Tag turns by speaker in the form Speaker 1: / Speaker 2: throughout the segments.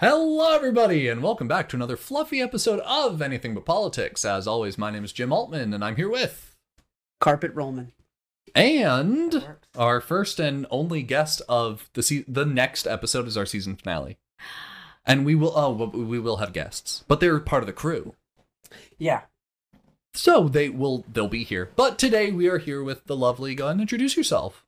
Speaker 1: Hello, everybody, and welcome back to another fluffy episode of Anything But Politics. As always, my name is Jim Altman, and I'm here with
Speaker 2: carpet Rollman.
Speaker 1: and our first and only guest of the se- the next episode is our season finale, and we will oh well, we will have guests, but they're part of the crew,
Speaker 2: Yeah.
Speaker 1: so they will they'll be here. But today we are here with the lovely Gun. Introduce yourself.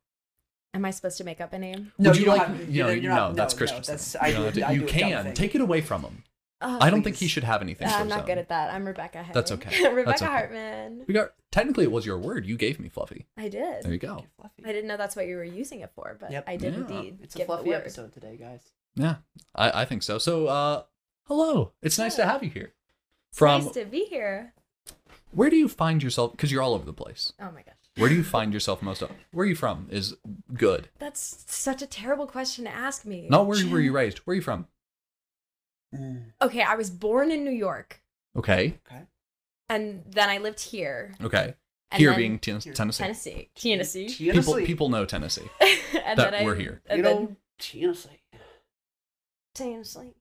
Speaker 3: Am I supposed to make up a name?
Speaker 2: No,
Speaker 1: Would
Speaker 2: you, don't have
Speaker 1: you know,
Speaker 2: you're
Speaker 1: you
Speaker 2: not-
Speaker 1: no, that's
Speaker 2: no,
Speaker 1: Christian's.
Speaker 2: that's-
Speaker 1: thing.
Speaker 2: I
Speaker 1: You don't
Speaker 2: do-
Speaker 1: have to-
Speaker 2: I
Speaker 1: you
Speaker 2: do a dumb
Speaker 1: can
Speaker 2: thing. Uh,
Speaker 1: take it away from him.
Speaker 3: Oh, Uh,
Speaker 1: I don't think
Speaker 2: please.
Speaker 1: he should have anything. for
Speaker 3: I'm
Speaker 1: his
Speaker 3: not
Speaker 1: own.
Speaker 3: good at that. I'm Rebecca. Hartman.
Speaker 1: That's okay. That's
Speaker 3: Rebecca
Speaker 1: okay.
Speaker 3: Hartman.
Speaker 1: We got technically it was your word you gave me, Fluffy.
Speaker 3: I did.
Speaker 1: There you go.
Speaker 2: Oh.
Speaker 3: I didn't know that's what you were using it for, but
Speaker 2: Yep.
Speaker 3: I did
Speaker 1: Yeah.
Speaker 3: indeed.
Speaker 2: It's a
Speaker 3: give it
Speaker 2: fluffy
Speaker 3: word.
Speaker 2: episode today, guys.
Speaker 1: Yeah, I, I think so. So, uh, hello. It's nice to have you here.
Speaker 3: It's
Speaker 1: From
Speaker 3: nice to be here.
Speaker 1: where do you find yourself? Because you're all over the place.
Speaker 3: Oh my gosh,
Speaker 1: Where do you find yourself most of? Where are you from is good.
Speaker 3: that's such a terrible question to ask me.
Speaker 1: Not where you- were you raised. Where are you from?
Speaker 2: Mm,
Speaker 3: Okay, I was born in New York,
Speaker 1: Okay.
Speaker 2: okay.
Speaker 3: and then I lived here.
Speaker 1: Okay.
Speaker 3: And
Speaker 1: Here
Speaker 3: then
Speaker 1: being ten-
Speaker 2: Here.
Speaker 1: Tennessee.
Speaker 3: Tennessee, Tennessee.
Speaker 2: Tennessee.
Speaker 1: People people know Tennessee.
Speaker 3: and
Speaker 1: That
Speaker 3: then
Speaker 1: we're
Speaker 3: I,
Speaker 1: here.
Speaker 3: And
Speaker 2: you
Speaker 3: then,
Speaker 2: know, Tennessee.
Speaker 3: Tennessee.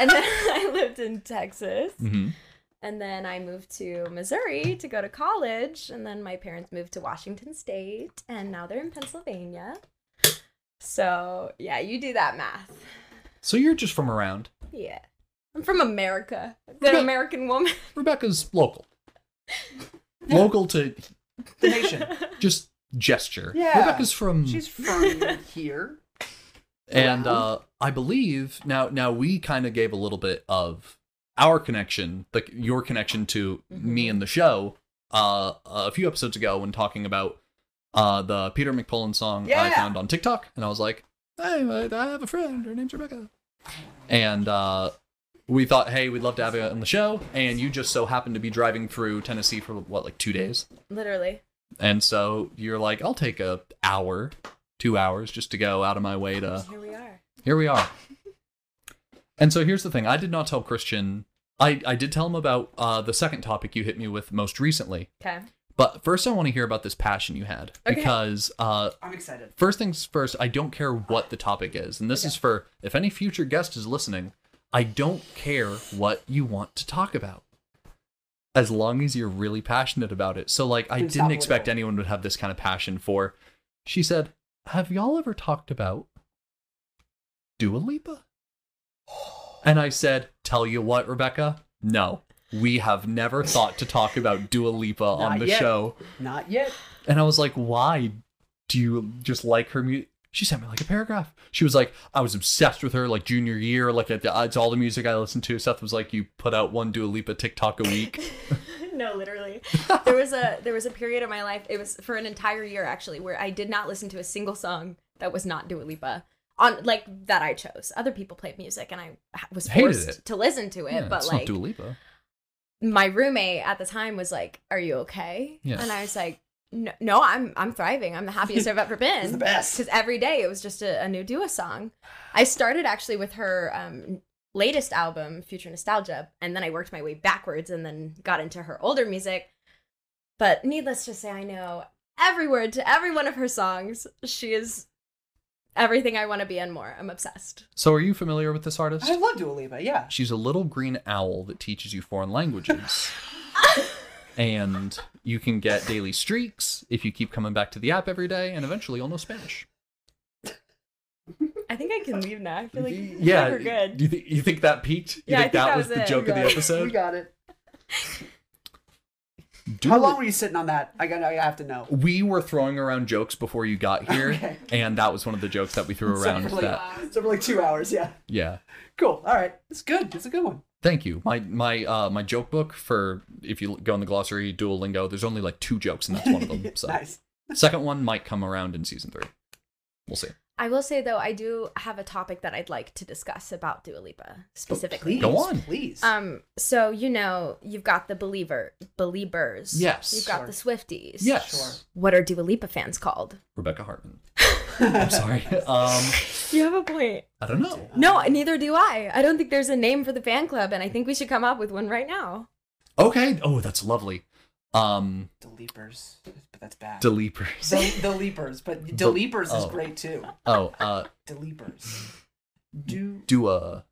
Speaker 3: and then I lived in Texas.
Speaker 1: hmm
Speaker 3: And then I moved to Missouri to go to college. And then my parents moved to Washington State. And now they're in Pennsylvania. So, yeah, you do that math.
Speaker 1: So you're just from around.
Speaker 3: Yeah. I'm from America. A Good American woman.
Speaker 1: Rebecca's local. local to
Speaker 2: The nation.
Speaker 1: just gesture.
Speaker 2: Yeah.
Speaker 1: Rebecca's from
Speaker 2: She's from here.
Speaker 1: And
Speaker 2: Wow.
Speaker 1: uh, I believe now now we kind of gave a little bit of our connection, like your connection to me and the show, uh, a few episodes ago when talking about uh, the Peter McPullen song I
Speaker 2: Yeah.
Speaker 1: found on TikTok, and I was like, "Hey, I I have a friend. Her name's Rebecca," and uh, we thought, "Hey, we'd love to have you on the show." And you just so happened to be driving through Tennessee for what, like two days,
Speaker 3: Literally.
Speaker 1: and so you're like, "I'll take a hour, two hours, just to go out of my way to."
Speaker 3: Here we are.
Speaker 1: Here we are. And so here's the thing. I did not tell Christian. I, I did tell him about uh, the second topic you hit me with most recently.
Speaker 3: Okay.
Speaker 1: But first, I want to hear about this passion you had.
Speaker 3: Okay.
Speaker 1: Because uh,
Speaker 2: I'm excited.
Speaker 1: first things first, I don't care what the topic is. And this is for if any future guest is listening, I don't care what you want to talk about. As long as you're really passionate about it. So, like, I
Speaker 2: And
Speaker 1: didn't
Speaker 2: stop
Speaker 1: expect
Speaker 2: with it.
Speaker 1: anyone would have this kind of passion for. She said, Have y'all ever talked about Dua Lipa? And I said, Tell you what, Rebecca? No, we have never thought to talk about Dua Lipa on
Speaker 2: Not
Speaker 1: the
Speaker 2: yet.
Speaker 1: show.
Speaker 2: Not yet.
Speaker 1: And I was like, why do you just like her music? She sent me like a paragraph. She was like, I was obsessed with her like junior year. Like at the, it's all the music I listened to. Seth was like, you put out one Dua Lipa TikTok a week.
Speaker 3: no, literally. There was a there was a period of my life. It was for an entire year actually, where I did not listen to a single song that was not Dua Lipa on like that I chose. Other people played music, and I ha- was
Speaker 1: Hated
Speaker 3: forced
Speaker 1: it.
Speaker 3: to listen to it.
Speaker 1: yeah,
Speaker 3: but
Speaker 1: it's
Speaker 3: like
Speaker 1: not Dua Lipa.
Speaker 3: my roommate at the time was like, "Are you okay?"
Speaker 1: Yeah.
Speaker 3: And I was like, "No, no, I'm I'm thriving. I'm the happiest I've ever been.
Speaker 2: It's the best.
Speaker 3: Because every day it was just a, a new Dua song. I started actually with her um, latest album, Future Nostalgia, and then I worked my way backwards and then got into her older music. But needless to say, I know every word to every one of her songs. She is everything I want to be and more. I'm obsessed.
Speaker 1: So are you familiar with this artist?
Speaker 2: I love Dua Lipa. Yeah.
Speaker 1: She's a little green owl that teaches you foreign languages. and you can get daily streaks if you keep coming back to the app every day, and eventually you'll know Spanish.
Speaker 3: I think I can leave now. I feel like
Speaker 1: yeah,
Speaker 3: we're good.
Speaker 1: Do you, thi- you think that peaked? You
Speaker 3: Yeah, I
Speaker 1: think
Speaker 3: think
Speaker 1: that
Speaker 3: that
Speaker 1: was
Speaker 3: was
Speaker 1: the
Speaker 3: it.
Speaker 1: joke of the
Speaker 3: Yeah.
Speaker 2: We
Speaker 1: episode?
Speaker 2: got it.
Speaker 1: Do
Speaker 2: How
Speaker 1: it.
Speaker 2: long were you sitting on that? I got. I have to know.
Speaker 1: we were throwing around jokes before you got here,
Speaker 2: Okay.
Speaker 1: and that was one of the jokes that we threw
Speaker 2: So
Speaker 1: around.
Speaker 2: for like-
Speaker 1: that
Speaker 2: So for like two hours. Yeah.
Speaker 1: yeah,
Speaker 2: Cool. All right. It's good. It's a good one.
Speaker 1: thank you. My my uh my joke book for if you go in the glossary Duolingo, there's only like two jokes, and that's one of them. So
Speaker 2: nice.
Speaker 1: second one might come around in season three. We'll see.
Speaker 3: I will say though, I do have a topic that I'd like to discuss about Dua Lipa specifically.
Speaker 2: Oh, Please,
Speaker 1: Go on.
Speaker 2: Please.
Speaker 3: Um, so you know, you've got the believer believers.
Speaker 1: Yes.
Speaker 3: You've got
Speaker 2: Sure.
Speaker 3: the Swifties.
Speaker 1: Yes.
Speaker 3: What are Dua Lipa fans called?
Speaker 1: Rebecca Hartman. I'm sorry. Um,
Speaker 3: You have a point.
Speaker 1: I don't know.
Speaker 3: No, neither do I. I don't think there's a name for the fan club, and I think we should come up with one right now.
Speaker 1: Okay. Oh, that's lovely. Um,
Speaker 2: the leapers, but that's bad.
Speaker 1: the leapers.
Speaker 2: the, the leapers, but the leapers is
Speaker 1: oh.
Speaker 2: great too.
Speaker 1: Oh, uh,
Speaker 2: The leapers. Do
Speaker 1: do a,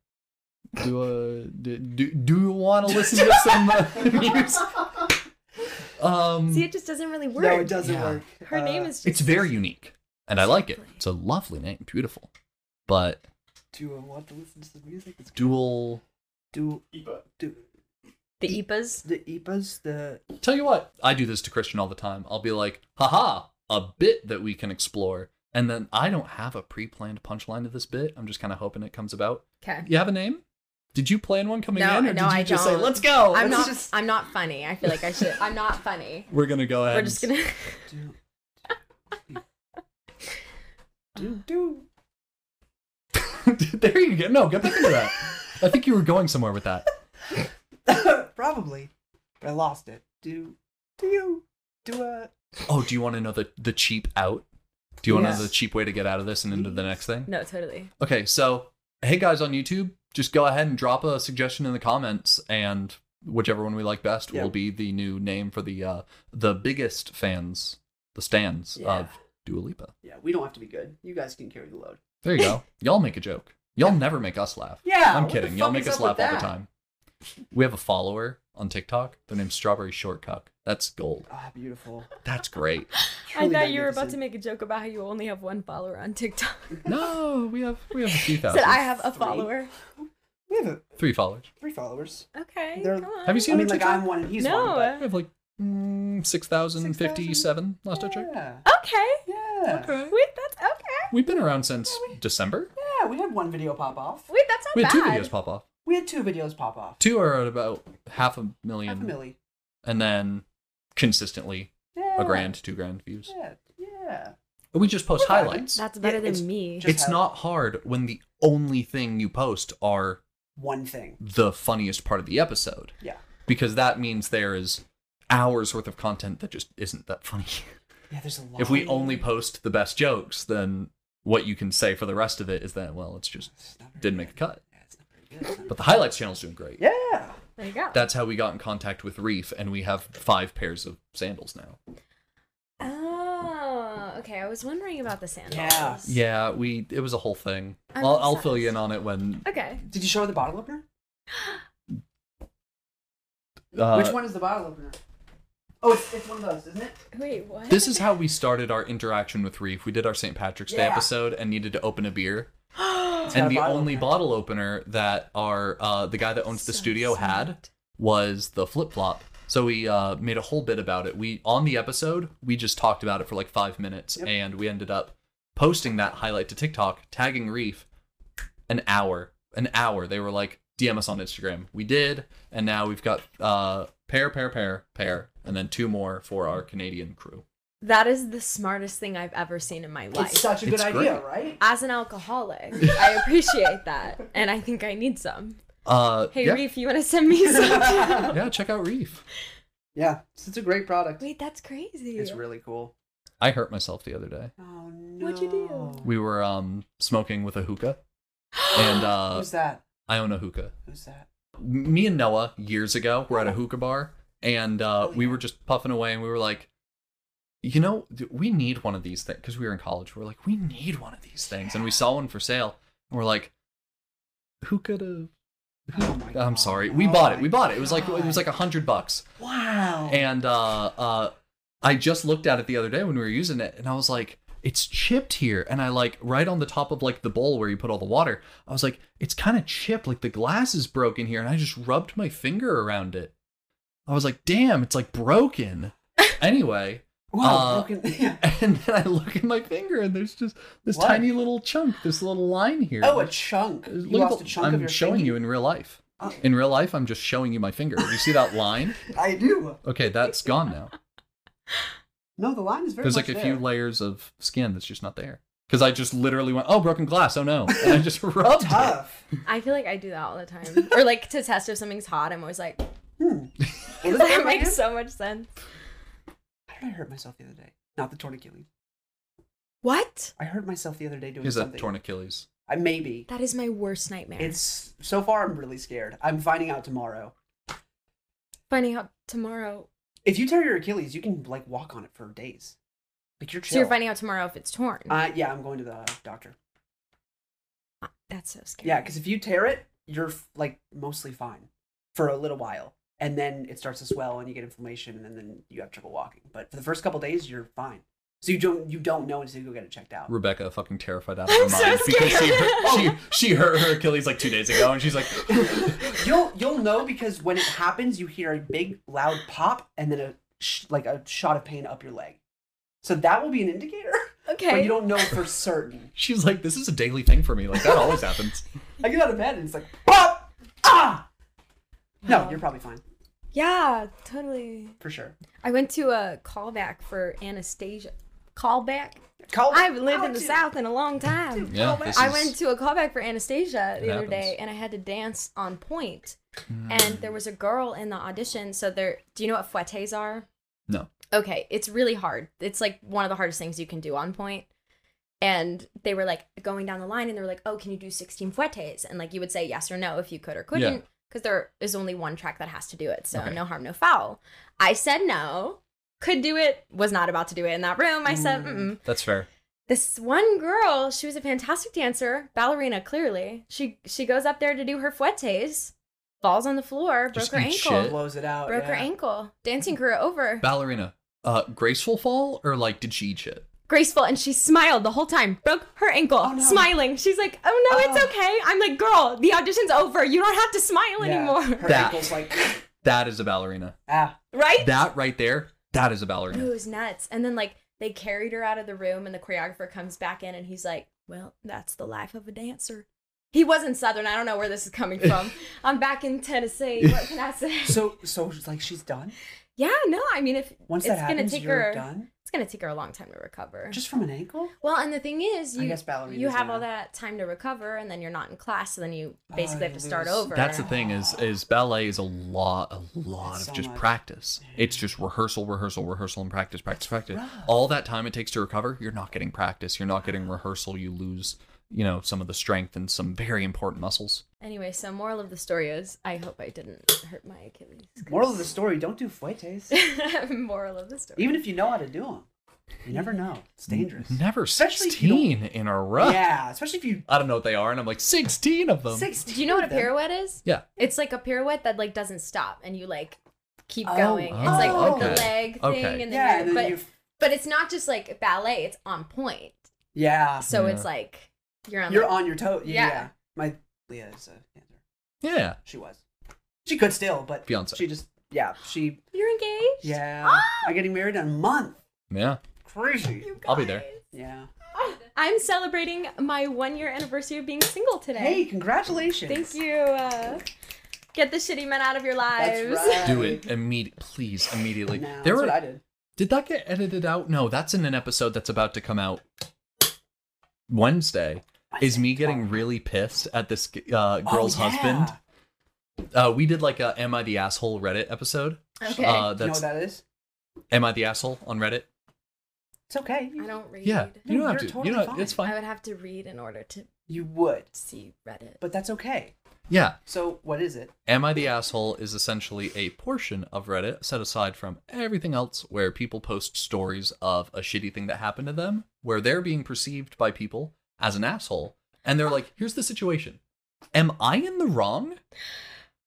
Speaker 1: do a, do, do, do you want to listen to some uh, music? Um,
Speaker 3: See, it just doesn't really work.
Speaker 2: Mm. no, it doesn't
Speaker 1: Yeah.
Speaker 2: work.
Speaker 3: Her
Speaker 2: Uh,
Speaker 3: name is. Just,
Speaker 1: it's very unique, and I like it. It's a lovely name, beautiful. But
Speaker 2: Do I want to listen to the music? It's
Speaker 1: dual.
Speaker 2: do do
Speaker 3: the Ipas.
Speaker 2: the epas the
Speaker 1: Tell you what, I do this to Christian all the time. I'll be like, haha, a bit that we can explore. And then I don't have a pre planned punchline to this bit. I'm just kind of hoping it comes about.
Speaker 3: Okay.
Speaker 1: You have a name? Did you plan one coming
Speaker 3: No,
Speaker 1: in? Or did
Speaker 3: no,
Speaker 1: you
Speaker 3: I
Speaker 1: just say,
Speaker 3: don't.
Speaker 1: let's go?
Speaker 3: I'm
Speaker 2: Let's
Speaker 3: not.
Speaker 2: Oh, just-
Speaker 3: I'm not funny. I feel like I should. I'm not funny.
Speaker 1: We're going to go ahead.
Speaker 3: We're just
Speaker 2: Um,
Speaker 1: and-
Speaker 3: gonna.
Speaker 2: do do do.
Speaker 1: there you go. No, get back into that. I think you were going somewhere with that.
Speaker 2: Probably, but I lost it. Do do you do a
Speaker 1: Oh, do you want to know the, the cheap out? Do you want to
Speaker 2: Yes.
Speaker 1: know the cheap way to get out of this and into the next thing?
Speaker 3: No, totally.
Speaker 1: Okay, so hey guys on YouTube, just go ahead and drop a suggestion in the comments, and whichever one we like best
Speaker 2: Yeah.
Speaker 1: will be the new name for the uh, the biggest fans, the stands
Speaker 2: Yeah.
Speaker 1: of Dua Lipa.
Speaker 2: Yeah, we don't have to be good. You guys can carry the load.
Speaker 1: There you go. Y'all make a joke. Y'all never make us laugh.
Speaker 2: Yeah,
Speaker 1: I'm
Speaker 2: what the
Speaker 1: kidding. Y'all
Speaker 2: fuck
Speaker 1: make
Speaker 2: is
Speaker 1: us laugh
Speaker 2: up with
Speaker 1: all the
Speaker 2: that?
Speaker 1: time. We have a follower on TikTok. Their name's Strawberry Shortcuck. That's gold.
Speaker 2: Ah, beautiful.
Speaker 1: That's great.
Speaker 3: I
Speaker 2: Truly
Speaker 3: thought you were about to
Speaker 2: magnificent.
Speaker 3: make a joke about how you only have one follower on TikTok.
Speaker 1: No, we have we have a few
Speaker 3: Said
Speaker 1: thousand.
Speaker 3: I have a
Speaker 2: three.
Speaker 3: follower.
Speaker 2: We have uh,
Speaker 1: Three followers.
Speaker 2: three followers.
Speaker 3: Okay.
Speaker 2: They're-
Speaker 3: come on.
Speaker 1: Have you
Speaker 2: I
Speaker 1: seen
Speaker 2: mean,
Speaker 1: the
Speaker 2: like
Speaker 1: TikTok?
Speaker 2: I'm one and he's
Speaker 3: No. uh,
Speaker 2: one. But
Speaker 1: We have like mm, six thousand fifty-seven last I checked.
Speaker 2: yeah,
Speaker 3: Okay.
Speaker 2: yeah,
Speaker 1: Okay.
Speaker 3: Wait, that's okay.
Speaker 1: We've been around since December.
Speaker 2: yeah. We had one video pop off.
Speaker 3: Wait, that's not
Speaker 1: We had
Speaker 3: bad.
Speaker 1: two videos pop off.
Speaker 2: We had two videos pop off.
Speaker 1: Two are at about half a million,
Speaker 2: Half a milli.
Speaker 1: and then consistently
Speaker 2: Yeah.
Speaker 1: a grand, two grand views.
Speaker 2: Yeah, yeah.
Speaker 1: And we just post
Speaker 2: We're vibing.
Speaker 1: highlights.
Speaker 3: That's better
Speaker 2: Yeah, it's
Speaker 3: than me.
Speaker 2: just-
Speaker 1: It's not hard when the only thing you post are
Speaker 2: One thing.
Speaker 1: the funniest part of the episode,
Speaker 2: Yeah.
Speaker 1: because that means there is hours worth of content that just isn't that funny.
Speaker 2: Yeah, there's a lot.
Speaker 1: if we only post the best jokes, then what you can say for the rest of it is that well, it's just
Speaker 2: It's not very
Speaker 1: didn't make the
Speaker 2: good.
Speaker 1: cut.
Speaker 2: Yeah, it's not very good. It's not-
Speaker 1: But the highlights channel's doing great.
Speaker 2: yeah.
Speaker 3: there you go.
Speaker 1: That's how we got in contact with Reef, and we have five pairs of sandals now.
Speaker 3: oh, okay. I was wondering about the sandals.
Speaker 2: Yeah.
Speaker 1: Yeah, we it was a whole thing.
Speaker 3: I'm
Speaker 1: I'll, I'll fill
Speaker 3: obsessed.
Speaker 1: you in on it when.
Speaker 3: Okay.
Speaker 2: Did you show her the bottle opener?
Speaker 1: Uh,
Speaker 2: Which one is the bottle opener? Oh, it's, it's one of those, isn't it?
Speaker 3: Wait, what?
Speaker 1: This is how we started our interaction with Reef. We did our St. Patrick's Day
Speaker 2: Yeah.
Speaker 1: episode and needed to open a beer,
Speaker 2: It's got
Speaker 1: and
Speaker 2: a
Speaker 1: the
Speaker 2: bottle
Speaker 1: only
Speaker 2: opener.
Speaker 1: bottle opener that our uh, the guy that owns the
Speaker 3: So
Speaker 1: studio had
Speaker 3: sad.
Speaker 1: was the flip flop. So we uh, made a whole bit about it. We on the episode we just talked about it for like five minutes,
Speaker 2: Yep.
Speaker 1: and we ended up posting that highlight to TikTok, tagging Reef. An hour, an hour. They were like DM us on Instagram. We did, and now we've got uh, pair, pair, pair, pair, and then two more for our Canadian crew.
Speaker 3: That is the smartest thing I've ever seen in my life.
Speaker 2: It's such a good
Speaker 1: It's
Speaker 2: idea,
Speaker 1: great.
Speaker 2: right?
Speaker 3: As an alcoholic, I appreciate that, and I think I need some.
Speaker 1: Uh,
Speaker 3: Hey,
Speaker 1: yeah.
Speaker 3: Reef, you want to send me some?
Speaker 1: Yeah, check out Reef.
Speaker 2: Yeah, it's, it's a great product.
Speaker 3: Wait, that's crazy.
Speaker 2: It's really cool.
Speaker 1: I hurt myself the other day.
Speaker 2: Oh no.
Speaker 3: What'd you do?
Speaker 1: We were um smoking with a hookah, and uh,
Speaker 2: Who's that?
Speaker 1: I own a hookah.
Speaker 2: Who's that?
Speaker 1: me and Noah years ago were at a hookah bar and uh,
Speaker 2: Oh,
Speaker 1: we
Speaker 2: yeah.
Speaker 1: were just puffing away and we were like, you know, th- we need one of these things because we were in college. We are like, we need one of these things, and we saw one for sale. And we're like, who could have?
Speaker 2: Oh my
Speaker 1: I'm
Speaker 2: God.
Speaker 1: sorry, we
Speaker 2: Oh
Speaker 1: bought it.
Speaker 2: my
Speaker 1: We bought it. It was like it
Speaker 2: God.
Speaker 1: was like a hundred bucks.
Speaker 2: Wow.
Speaker 1: And uh, uh, I just looked at it the other day when we were using it, and I was like, it's chipped here. And I like right on the top of like the bowl where you put all the water, I was like, it's kind of chipped, like the glass is broken here. And I just rubbed my finger around it. I was like, damn, it's like broken. anyway,
Speaker 2: wow.
Speaker 1: uh,
Speaker 2: broken- yeah.
Speaker 1: and then I look at my finger, and there's just this
Speaker 2: What?
Speaker 1: tiny little chunk, this little line here. uh,
Speaker 2: Oh, a chunk. You
Speaker 1: Look at
Speaker 2: lost
Speaker 1: the-
Speaker 2: a chunk
Speaker 1: I'm
Speaker 2: of your
Speaker 1: showing
Speaker 2: finger.
Speaker 1: you in real life.
Speaker 2: Oh.
Speaker 1: In real life, I'm just showing you my finger. You see that line?
Speaker 2: I do.
Speaker 1: Okay, that's gone now.
Speaker 2: No, the line is very
Speaker 1: There's
Speaker 2: much
Speaker 1: like a
Speaker 2: there.
Speaker 1: few layers of skin that's just not there. because I just literally went, "Oh, broken glass! Oh no!" and I just rubbed it.
Speaker 2: Tough.
Speaker 3: I feel like I do that all the time. or like to test if something's hot, I'm always like,
Speaker 2: Hmm. What did I
Speaker 3: that
Speaker 2: hurt my
Speaker 3: makes
Speaker 2: hand?
Speaker 3: so much sense.
Speaker 2: How did I hurt myself the other day? Not the torn Achilles.
Speaker 3: What?
Speaker 2: I hurt myself the other day doing
Speaker 1: Here's a
Speaker 2: something.
Speaker 1: torn Achilles.
Speaker 2: I maybe.
Speaker 3: That is my worst nightmare.
Speaker 2: It's so far. I'm really scared. I'm finding out tomorrow.
Speaker 3: finding out tomorrow.
Speaker 2: If you tear your Achilles, you can like walk on it for days. Like you're chill.
Speaker 3: So you're finding out tomorrow if it's torn.
Speaker 2: Uh, yeah, I'm going to the doctor.
Speaker 3: Ah, That's so scary.
Speaker 2: Yeah, because if you tear it, you're f- like mostly fine for a little while, and then it starts to swell and you get inflammation, and then you have trouble walking. But for the first couple days, you're fine. So you don't you don't know until you go get it checked out.
Speaker 1: Rebecca fucking terrified out of her
Speaker 3: I'm so
Speaker 1: mind because she
Speaker 3: scared.
Speaker 1: hurt,
Speaker 2: Oh.
Speaker 1: she she hurt her Achilles like two days ago, and she's like,
Speaker 2: You'll you'll know because when it happens, you hear a big loud pop, and then a sh- like a shot of pain up your leg. So that will be an indicator, but
Speaker 3: Okay.
Speaker 2: you don't know for certain.
Speaker 1: she's like, "This is a daily thing for me. Like that always happens."
Speaker 2: I get out of bed and it's like pop ah. No,
Speaker 3: Wow.
Speaker 2: you're probably fine
Speaker 3: yeah, totally.
Speaker 2: for sure.
Speaker 3: I went to a callback for Anastasia. Callback?
Speaker 2: Call-
Speaker 3: I've lived in
Speaker 2: Oh,
Speaker 3: the
Speaker 2: dude.
Speaker 3: South in a long time.
Speaker 1: Yeah, this
Speaker 3: Oh I
Speaker 1: is-
Speaker 3: went to a callback for Anastasia the
Speaker 1: It
Speaker 3: other day
Speaker 1: happens.
Speaker 3: and I had to dance on point. And there was a girl in the audition. So there do you know what fouettes are?
Speaker 1: No.
Speaker 3: Okay, it's really hard. It's like one of the hardest things you can do on point. And they were like going down the line and they were like, Oh, can you do sixteen fouettes? And like you would say yes or no if you could or couldn't. Because there is only one track that has to do it. So
Speaker 1: Okay.
Speaker 3: no harm, no foul. I said no, could do it, was not about to do it in that room. I said,
Speaker 2: Mm.
Speaker 3: mm
Speaker 1: That's fair.
Speaker 3: this one girl, she was a fantastic dancer, ballerina clearly. She she goes up there to do her fuetes, falls on the floor,
Speaker 1: Just
Speaker 3: broke her
Speaker 1: eat
Speaker 3: ankle,
Speaker 1: shit.
Speaker 2: blows it out.
Speaker 3: broke her
Speaker 2: yeah.
Speaker 3: ankle, dancing career over.
Speaker 1: Ballerina, uh, graceful fall or like did she eat shit?
Speaker 3: Graceful, and she smiled the whole time. Broke her ankle,
Speaker 2: Oh, no.
Speaker 3: smiling. She's like, "Oh no, it's
Speaker 2: Oh.
Speaker 3: okay." I'm like, "Girl, the audition's over. You don't have to smile
Speaker 2: Yeah,
Speaker 3: anymore."
Speaker 2: Her
Speaker 1: That.
Speaker 2: ankle's like
Speaker 1: That is a ballerina.
Speaker 2: ah.
Speaker 3: Right?
Speaker 1: That right there, that is a
Speaker 3: it
Speaker 1: ballerina.
Speaker 3: was nuts. And then like they carried her out of the room, and the choreographer comes back in, and he's like, "Well, that's the life of a dancer." He wasn't Southern. I don't know where this is coming from. I'm back in Tennessee. What can I say?
Speaker 2: So so it's like she's done.
Speaker 3: Yeah, no. I mean, if
Speaker 2: Once
Speaker 3: it's
Speaker 2: that happens,
Speaker 3: gonna take
Speaker 2: you're
Speaker 3: her,
Speaker 2: done.
Speaker 3: it's gonna take her a long time to recover.
Speaker 2: Just from an ankle.
Speaker 3: well, and the thing is,
Speaker 2: I
Speaker 3: you
Speaker 2: guess ballerinas
Speaker 3: you have
Speaker 2: now.
Speaker 3: all that time to recover, and then you're not in class, so then you
Speaker 2: Oh,
Speaker 3: basically
Speaker 2: you
Speaker 3: have to start
Speaker 2: lose.
Speaker 3: over.
Speaker 1: That's the thing is is ballet is a lot a lot
Speaker 2: It's
Speaker 1: of
Speaker 2: so
Speaker 1: just
Speaker 2: much.
Speaker 1: practice. It's just rehearsal, rehearsal, rehearsal, and practice, practice, practice.
Speaker 2: rough.
Speaker 1: All that time it takes to recover, you're not getting practice. You're not getting rehearsal. You lose, you know, some of the strength and some very important muscles.
Speaker 3: Anyway, so moral of the story is, I hope I didn't hurt my Achilles. 'cause-
Speaker 2: Moral of the story: Don't do fuetes.
Speaker 3: moral of the story.
Speaker 2: Even if you know how to do them, you never know. It's dangerous.
Speaker 1: Never
Speaker 2: Especially if you don't-
Speaker 1: sixteen in a row.
Speaker 2: Yeah, especially if you
Speaker 1: I don't know what they are, and I'm like sixteen of them.
Speaker 2: sixteen.
Speaker 3: Do you know what a
Speaker 2: of them.
Speaker 3: pirouette is?
Speaker 1: Yeah.
Speaker 3: It's like a pirouette that like doesn't stop, and you like keep
Speaker 2: Oh,
Speaker 3: going. It's like
Speaker 2: oh,
Speaker 3: the
Speaker 2: okay.
Speaker 3: leg thing,
Speaker 1: Okay.
Speaker 3: and then,
Speaker 2: Yeah,
Speaker 3: you're-
Speaker 2: and then
Speaker 3: but
Speaker 2: you.
Speaker 3: but it's not just like ballet. It's on point.
Speaker 2: Yeah,
Speaker 3: So
Speaker 1: Yeah.
Speaker 3: it's like you're on.
Speaker 2: you're
Speaker 3: like-
Speaker 2: on your toe. Yeah,
Speaker 3: Yeah.
Speaker 2: yeah. My Leah is a dancer.
Speaker 1: Yeah.
Speaker 2: She was. She could still, but
Speaker 1: Fiance.
Speaker 2: She just yeah. She
Speaker 3: You're engaged.
Speaker 2: yeah. I'm getting married in a month.
Speaker 1: Yeah.
Speaker 2: Crazy.
Speaker 3: You
Speaker 1: I'll be there.
Speaker 3: guys.
Speaker 2: Yeah.
Speaker 3: I'm celebrating my one year anniversary of being single today.
Speaker 2: Hey, congratulations.
Speaker 3: Thank you. Uh, get the shitty men out of your
Speaker 2: That's
Speaker 3: lives.
Speaker 2: right.
Speaker 1: Do it immediate, please, immediately.
Speaker 2: No,
Speaker 1: there
Speaker 2: that's
Speaker 1: were
Speaker 2: what I did.
Speaker 1: Did that get edited out? No, that's in an episode that's about to come out Wednesday. Is me getting really pissed at this uh,
Speaker 2: Oh,
Speaker 1: girl's
Speaker 2: yeah.
Speaker 1: husband? Uh, we did like a "Am I the asshole?" Reddit episode.
Speaker 3: Okay.
Speaker 1: Uh,
Speaker 2: You know
Speaker 1: that's
Speaker 2: what that is?
Speaker 1: "Am I the asshole?" on Reddit.
Speaker 2: It's okay.
Speaker 3: I
Speaker 2: You,
Speaker 3: don't read.
Speaker 1: Yeah, you
Speaker 2: No,
Speaker 1: don't have to.
Speaker 2: you're
Speaker 1: you
Speaker 2: totally
Speaker 1: know,
Speaker 2: fine.
Speaker 1: it's
Speaker 3: I
Speaker 1: fine.
Speaker 3: would have to read in order to
Speaker 2: you would,
Speaker 3: see Reddit.
Speaker 2: but that's okay.
Speaker 1: Yeah,
Speaker 2: So what is it?
Speaker 1: "Am I the asshole?" is essentially a portion of Reddit set aside from everything else, where people post stories of a shitty thing that happened to them, where they're being perceived by people as an asshole, and they're like, "Here's the situation: Am I in the wrong?"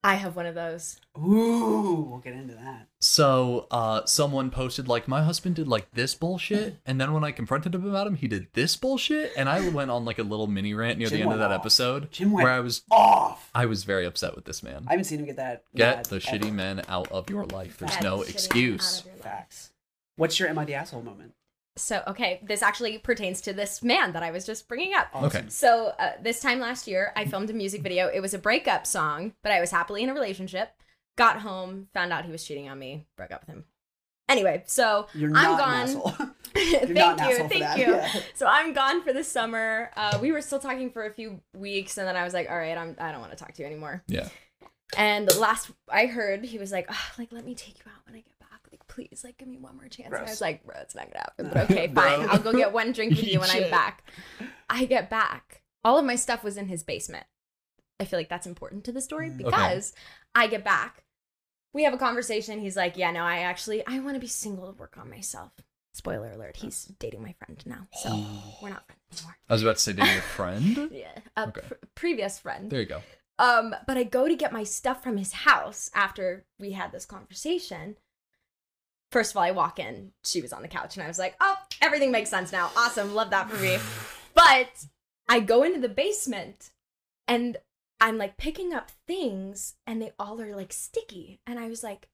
Speaker 3: I have one of those.
Speaker 2: Ooh, we'll get into that.
Speaker 1: So uh, someone posted like my husband did like this bullshit, and then when I confronted him about him, he did this bullshit, and I went on like a little mini rant near the
Speaker 2: Jim
Speaker 1: end of
Speaker 2: went
Speaker 1: that
Speaker 2: off.
Speaker 1: episode
Speaker 2: Jim went
Speaker 1: where I was
Speaker 2: off.
Speaker 1: I was very upset with this man.
Speaker 2: I haven't seen him get that.
Speaker 1: Get
Speaker 2: mad
Speaker 1: the
Speaker 2: ever.
Speaker 1: shitty men out of your life. There's
Speaker 3: Get
Speaker 1: no
Speaker 3: the shitty men out of
Speaker 1: excuse.
Speaker 3: your life.
Speaker 2: Facts. What's your am I the asshole moment?
Speaker 3: So, okay, this actually pertains to this man that I was just bringing up.
Speaker 1: Okay.
Speaker 3: So, uh, this time last year, I filmed a music video. It was a breakup song, but I was happily in a relationship. Got home, found out he was cheating on me, broke up with him. Anyway, so
Speaker 2: You're
Speaker 3: I'm
Speaker 2: not
Speaker 3: gone.
Speaker 2: an asshole. You're not
Speaker 3: thank
Speaker 2: an
Speaker 3: you,
Speaker 2: asshole for
Speaker 3: thank
Speaker 2: that.
Speaker 3: you.
Speaker 2: Yeah.
Speaker 3: So I'm gone for the summer. Uh, we were still talking for a few weeks, and then I was like, all right, I'm I don't want to talk to you anymore.
Speaker 1: Yeah.
Speaker 3: And last I heard, he was like, "Ah, like let me take you out when I get back. Like please, like give me one more chance. And I
Speaker 2: Gross.
Speaker 3: was like, bro, it's not gonna happen.
Speaker 2: No.
Speaker 3: But okay,
Speaker 1: Bro.
Speaker 3: fine. I'll go get one drink with you when
Speaker 1: Shit.
Speaker 3: I'm back. I get back. All of my stuff was in his basement. I feel like that's important to the story
Speaker 2: Mm. Okay.
Speaker 3: because I get back. We have a conversation. He's like, yeah, no, I actually I want to be single to work on myself. Spoiler alert, he's dating my friend now, so we're not friends anymore.
Speaker 1: I was about to say, dating a friend?
Speaker 3: Yeah, a
Speaker 1: Okay.
Speaker 3: pr- previous friend.
Speaker 1: There you go.
Speaker 3: Um, but I go to get my stuff from his house after we had this conversation. First of all, I walk in, she was on the couch, and I was like, oh, everything makes sense now. Awesome. Love that for me. But I go into the basement and I'm like picking up things and they all are like sticky. And I was like,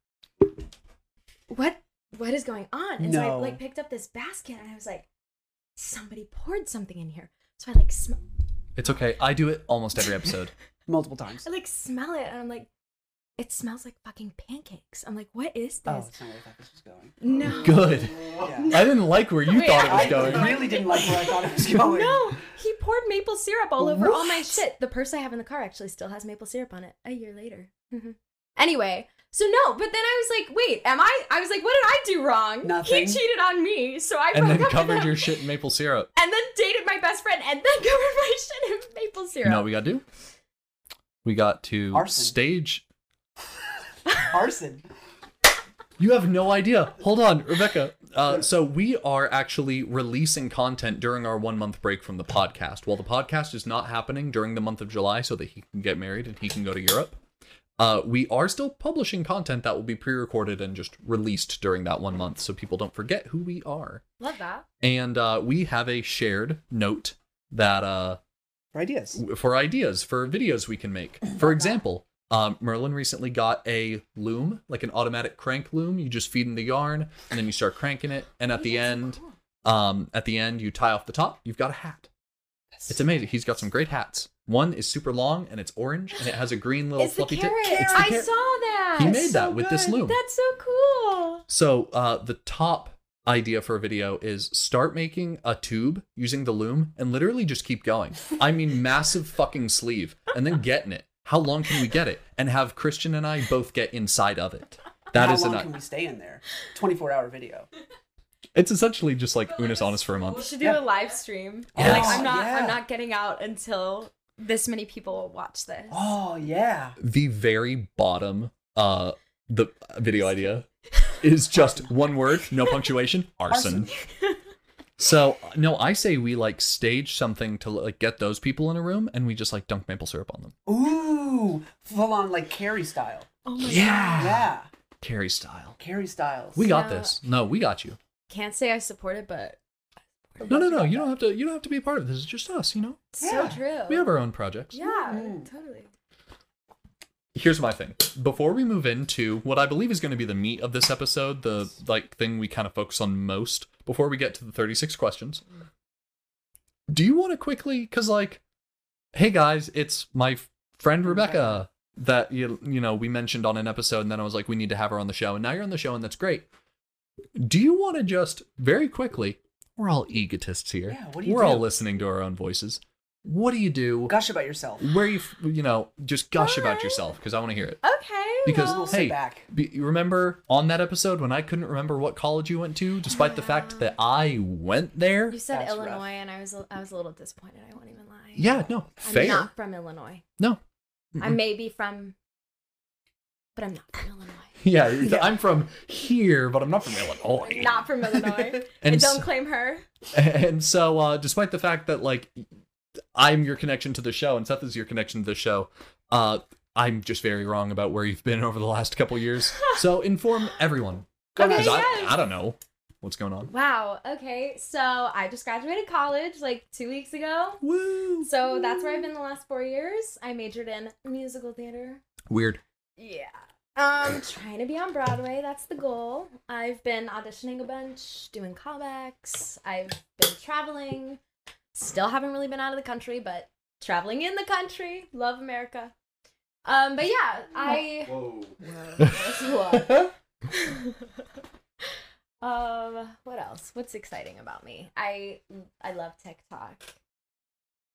Speaker 3: what what is going on? And so I
Speaker 2: No.
Speaker 3: like picked up this basket and I was like, somebody poured something in here. So I like sm-
Speaker 1: It's okay. I do it almost every episode.
Speaker 2: Multiple times.
Speaker 3: I like smell it and I'm like, it smells like fucking pancakes. I'm like, what is
Speaker 2: Oh,
Speaker 3: this?
Speaker 2: that's not where I thought this was going.
Speaker 3: No.
Speaker 1: Good.
Speaker 2: Yeah.
Speaker 1: I didn't like where you
Speaker 3: Wait,
Speaker 1: thought it was
Speaker 2: I
Speaker 1: going.
Speaker 2: really didn't like where I thought it was going.
Speaker 3: No, he poured maple syrup all over all my
Speaker 2: What?
Speaker 3: shit. The purse I have in the car actually still has maple syrup on it a year later. Mhm. anyway, so no, but then I was like, wait, am I? I was like, what did I do wrong?
Speaker 2: Nothing.
Speaker 3: He cheated on me, so I
Speaker 1: and
Speaker 3: broke
Speaker 1: then
Speaker 3: up with
Speaker 1: covered
Speaker 3: him
Speaker 1: your shit in maple syrup.
Speaker 3: and then dated my best friend and then covered my shit in maple syrup.
Speaker 1: No, we got to do. We got to
Speaker 2: Arson.
Speaker 1: stage.
Speaker 2: Arson.
Speaker 1: You have no idea. Hold on, Rebecca. Uh, so we are actually releasing content during our one month break from the podcast. While the podcast is not happening during the month of July, so that he can get married and he can go to Europe. Uh, we are still publishing content that will be pre-recorded and just released during that one month, so people don't forget who we are.
Speaker 3: Love that.
Speaker 1: And uh, we have a shared note that uh,
Speaker 2: For ideas.
Speaker 1: w- for ideas for videos we can make. For example, um, Merlin recently got a loom, like an automatic crank loom. You just feed in the yarn, and then you start cranking it. And
Speaker 3: Oh,
Speaker 1: at the end, um, at the end, you tie off the top. You've got a hat. It's amazing. He's got some great hats. One is super long and it's orange, and it has a green little
Speaker 3: It's the
Speaker 1: fluffy
Speaker 3: carrot.
Speaker 1: tip. It's the
Speaker 3: I
Speaker 1: carrot.
Speaker 3: saw that.
Speaker 1: He made that with this
Speaker 2: good.
Speaker 1: loom.
Speaker 3: That's so cool.
Speaker 1: So uh, the top idea for a video is start making a tube using the loom and literally just keep going. I mean, massive fucking sleeve, and then getting it. How long can we get it? And have Christian and I both get inside of it. That
Speaker 2: How
Speaker 1: is
Speaker 2: long
Speaker 1: an.
Speaker 2: can we stay in there? 24 hour video.
Speaker 1: It's essentially just like Unis Honest for a
Speaker 3: We
Speaker 1: month.
Speaker 3: should do
Speaker 2: Yeah.
Speaker 3: a live stream.
Speaker 1: Yes.
Speaker 3: Like I'm not
Speaker 2: Yeah.
Speaker 3: I'm not getting out until this many people watch this.
Speaker 2: Oh, yeah.
Speaker 1: The very bottom, uh, the video idea is just one word, no punctuation, arson. So no, I say we like stage something to like get those people in a room, and we just like dunk maple syrup on them.
Speaker 2: Ooh. Full on like Carrie style.
Speaker 3: Oh my
Speaker 1: Yeah.
Speaker 2: Yeah.
Speaker 1: Carrie style.
Speaker 2: Carrie Styles.
Speaker 1: Ah. We got
Speaker 3: So-
Speaker 1: this. No, we got you.
Speaker 3: Can't say I support it, but
Speaker 1: No, no, no. You don't have to. You don't have to be a part of this. It's just us. You know,
Speaker 3: it's
Speaker 2: Yeah.
Speaker 3: so true.
Speaker 1: we have our own projects.
Speaker 3: yeah,
Speaker 2: Mm.
Speaker 3: totally.
Speaker 1: Here's my thing. Before we move into what I believe is going to be the meat of this episode, the like thing we kind of focus on most. Before we get to the 36 questions, do you want to quickly? Because like, hey guys, it's my f- friend Rebecca that you you know we mentioned on an episode, and then I was like, we need to have her on the show, and now you're on the show, and that's great. Do you want to just very quickly? We're all egotists here.
Speaker 2: Yeah, what do you
Speaker 1: we're all
Speaker 2: do?
Speaker 1: listening to our own voices. What do you do?
Speaker 2: Gush about yourself.
Speaker 1: Where you f- you know just gush about
Speaker 3: Hi.
Speaker 1: yourself because I want to hear it.
Speaker 3: Okay.
Speaker 1: Because
Speaker 3: well,
Speaker 2: We'll
Speaker 1: hey,
Speaker 2: sit back.
Speaker 1: Be, you remember on that episode when I couldn't remember what college you went to, despite the fact that I went there?
Speaker 3: Uh, you said
Speaker 2: That's rough.
Speaker 3: Illinois, and I was I was a little disappointed. I won't even lie.
Speaker 1: Yeah, no,
Speaker 3: I'm
Speaker 1: fair.
Speaker 3: not from Illinois.
Speaker 1: No.
Speaker 3: I may be from, but I'm not from Illinois.
Speaker 1: Yeah, I'm from here, but I'm not from Illinois.
Speaker 3: I'm not from Illinois.
Speaker 1: And
Speaker 3: and don't
Speaker 1: so-
Speaker 3: claim her.
Speaker 1: And so, uh, despite the fact that like I'm your connection to the show and Seth is your connection to the show, uh, I'm just very wrong about where you've been over the last couple years. So inform everyone
Speaker 2: Go
Speaker 3: Okay,
Speaker 1: because
Speaker 3: yes.
Speaker 1: I, I don't know what's going on.
Speaker 3: Wow. Okay. So I just graduated college like two weeks ago.
Speaker 1: Woo!
Speaker 3: So that's where I've been the last four years. I majored in musical theater.
Speaker 1: Weird.
Speaker 3: Yeah. Um, trying to be on Broadway. That's the goal. I've been auditioning a bunch, doing callbacks. I've been traveling. Still haven't really been out of the country, but traveling in the country. Love America. Um, but yeah, I. Whoa. That's a lot. Um, what else? What's exciting about me? I I love TikTok,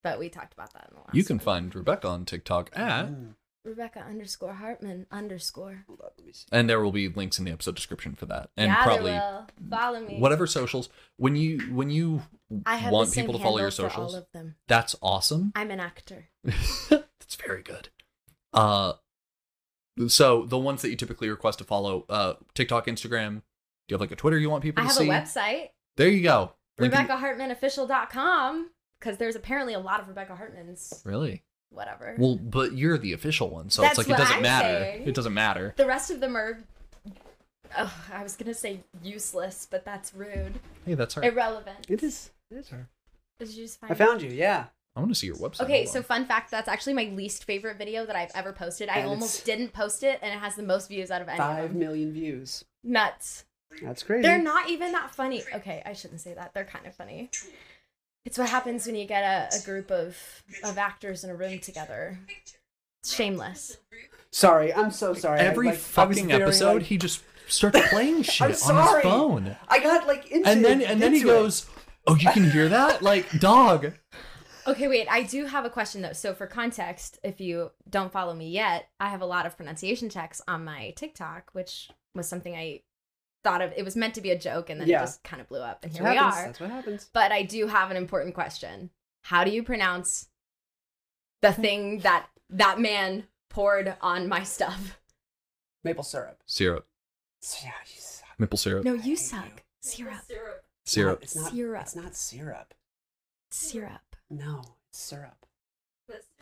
Speaker 3: but we talked about that in the last.
Speaker 1: You can
Speaker 3: one.
Speaker 1: find Rebecca on TikTok at,
Speaker 2: Mm.
Speaker 3: Rebecca underscore Hartman underscore.
Speaker 2: Hold up, let me see.
Speaker 1: and there will be links in the episode description for that, and
Speaker 3: yeah,
Speaker 1: probably
Speaker 3: there will. follow me.
Speaker 1: whatever socials. When you when you
Speaker 3: I have
Speaker 1: want
Speaker 3: the same
Speaker 1: people to follow your
Speaker 3: handle for
Speaker 1: socials,
Speaker 3: all of them.
Speaker 1: that's awesome.
Speaker 3: I'm an actor.
Speaker 1: That's very good. Uh, so the ones that you typically request to follow, uh, TikTok, Instagram. Do you have like a Twitter you want people
Speaker 3: I
Speaker 1: to
Speaker 3: have
Speaker 1: see?
Speaker 3: a website,
Speaker 1: There you go. Link in-
Speaker 3: RebeccaHartmanOfficial.com, because there's apparently a lot of Rebecca Hartmans.
Speaker 1: Really?
Speaker 3: Whatever.
Speaker 1: Well, but you're the official one, so
Speaker 3: That's
Speaker 1: it's like
Speaker 3: what
Speaker 1: it doesn't
Speaker 3: I'm
Speaker 1: matter.
Speaker 3: saying.
Speaker 1: It doesn't matter.
Speaker 3: the rest of them are. Oh, I was gonna say useless, but that's rude.
Speaker 1: Hey, that's her.
Speaker 3: Irrelevant.
Speaker 2: It is. It is her.
Speaker 3: Did you just find
Speaker 2: I found you. Yeah.
Speaker 1: I want to see your website.
Speaker 3: Okay,
Speaker 1: Hold
Speaker 3: so
Speaker 1: on.
Speaker 3: fun fact that's actually my least favorite video that I've ever posted. I
Speaker 2: And it's-
Speaker 3: almost didn't post it, and it has the most views out of any of
Speaker 2: Five
Speaker 3: them.
Speaker 2: million views.
Speaker 3: Nuts.
Speaker 2: That's crazy.
Speaker 3: They're not even that funny. Okay, I shouldn't say that. They're kind of funny. It's what happens when you get a, a group of, of actors in a room together. It's shameless.
Speaker 2: Sorry, I'm so sorry. I,
Speaker 1: every
Speaker 2: like, I was
Speaker 1: fucking
Speaker 2: very,
Speaker 1: episode,
Speaker 2: like-
Speaker 1: he just starts playing shit
Speaker 2: I'm
Speaker 1: on
Speaker 2: sorry.
Speaker 1: his phone,
Speaker 2: I got like into
Speaker 1: and then
Speaker 2: it,
Speaker 1: and then he
Speaker 2: into it.
Speaker 1: goes, "Oh, you can hear that? Like, dog."
Speaker 3: Okay, wait, I do have a question though. So, for context, if you don't follow me yet, I have a lot of pronunciation checks on my TikTok, which was something I thought of. It was meant to be a joke, and then
Speaker 2: Yeah.
Speaker 3: it just kind of blew up, and
Speaker 2: That's
Speaker 3: here
Speaker 2: what
Speaker 3: we
Speaker 2: happens.
Speaker 3: are.
Speaker 2: That's what happens.
Speaker 3: But I do have an important question. How do you pronounce the thing that that man poured on my stuff?
Speaker 2: Maple syrup.
Speaker 1: Syrup,
Speaker 2: Yeah, you suck.
Speaker 1: maple syrup,
Speaker 3: No, you
Speaker 2: you.
Speaker 3: suck. Syrup.
Speaker 1: syrup.
Speaker 2: It's not
Speaker 3: Syrup.
Speaker 2: It's not syrup.
Speaker 3: Syrup.
Speaker 2: No, it's syrup.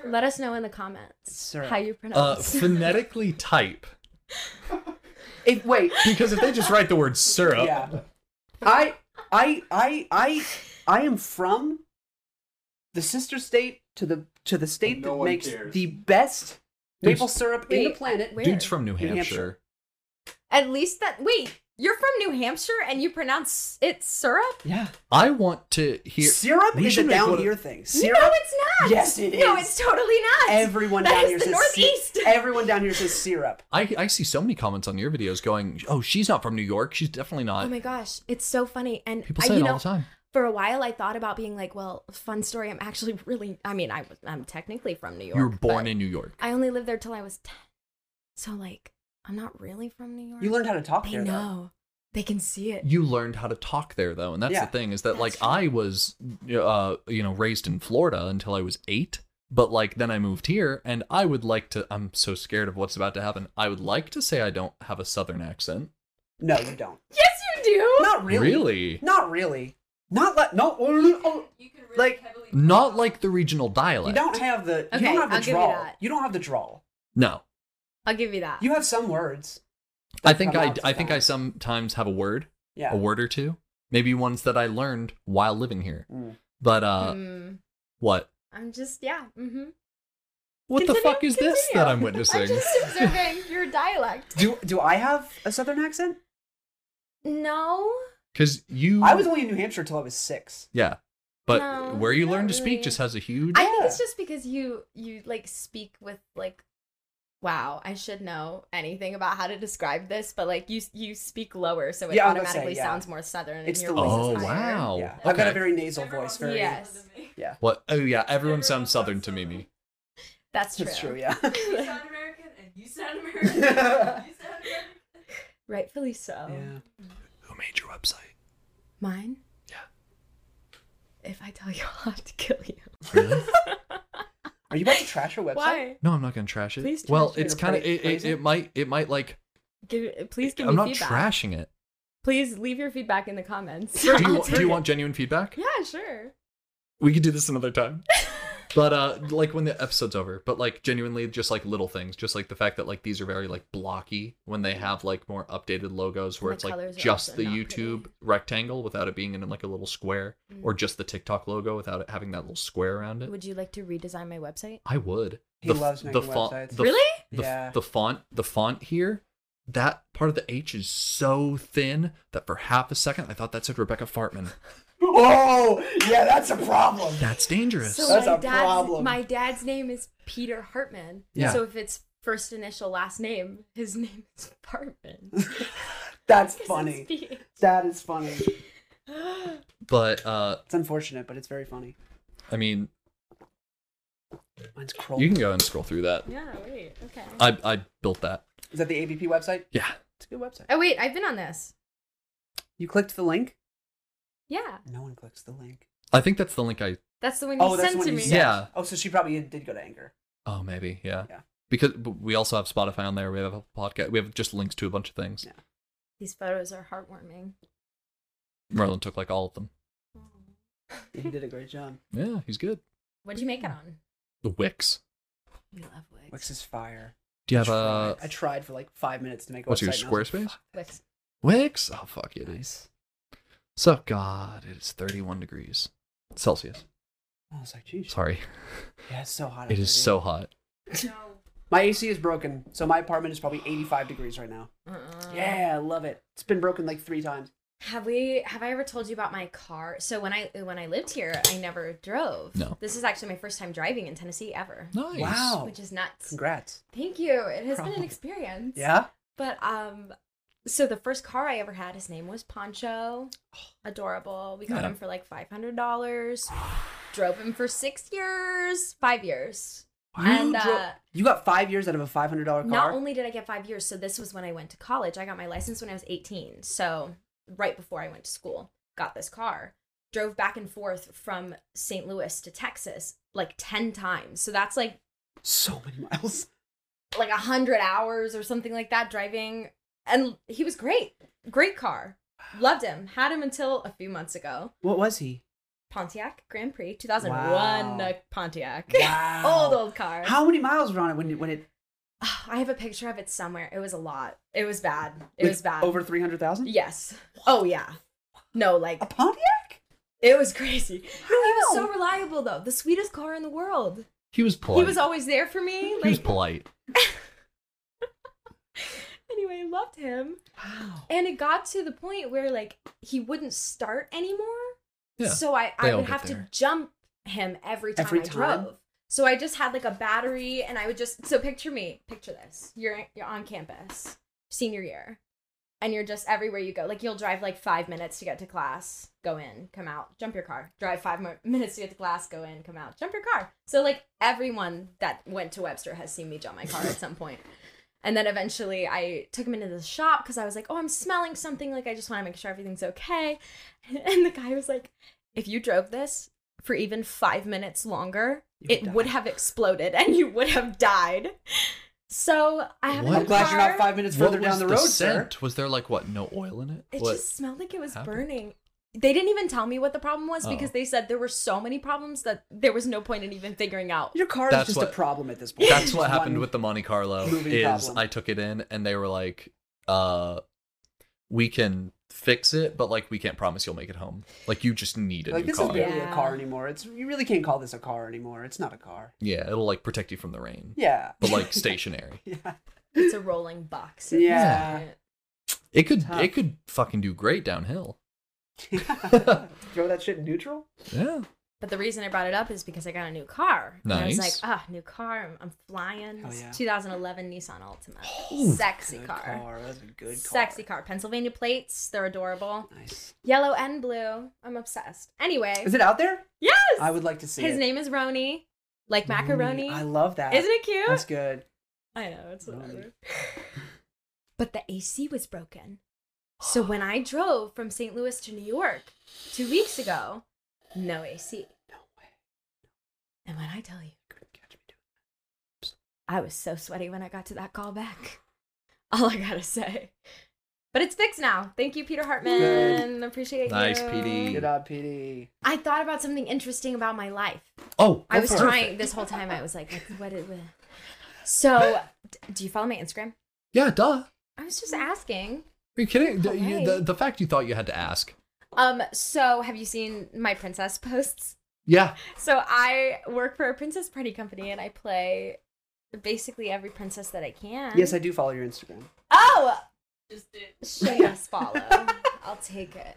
Speaker 3: Let us know in the comments
Speaker 2: Syrup.
Speaker 3: how you
Speaker 1: Uh,
Speaker 3: pronounce
Speaker 1: phonetically type
Speaker 2: It, wait,
Speaker 1: because if they just write the word syrup,
Speaker 2: Yeah. I, I, I, I, I am from the sister state to the to the state
Speaker 4: No
Speaker 2: that
Speaker 4: one
Speaker 2: makes
Speaker 4: cares.
Speaker 2: the best
Speaker 1: There's-
Speaker 2: maple syrup in the
Speaker 3: Wait,
Speaker 2: planet.
Speaker 3: where?
Speaker 1: dude's from New
Speaker 2: New
Speaker 1: Hampshire.
Speaker 2: Hampshire.
Speaker 3: At least that. Wait, you're from New Hampshire and you pronounce it syrup?
Speaker 2: Yeah,
Speaker 1: I want to hear
Speaker 2: syrup
Speaker 1: We
Speaker 2: is
Speaker 1: should
Speaker 2: a
Speaker 1: make
Speaker 2: down
Speaker 1: one of-
Speaker 2: here thing.
Speaker 3: No,
Speaker 2: Syrup.
Speaker 3: it's not.
Speaker 2: Yes, it
Speaker 3: No,
Speaker 2: is.
Speaker 3: it's totally not.
Speaker 2: everyone
Speaker 3: That
Speaker 2: down
Speaker 3: is
Speaker 2: here
Speaker 3: the
Speaker 2: says sy-
Speaker 3: Northeast.
Speaker 2: everyone down here says syrup.
Speaker 1: I, I see so many comments on your videos going, "Oh, she's not from New York. She's definitely not."
Speaker 3: Oh my gosh, it's so funny. And
Speaker 1: People
Speaker 3: I-
Speaker 1: say
Speaker 3: you
Speaker 1: it
Speaker 3: know,
Speaker 1: all the time.
Speaker 3: for a while I thought about being like, well, fun story. I'm actually really, I mean, I was, I'm technically from New York.
Speaker 1: you were born
Speaker 3: but
Speaker 1: in New York.
Speaker 3: I only lived there till I was 10. So, like, I'm not really from New York.
Speaker 2: You learned how to talk
Speaker 3: They
Speaker 2: here, though.
Speaker 3: know. They can see it.
Speaker 1: You learned how to talk there though, and that's
Speaker 2: Yeah.
Speaker 1: the thing is that
Speaker 3: That's
Speaker 1: like
Speaker 3: true.
Speaker 1: I was uh you know raised in Florida until I was 8, but like then I moved here and I would like to I'm so scared of what's about to happen. I would like to say I don't have a southern accent.
Speaker 2: No, you don't.
Speaker 3: Yes, you do.
Speaker 2: Not really.
Speaker 1: Really?
Speaker 2: Not really. Not like no. oh, no, no, oh, like
Speaker 1: Not like the regional dialect.
Speaker 2: you don't have the you
Speaker 3: Okay,
Speaker 2: don't have the
Speaker 3: I'll give you
Speaker 2: drawl.
Speaker 3: that.
Speaker 2: don't have the drawl.
Speaker 1: No.
Speaker 3: I'll give you that.
Speaker 2: You have some words.
Speaker 1: I
Speaker 2: that
Speaker 1: think
Speaker 2: come
Speaker 1: I
Speaker 2: out
Speaker 1: I think I
Speaker 2: sometimes.
Speaker 1: sometimes have a word,
Speaker 2: yeah.
Speaker 1: a word or two, maybe ones that I learned while living here.
Speaker 2: Mm.
Speaker 1: But uh
Speaker 3: Mm,
Speaker 1: what?
Speaker 3: I'm just, yeah. Mm-hmm.
Speaker 1: What the fuck is this that I'm witnessing?
Speaker 3: I'm just observing your dialect.
Speaker 2: Do do I have a southern accent?
Speaker 3: No.
Speaker 1: Cuz you
Speaker 2: I was only in New Hampshire till I was six.
Speaker 1: Yeah. But
Speaker 3: No,
Speaker 1: where you
Speaker 3: not
Speaker 1: learn to speak
Speaker 3: really.
Speaker 1: just has a huge
Speaker 3: I think it's
Speaker 2: Yeah.
Speaker 3: just because you, you like speak with like, wow, I should know anything about how to describe this, but like you, you speak lower, so it
Speaker 2: Yeah, I was gonna say,
Speaker 3: automatically
Speaker 2: yeah.
Speaker 3: sounds more southern.
Speaker 2: It's
Speaker 3: and your
Speaker 2: the
Speaker 3: voice
Speaker 1: Oh
Speaker 3: is higher.
Speaker 1: wow.
Speaker 2: yeah. I've got a
Speaker 1: Okay.
Speaker 2: very nasal voice. Very
Speaker 3: Yes,
Speaker 2: yeah.
Speaker 1: What? Oh yeah, everyone sounds southern to Mimi.
Speaker 3: that's true.
Speaker 2: That's true. Yeah.
Speaker 5: You sound American and you sound American. and you sound American.
Speaker 3: Rightfully so.
Speaker 2: yeah.
Speaker 1: Who made your website?
Speaker 3: Mine? Yeah. If I tell you, I'll have to kill you.
Speaker 1: Really?
Speaker 2: Are you about to trash her website?
Speaker 1: no, I'm not gonna trash it.
Speaker 3: Please trash
Speaker 1: well,
Speaker 3: it.
Speaker 1: it's kind of
Speaker 2: You're
Speaker 1: it, it,
Speaker 2: crazy.
Speaker 1: it. might it might like
Speaker 3: Give, please give
Speaker 1: I'm
Speaker 3: me
Speaker 1: not
Speaker 3: feedback.
Speaker 1: trashing it.
Speaker 3: Please leave your feedback in the comments.
Speaker 1: Do you,
Speaker 3: I'll
Speaker 1: do
Speaker 3: take
Speaker 1: you
Speaker 3: it.
Speaker 1: want genuine feedback?
Speaker 3: Yeah, sure.
Speaker 1: We could do this another time. but uh, like when the episode's over. But like genuinely, just like little things, just like the fact that like these are very like blocky when they have like more updated logos where
Speaker 3: The
Speaker 1: it's like
Speaker 3: colors are
Speaker 1: just
Speaker 3: also
Speaker 1: the
Speaker 3: not
Speaker 1: YouTube
Speaker 3: pretty. Mm.
Speaker 1: rectangle without it being in like a little square, or just the TikTok logo without it having that little square around it.
Speaker 3: Would you like to redesign my website?
Speaker 1: I would.
Speaker 2: He
Speaker 1: the, f-
Speaker 2: loves
Speaker 1: the
Speaker 2: making
Speaker 1: font.
Speaker 2: websites.
Speaker 1: The, f-
Speaker 3: Really?
Speaker 1: The, f-
Speaker 2: Yeah.
Speaker 1: the font. The font here. That part of the H is so thin that for half a second I thought that said Rebecca Fartman.
Speaker 2: Oh, yeah. That's a problem.
Speaker 1: That's dangerous.
Speaker 3: So
Speaker 2: That's
Speaker 3: my
Speaker 2: a
Speaker 3: dad's
Speaker 2: problem.
Speaker 3: my dad's name is Peter Hartman.
Speaker 1: Yeah.
Speaker 3: So if it's first initial last name, his name is Hartman.
Speaker 2: That's
Speaker 3: Because it's
Speaker 2: funny.
Speaker 3: pee.
Speaker 2: That is funny.
Speaker 1: But uh,
Speaker 2: It's unfortunate, but it's very funny.
Speaker 1: I mean,
Speaker 2: Mine's Kroll.
Speaker 1: you can go and scroll through that.
Speaker 3: yeah, wait. Okay.
Speaker 1: I I built that.
Speaker 2: Is that the AVP website?
Speaker 1: Yeah.
Speaker 2: It's a good website.
Speaker 3: oh wait, I've been on this.
Speaker 2: You clicked the link?
Speaker 3: Yeah,
Speaker 2: No one clicks the link.
Speaker 1: I think that's the link I.
Speaker 3: that's the one you
Speaker 2: Oh, that's
Speaker 3: sent
Speaker 2: the one
Speaker 3: to
Speaker 2: you
Speaker 3: me.
Speaker 2: sent.
Speaker 1: Yeah.
Speaker 2: Oh, so she probably did go to Anchor.
Speaker 1: Oh, maybe. Yeah.
Speaker 2: Yeah.
Speaker 1: Because but we also have Spotify on there. We have a podcast. We have just links to a bunch of things.
Speaker 2: Yeah.
Speaker 3: These photos are heartwarming.
Speaker 1: Merlin took like all of them.
Speaker 2: You did a great job.
Speaker 1: Yeah, he's good.
Speaker 3: What'd you make it on?
Speaker 1: The Wix.
Speaker 3: We love
Speaker 2: Wix is fire.
Speaker 1: Do you have
Speaker 2: I,
Speaker 1: a
Speaker 2: tried, I tried for like five minutes to make a
Speaker 1: what's
Speaker 2: website.
Speaker 1: your
Speaker 2: and I was like,
Speaker 1: Squarespace?
Speaker 2: "Fuck,
Speaker 3: Wix.
Speaker 1: Wix. Oh fuck it is.
Speaker 2: Nice.
Speaker 1: So God, it is 31 degrees Celsius.
Speaker 2: I was like, geez.
Speaker 1: Sorry,
Speaker 2: Yeah, it's so hot. out
Speaker 1: it
Speaker 2: there,
Speaker 1: is
Speaker 2: dude.
Speaker 1: so hot.
Speaker 5: No.
Speaker 2: My AC is broken, so my apartment is probably 85 degrees right now.
Speaker 3: Uh-uh.
Speaker 2: Yeah, I love it. It's been broken like three times.
Speaker 3: Have we? Have I ever told you about my car? So when I when I lived here, I never drove.
Speaker 1: No.
Speaker 3: This is actually my first time driving in Tennessee ever,
Speaker 1: Nice.
Speaker 2: Wow.
Speaker 3: which is nuts.
Speaker 2: Congrats.
Speaker 3: Thank you. It has been
Speaker 2: Problem.
Speaker 3: an experience.
Speaker 2: Yeah?
Speaker 3: But um, so the first car I ever had, his name was Poncho.
Speaker 2: Oh.
Speaker 3: Adorable. We got
Speaker 1: Yeah.
Speaker 3: him for like five hundred dollars. Drove him for six years, five years. And,
Speaker 2: you, dro-
Speaker 3: uh,
Speaker 2: you got five years out of a $500 car?
Speaker 3: Not only did I get five years, so this was when I went to college. I got my license when I was 18. So, right before I went to school, got this car. Drove back and forth from St. Louis to Texas like 10 times. So, that's like
Speaker 2: so many miles.
Speaker 3: like 100 hours or something like that driving. And he was great. Great car. Loved him. Had him until a few months ago.
Speaker 2: What was he?
Speaker 3: Pontiac Grand Prix 2001
Speaker 2: Wow.
Speaker 3: uh, Pontiac.
Speaker 2: Wow.
Speaker 3: old, old car. Ah,
Speaker 2: How many miles were on it when it, when it,
Speaker 3: I have a picture of it somewhere. It was a lot. It was bad. It
Speaker 2: like,
Speaker 3: was bad.
Speaker 2: Over 300,000?
Speaker 3: Yes. Oh yeah. No, like
Speaker 2: A Pontiac?
Speaker 3: it was crazy.
Speaker 2: How?
Speaker 3: No, he was so reliable though. The sweetest car in the world.
Speaker 1: He was polite.
Speaker 3: He was always there for me.
Speaker 1: He was
Speaker 3: Like
Speaker 1: polite.
Speaker 3: anyway, I loved him.
Speaker 2: Wow.
Speaker 3: And it got to the point where like he wouldn't start anymore.
Speaker 1: Yeah.
Speaker 3: So I,
Speaker 1: They
Speaker 3: I
Speaker 1: all
Speaker 3: would
Speaker 1: get
Speaker 3: have
Speaker 1: there.
Speaker 3: to jump him every time
Speaker 2: Every
Speaker 3: I
Speaker 2: time?
Speaker 3: drove. So I just had like a battery and I would just so picture me, picture this. You're you're on campus, senior year. And you're just everywhere you go. Like you'll drive like 5 minutes to get to class, go in, come out, jump your car. Drive 5 more minutes to get to class, go in, come out, jump your car. So like everyone that went to Webster has seen me jump my car at some point. And then eventually I took him into the shop because I was like, oh, I'm smelling something. Like, I just want to make sure everything's okay. And the guy was like, if you drove this for even five minutes longer,
Speaker 2: You would
Speaker 3: it would
Speaker 2: die."
Speaker 3: have exploded and you would have died. So I have
Speaker 1: What?
Speaker 3: a
Speaker 2: I'm glad you're not
Speaker 3: car-
Speaker 2: five minutes further
Speaker 1: What
Speaker 2: down
Speaker 1: was
Speaker 2: the road, sir.
Speaker 1: scent? Was there like what? No oil in it.
Speaker 3: It
Speaker 1: What?
Speaker 3: just smelled like it was
Speaker 1: happened?
Speaker 3: burning. They didn't even tell me what the problem was because
Speaker 1: Oh.
Speaker 3: they said there were so many problems that there was no point in even figuring out.
Speaker 2: Your car
Speaker 1: That's
Speaker 2: is just
Speaker 1: what-
Speaker 2: a problem at this point.
Speaker 1: That's
Speaker 2: Just
Speaker 1: what happened
Speaker 2: one-
Speaker 1: with the Monte Carlo.
Speaker 2: moving
Speaker 1: Is
Speaker 2: problem.
Speaker 1: I took it in and they were like, uh, we can fix it, but like we can't promise you'll make it home. Like you just need a
Speaker 2: Like
Speaker 1: new
Speaker 2: this
Speaker 1: car.
Speaker 2: is barely
Speaker 3: Yeah.
Speaker 2: a car anymore. It's you really can't call this a car anymore. It's not a car.
Speaker 1: Yeah, it'll like protect you from the rain,
Speaker 2: Yeah.
Speaker 1: but like stationary.
Speaker 2: yeah.
Speaker 3: It's a rolling box. at
Speaker 2: Yeah.
Speaker 3: this point.
Speaker 1: It could
Speaker 2: Tough.
Speaker 1: it could fucking do great downhill.
Speaker 2: Throw that shit in neutral.
Speaker 1: Yeah.
Speaker 3: But the reason I brought it up is because I got a new car. And I was like,
Speaker 1: Nice.
Speaker 3: ah, new car. I'm, I'm flying.
Speaker 2: Hell
Speaker 3: It's
Speaker 2: yeah.
Speaker 3: 2011 Nissan Altima.
Speaker 1: Oh,
Speaker 3: Sexy
Speaker 2: Good
Speaker 3: car.
Speaker 2: That's a good car.
Speaker 3: Sexy car. Pennsylvania plates. They're adorable.
Speaker 2: Nice.
Speaker 3: Yellow and blue. I'm obsessed. Anyway.
Speaker 2: Is it out there?
Speaker 3: yes.
Speaker 2: I would like to see
Speaker 3: His
Speaker 2: it.
Speaker 3: name is Roni. Like macaroni.
Speaker 2: Mm, I love that.
Speaker 3: Isn't it cute?
Speaker 2: That's good.
Speaker 3: I know. It's
Speaker 2: Roni.
Speaker 3: whatever. but the AC was broken. So when I drove from St. Louis to New York two weeks ago, no AC.
Speaker 2: No way.
Speaker 3: And when I tell you,
Speaker 2: Couldn't catch me doing
Speaker 3: I was so sweaty when I got to that call back. All I gotta say. But it's fixed now. Thank you, Peter Hartman. Appreciate
Speaker 1: Nice,
Speaker 3: you.
Speaker 1: PD.
Speaker 2: it. Good job, PD.
Speaker 3: I thought about something interesting about my life.
Speaker 1: Oh,
Speaker 3: I was
Speaker 1: perfect.
Speaker 3: trying this whole time. I was like, what- what? Is, so, d- do you follow my Instagram?
Speaker 1: Yeah, duh. Are
Speaker 3: I was just asking.
Speaker 1: you kidding? The, you-
Speaker 3: Hello.
Speaker 1: the, the fact you thought you had to ask.
Speaker 3: Um. So, have you seen my princess posts?
Speaker 1: Yeah.
Speaker 3: So I work for a princess party company, and I play basically every princess that I can.
Speaker 2: Yes, I do follow your Instagram.
Speaker 3: Oh,
Speaker 5: Just did.
Speaker 3: Shame us follow. I'll take it.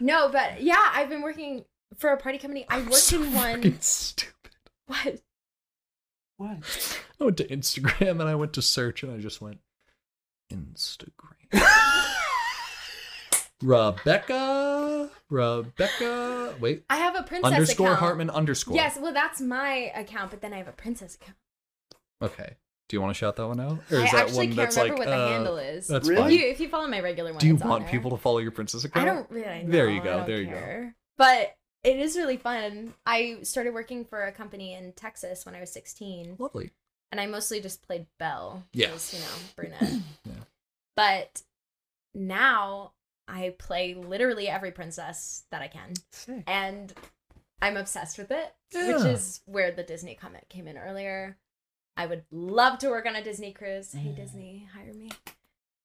Speaker 3: No, but yeah, I've been working for a party company. I worked in one.
Speaker 1: Fucking stupid.
Speaker 3: What?
Speaker 2: What?
Speaker 1: I went to Instagram and I went to search and I just went Instagram. Rebecca, Rebecca, wait,
Speaker 3: I have a princess
Speaker 1: underscore
Speaker 3: account.
Speaker 1: Hartman underscore.
Speaker 3: Yes, well, that's my account, but then I have a princess account.
Speaker 1: Okay. Do you want to shout that one out?
Speaker 3: I
Speaker 1: that
Speaker 3: actually can't remember what the
Speaker 1: uh,
Speaker 3: handle is.
Speaker 1: That's
Speaker 2: Really?
Speaker 1: fine.
Speaker 3: You, if you follow my regular one,
Speaker 1: Do you
Speaker 3: it's on
Speaker 1: want
Speaker 3: there.
Speaker 1: people to follow your princess
Speaker 3: I
Speaker 1: account?
Speaker 3: don't really know.
Speaker 1: There you go,
Speaker 3: I don't
Speaker 1: there you go.
Speaker 3: care. But it is really fun. I started working for a company in Texas when I was 16,
Speaker 1: Lovely.
Speaker 3: and I mostly just played Belle.
Speaker 1: Yeah.
Speaker 3: because, you know, brunette.
Speaker 1: Yeah.
Speaker 3: But now I play literally every princess that I can,
Speaker 2: Sick.
Speaker 3: and I'm obsessed with it, which
Speaker 1: Yeah.
Speaker 3: is where the Disney comment came in earlier. I would love to work on a Disney cruise. Hey, Disney, hire me.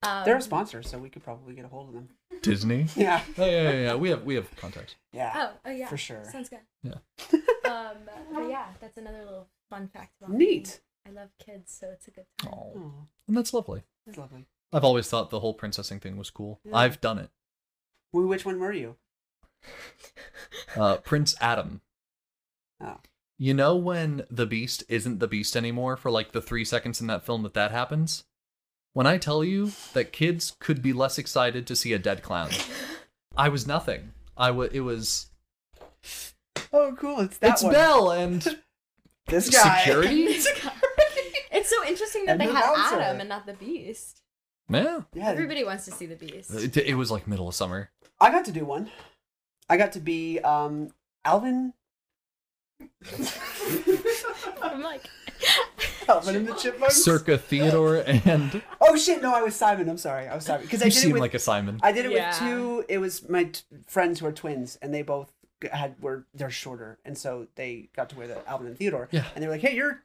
Speaker 3: Um,
Speaker 2: They're a sponsor, so we could probably get a hold of them.
Speaker 1: Disney.
Speaker 2: Yeah.
Speaker 1: Oh yeah, yeah, yeah. We have we have contacts.
Speaker 2: Yeah.
Speaker 3: Oh, oh yeah.
Speaker 2: for sure.
Speaker 3: Sounds good.
Speaker 1: Yeah.
Speaker 3: um, but yeah, that's another little fun fact about me.
Speaker 2: Neat.
Speaker 3: I love kids, so it's a good time.
Speaker 1: Oh,
Speaker 2: Oh,
Speaker 1: and that's lovely.
Speaker 2: that's lovely.
Speaker 1: I've always thought the whole princessing thing was cool.
Speaker 2: Yeah.
Speaker 1: I've done it.
Speaker 2: Wh- Which one were you?
Speaker 1: Uh, Prince Adam.
Speaker 2: Oh.
Speaker 1: You know when the Beast isn't the Beast anymore for like the three seconds in that film that that happens? When I tell you that kids could be less excited to see a dead clown, I was nothing. I was. It was.
Speaker 2: Oh, cool. It's that
Speaker 1: it's
Speaker 2: one.
Speaker 1: Belle and
Speaker 2: This guy.
Speaker 1: security.
Speaker 3: it's so interesting that
Speaker 2: And
Speaker 3: they
Speaker 2: the
Speaker 3: have
Speaker 2: bouncer.
Speaker 3: Adam and not the Beast.
Speaker 1: yeah,
Speaker 2: Yeah.
Speaker 3: Everybody wants to see the Beast.
Speaker 1: it, it was like middle of summer.
Speaker 2: I got to do one. I got to be um Alvin.
Speaker 3: I'm like,
Speaker 2: Alvin and the Chipmunks.
Speaker 1: Circa Theodore and
Speaker 2: oh shit! No, I was Simon. I'm sorry. I was Simon because I
Speaker 1: you
Speaker 2: did it
Speaker 1: seem
Speaker 2: with
Speaker 1: like a Simon.
Speaker 2: I did it
Speaker 3: Yeah.
Speaker 2: with two. It was my t- friends who are twins, and they both g- had were they're shorter, and so they got to wear the Alvin and Theodore.
Speaker 1: Yeah.
Speaker 2: And they were like, "Hey, you're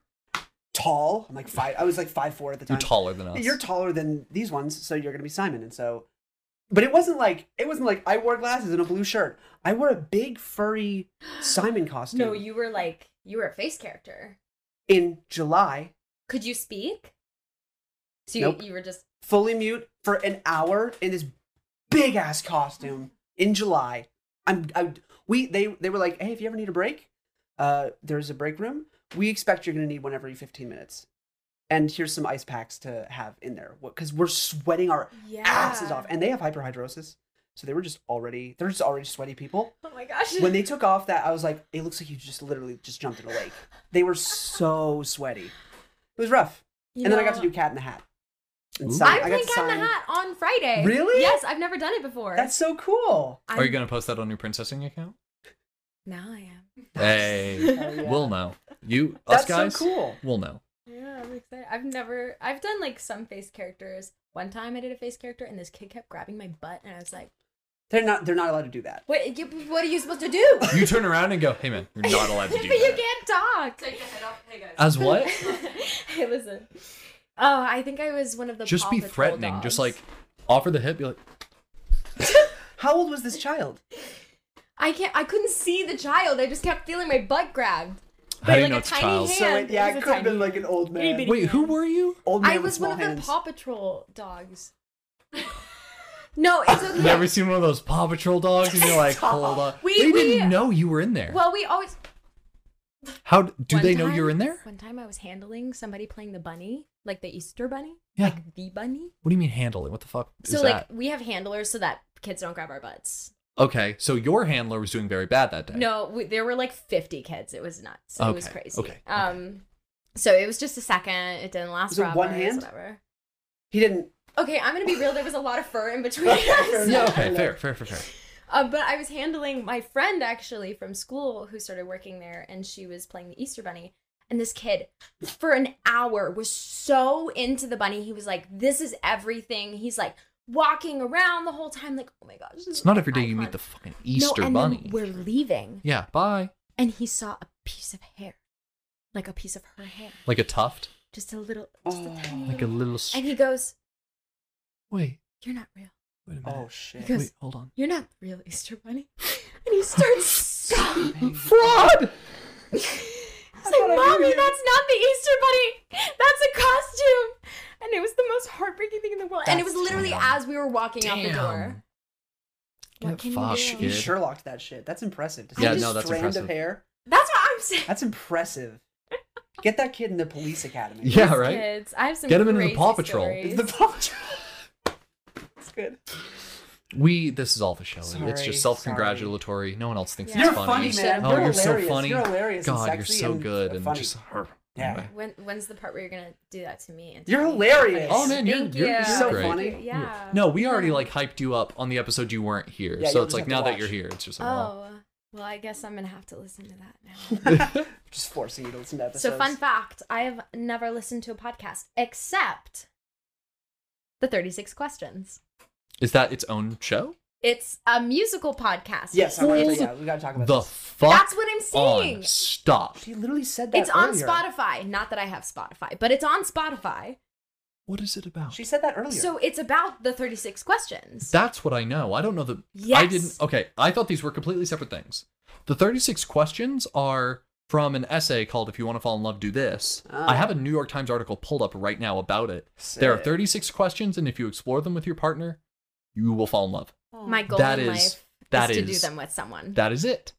Speaker 2: tall." I'm like five. I was like five four at the time.
Speaker 1: You're taller than us.
Speaker 2: You're taller than these ones, so you're gonna be Simon. And so, but it wasn't like it wasn't like I wore glasses and a blue shirt. I wore a big furry Simon costume.
Speaker 3: no, you were like, you were a face character.
Speaker 2: in July,
Speaker 3: Could you speak? So you,
Speaker 2: Nope.
Speaker 3: you were just
Speaker 2: fully mute for an hour in this big ass costume in July. I'm I, we they they were like, hey, if you ever need a break, uh, there's a break room. We expect you're gonna need one every 15 minutes, and here's some ice packs to have in there because we're sweating our
Speaker 3: yeah.
Speaker 2: asses off, and they have hyperhidrosis, so they were just already they're just already sweaty people.
Speaker 3: Oh my gosh.
Speaker 2: When they took off that, I was like, it looks like you just literally just jumped in a lake. They were so sweaty. It was rough.
Speaker 3: You
Speaker 2: and then I got
Speaker 3: know,
Speaker 2: to do Cat in the Hat. And
Speaker 1: Ooh.
Speaker 2: sign-
Speaker 3: I'm
Speaker 2: I got
Speaker 3: playing
Speaker 2: to
Speaker 3: Cat in
Speaker 2: sign-
Speaker 3: the Hat on Friday.
Speaker 2: Really?
Speaker 3: Yes, I've never done it before.
Speaker 2: That's so cool.
Speaker 1: Are you
Speaker 3: I'm-
Speaker 1: gonna post that on your princessing account?
Speaker 3: Now I am.
Speaker 1: Hey,
Speaker 2: Hell yeah.
Speaker 1: we'll know. You us
Speaker 2: That's
Speaker 1: guys,
Speaker 2: so cool.
Speaker 1: we'll know.
Speaker 3: Yeah, I'm excited. I've never, I've done like some face characters. One time I did a face character and this kid kept grabbing my butt and I was like,
Speaker 2: They're not. They're not allowed to do that.
Speaker 3: what, you, what are you supposed to do?
Speaker 1: You turn around and go, "Hey man, you're not allowed to
Speaker 3: but
Speaker 1: do
Speaker 3: you
Speaker 1: that."
Speaker 3: can't talk.
Speaker 5: Take the head off. Hey guys.
Speaker 1: As what?
Speaker 3: hey, listen. Oh, I think I was one of the
Speaker 1: Just
Speaker 3: Paw
Speaker 1: be
Speaker 3: Patrol
Speaker 1: threatening. Just
Speaker 3: dogs.
Speaker 1: like offer the hip. Be like,
Speaker 2: How old was this child?
Speaker 3: I can't, I couldn't see the child. I just kept feeling my butt grabbed.
Speaker 1: "How do you
Speaker 3: like
Speaker 1: know
Speaker 3: a
Speaker 1: it's
Speaker 3: tiny
Speaker 1: child?"
Speaker 3: hand. Yeah, it was a
Speaker 2: could've
Speaker 3: tiny-
Speaker 2: an old
Speaker 3: itty bitty-
Speaker 1: Wait, who were you?
Speaker 2: Old man
Speaker 3: I
Speaker 2: with
Speaker 3: was
Speaker 2: small
Speaker 3: one of the
Speaker 2: hands.
Speaker 3: Paw Patrol dogs. no, it's okay.
Speaker 1: Never seen one of those Paw Patrol dogs, and you're like,
Speaker 3: Stop.
Speaker 1: "Hold on."
Speaker 3: We-
Speaker 1: they
Speaker 3: we-
Speaker 1: didn't know you were in there.
Speaker 3: well, we always
Speaker 1: How do
Speaker 3: One
Speaker 1: they know
Speaker 3: time-
Speaker 1: you're in there?
Speaker 3: One time I was handling somebody playing the bunny, like the Easter bunny,
Speaker 1: Yeah.
Speaker 3: like the bunny.
Speaker 1: What do you mean handling? What the fuck
Speaker 3: So
Speaker 1: is
Speaker 3: like
Speaker 1: that?
Speaker 3: we have handlers so that kids don't grab our butts.
Speaker 1: Okay, so your handler was doing very bad that day.
Speaker 3: No, we, there were like 50 kids. It was nuts. It was
Speaker 1: Okay,
Speaker 3: crazy.
Speaker 1: okay, okay.
Speaker 3: Um so it was just a second. It didn't last
Speaker 2: Was it
Speaker 3: forever.
Speaker 2: one
Speaker 3: so
Speaker 2: hand?
Speaker 3: Whatever.
Speaker 2: He didn't.
Speaker 3: Okay, I'm going to be real. There was a lot of fur in between
Speaker 2: Okay, fair
Speaker 3: us.
Speaker 1: Yeah.
Speaker 2: enough.
Speaker 1: Okay. Fair. Fair. Fair. Fair.
Speaker 3: Uh, but I was handling my friend actually from school who started working there, and she was playing the Easter Bunny. And this kid, for an hour, was so into the bunny. He was like, "This is everything." He's like walking around the whole time, like, "Oh my gosh!" this
Speaker 1: It's
Speaker 3: is
Speaker 1: not
Speaker 3: my
Speaker 1: every day you meet
Speaker 3: icon."
Speaker 1: the fucking Easter
Speaker 3: no, and then
Speaker 1: bunny.
Speaker 3: we're leaving,
Speaker 1: Yeah. Bye.
Speaker 3: and he saw a piece of hair, like a piece of her hair,
Speaker 1: Like a tuft.
Speaker 3: just a little, just
Speaker 2: Oh.
Speaker 3: a tiny,
Speaker 1: Like a
Speaker 3: little-
Speaker 1: little. s-
Speaker 3: And he goes,
Speaker 1: Wait.
Speaker 3: "You're not real."
Speaker 1: Wait a minute.
Speaker 2: Oh
Speaker 3: He
Speaker 2: shit.
Speaker 3: goes,
Speaker 1: Wait. Hold on.
Speaker 3: "You're not the real Easter Bunny," and he starts sobbing.
Speaker 1: Fraud.
Speaker 3: It's like, Mommy, that's not the Easter Bunny. That's a costume. And it was the most heartbreaking thing in the world. and it was
Speaker 2: That's
Speaker 3: literally
Speaker 1: damn-
Speaker 3: as we were walking out the door.
Speaker 1: Get
Speaker 3: What can you
Speaker 1: fucked,
Speaker 3: do?
Speaker 2: He
Speaker 1: kid.
Speaker 2: Sherlocked that shit. That's impressive. To see
Speaker 1: Yeah,
Speaker 2: just
Speaker 1: no, that's
Speaker 2: strand
Speaker 1: impressive.
Speaker 2: Of hair.
Speaker 3: That's what I'm saying.
Speaker 2: That's impressive. Get that kid in the police academy.
Speaker 1: Yeah.
Speaker 3: These
Speaker 1: Right.
Speaker 3: Kids, I have some
Speaker 1: Get 'em into the
Speaker 3: crazy
Speaker 1: Paw Patrol.
Speaker 3: stories.
Speaker 2: The Paw Patrol. That's good.
Speaker 1: We this is all for show. It's
Speaker 2: Sorry,
Speaker 1: just self-congratulatory. No one else thinks
Speaker 3: Yeah.
Speaker 1: it's
Speaker 2: You're
Speaker 1: funny.
Speaker 2: funny, man.
Speaker 1: Oh, you're so
Speaker 2: hilarious.
Speaker 1: funny.
Speaker 2: You're hilarious. and
Speaker 1: God, you're
Speaker 2: sexy
Speaker 1: so
Speaker 2: and
Speaker 1: good and
Speaker 2: funny.
Speaker 1: just
Speaker 2: Yeah.
Speaker 1: Anyway.
Speaker 3: When when's the part where you're gonna do that to me? And
Speaker 2: You're
Speaker 3: tell me
Speaker 2: hilarious.
Speaker 3: how
Speaker 1: Oh man, you're,
Speaker 3: Thank
Speaker 1: you're,
Speaker 3: you.
Speaker 1: this is
Speaker 2: So
Speaker 1: great.
Speaker 2: funny.
Speaker 3: Thank you. Yeah.
Speaker 1: No, we already like hyped you up on the episode you weren't here.
Speaker 2: Yeah,
Speaker 1: so
Speaker 2: you'll
Speaker 1: it's
Speaker 2: just
Speaker 1: like
Speaker 2: have to
Speaker 1: now that
Speaker 2: watch.
Speaker 1: you're here, it's just like, well,
Speaker 3: Oh. Well, I guess I'm gonna have to listen to that now.
Speaker 2: just forcing you to listen to episodes.
Speaker 3: so, fun fact: I have never listened to a podcast except the 36 Questions.
Speaker 1: is that its own show?
Speaker 3: It's a musical podcast.
Speaker 2: Yes, I want to
Speaker 1: Hold
Speaker 2: yeah, we gotta talk about
Speaker 1: The
Speaker 2: this.
Speaker 1: fuck.
Speaker 3: That's what I'm
Speaker 1: on.
Speaker 3: saying.
Speaker 1: Stop.
Speaker 2: She literally said that.
Speaker 3: It's on
Speaker 2: earlier.
Speaker 3: Spotify. Not that I have Spotify, but it's on Spotify.
Speaker 1: What is it about?
Speaker 2: She said that earlier.
Speaker 3: So it's about the 36 questions.
Speaker 1: That's what I know. I don't know that. I
Speaker 3: Yes.
Speaker 1: didn't. Okay, I thought these were completely separate things. The 36 questions are from an essay called If You Want to Fall in Love, Do This. I
Speaker 2: Ah.
Speaker 1: have a New York Times article pulled up right now about it. There are
Speaker 2: Sick.
Speaker 1: 36 questions, and if you explore them with your partner, you will fall in love.
Speaker 3: My goal
Speaker 1: That
Speaker 3: in
Speaker 1: is-
Speaker 3: life
Speaker 1: that
Speaker 3: is to
Speaker 1: is-
Speaker 3: do them with someone.
Speaker 1: That is it.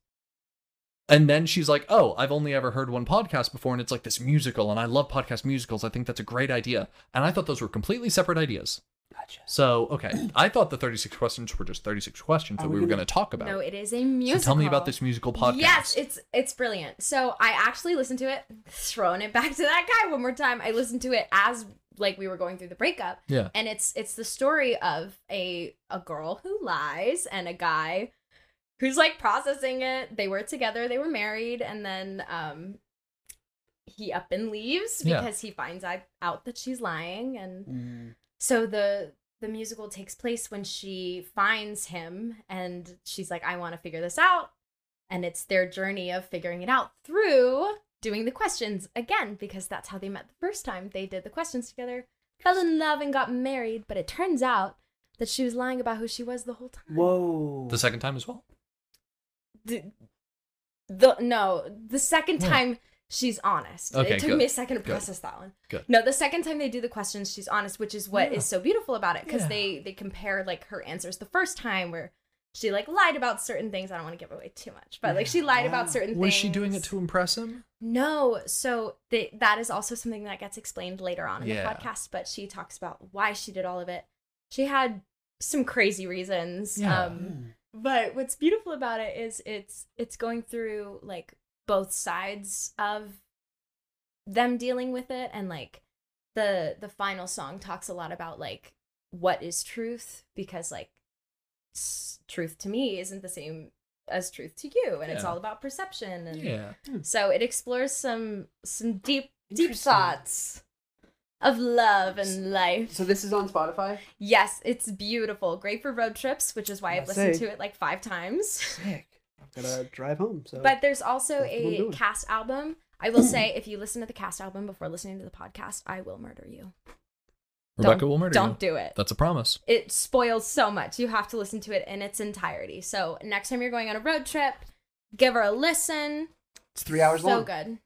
Speaker 1: And then she's like, Oh, I've only ever heard one podcast before, and it's like this musical, and I love podcast musicals. I think that's a great idea. And I thought those were completely separate ideas.
Speaker 2: Gotcha.
Speaker 1: So, okay, I thought the 36 questions were just 36 questions that
Speaker 2: Are
Speaker 1: we,
Speaker 2: we
Speaker 1: were
Speaker 2: gonna-
Speaker 1: going to talk about.
Speaker 3: no, it is a musical.
Speaker 1: So tell me about this musical podcast.
Speaker 3: Yes, it's it's brilliant. So I actually listened to it, throwing it back to that guy one more time. I listened to it as like we were going through the breakup,
Speaker 1: yeah.
Speaker 3: and it's it's the story of a a girl who lies and a guy who's like processing it. They were together, they were married, and then um he up and leaves
Speaker 1: Yeah.
Speaker 3: because he finds out- out that she's lying and
Speaker 2: Mm.
Speaker 3: so the the musical takes place when she finds him and she's like i want to figure this out and it's their journey of figuring it out through doing the questions again because that's how they met the first time they did the questions together fell in love and got married but it turns out that she was lying about who she was the whole time
Speaker 2: Whoa.
Speaker 1: The second time as well.
Speaker 3: the, the no the second
Speaker 1: Yeah.
Speaker 3: time she's honest
Speaker 1: Hmm. Okay,
Speaker 3: it took
Speaker 1: good.
Speaker 3: me a second to
Speaker 1: Good.
Speaker 3: process that one
Speaker 1: Good.
Speaker 3: no the second time they do the questions she's honest which is what is
Speaker 1: Yeah.
Speaker 3: so beautiful about it because
Speaker 1: Yeah.
Speaker 3: they they compare like her answers the first time where she like lied about certain things i don't want to give away too much but like she lied
Speaker 2: Yeah.
Speaker 3: about certain
Speaker 1: Was
Speaker 3: things
Speaker 1: she doing it to impress
Speaker 3: Um,
Speaker 1: him?
Speaker 3: no so they, that is also something that gets explained later on in
Speaker 1: Yeah.
Speaker 3: the podcast but she talks about why she did all of it she had some crazy reasons
Speaker 1: Yeah.
Speaker 3: um but what's beautiful about it is it's it's going through like both sides of them dealing with it and like the the final song talks a lot about like what is truth because like s- truth to me isn't the same as truth to you and it's
Speaker 1: Yeah.
Speaker 3: all about perception and
Speaker 1: Yeah.
Speaker 3: so it explores some some deep deep
Speaker 2: Interesting.
Speaker 3: thoughts of love and life
Speaker 2: So this is on Spotify.
Speaker 3: Yes, it's beautiful. Great for road trips, which is why I've
Speaker 2: I
Speaker 3: listened
Speaker 2: see.
Speaker 3: to it like five times.
Speaker 2: Sick. I'm gonna drive home. So.
Speaker 3: But there's also
Speaker 2: That's what I'm
Speaker 3: a
Speaker 2: doing.
Speaker 3: cast album. I will say, if you listen to the cast album before listening to the podcast, I will murder you.
Speaker 1: Rebecca
Speaker 3: don't,
Speaker 1: will murder
Speaker 3: Don't
Speaker 1: you.
Speaker 3: do it.
Speaker 1: That's a promise.
Speaker 3: It spoils so much. You have to listen to it in its entirety. So next time you're going on a road trip, give her a listen.
Speaker 2: it's three hours
Speaker 3: so
Speaker 2: long.
Speaker 3: good.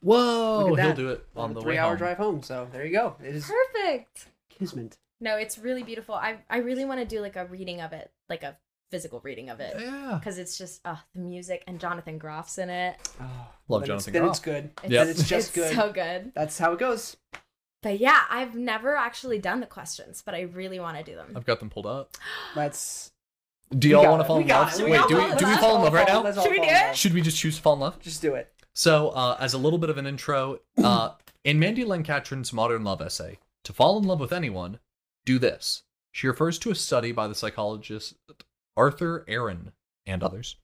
Speaker 1: Whoa.
Speaker 2: Look at
Speaker 1: Oh, He'll
Speaker 2: that.
Speaker 1: do it on the way
Speaker 2: three-hour
Speaker 1: home.
Speaker 2: drive home. So there you go. It is
Speaker 3: Perfect.
Speaker 2: kismet.
Speaker 3: No, it's really beautiful. I I really want to do like a reading of it, like a physical reading of it.
Speaker 1: Yeah.
Speaker 3: Because it's just oh, the music and Jonathan Groff's in it.
Speaker 2: Oh,
Speaker 1: Love
Speaker 2: then
Speaker 1: Jonathan
Speaker 2: It's, then
Speaker 1: Groff.
Speaker 2: it's good.
Speaker 3: It's,
Speaker 1: Yep.
Speaker 2: Then it's just good.
Speaker 3: so good.
Speaker 2: That's how it goes.
Speaker 3: But yeah, I've never actually done the questions, but I really want to do them.
Speaker 1: I've got them pulled up.
Speaker 2: Let's.
Speaker 1: Do
Speaker 2: we
Speaker 1: y'all
Speaker 2: got
Speaker 1: want to
Speaker 2: it.
Speaker 1: fall
Speaker 2: We
Speaker 1: in
Speaker 2: got
Speaker 1: love?
Speaker 2: it.
Speaker 1: Wait,
Speaker 2: got
Speaker 3: all
Speaker 1: do we,
Speaker 3: fall in
Speaker 1: do we
Speaker 3: love.
Speaker 1: fall in love right now?
Speaker 2: Let's all
Speaker 3: Should we
Speaker 2: fall
Speaker 3: do
Speaker 2: in
Speaker 3: it?
Speaker 2: love.
Speaker 1: Should we just choose to fall in love?
Speaker 2: Just do it.
Speaker 1: So, uh, as a little bit of an intro, uh, in Mandy Lancatrin's modern love essay, to fall in love with anyone, do this. She refers to a study by the psychologist Arthur Aaron and others.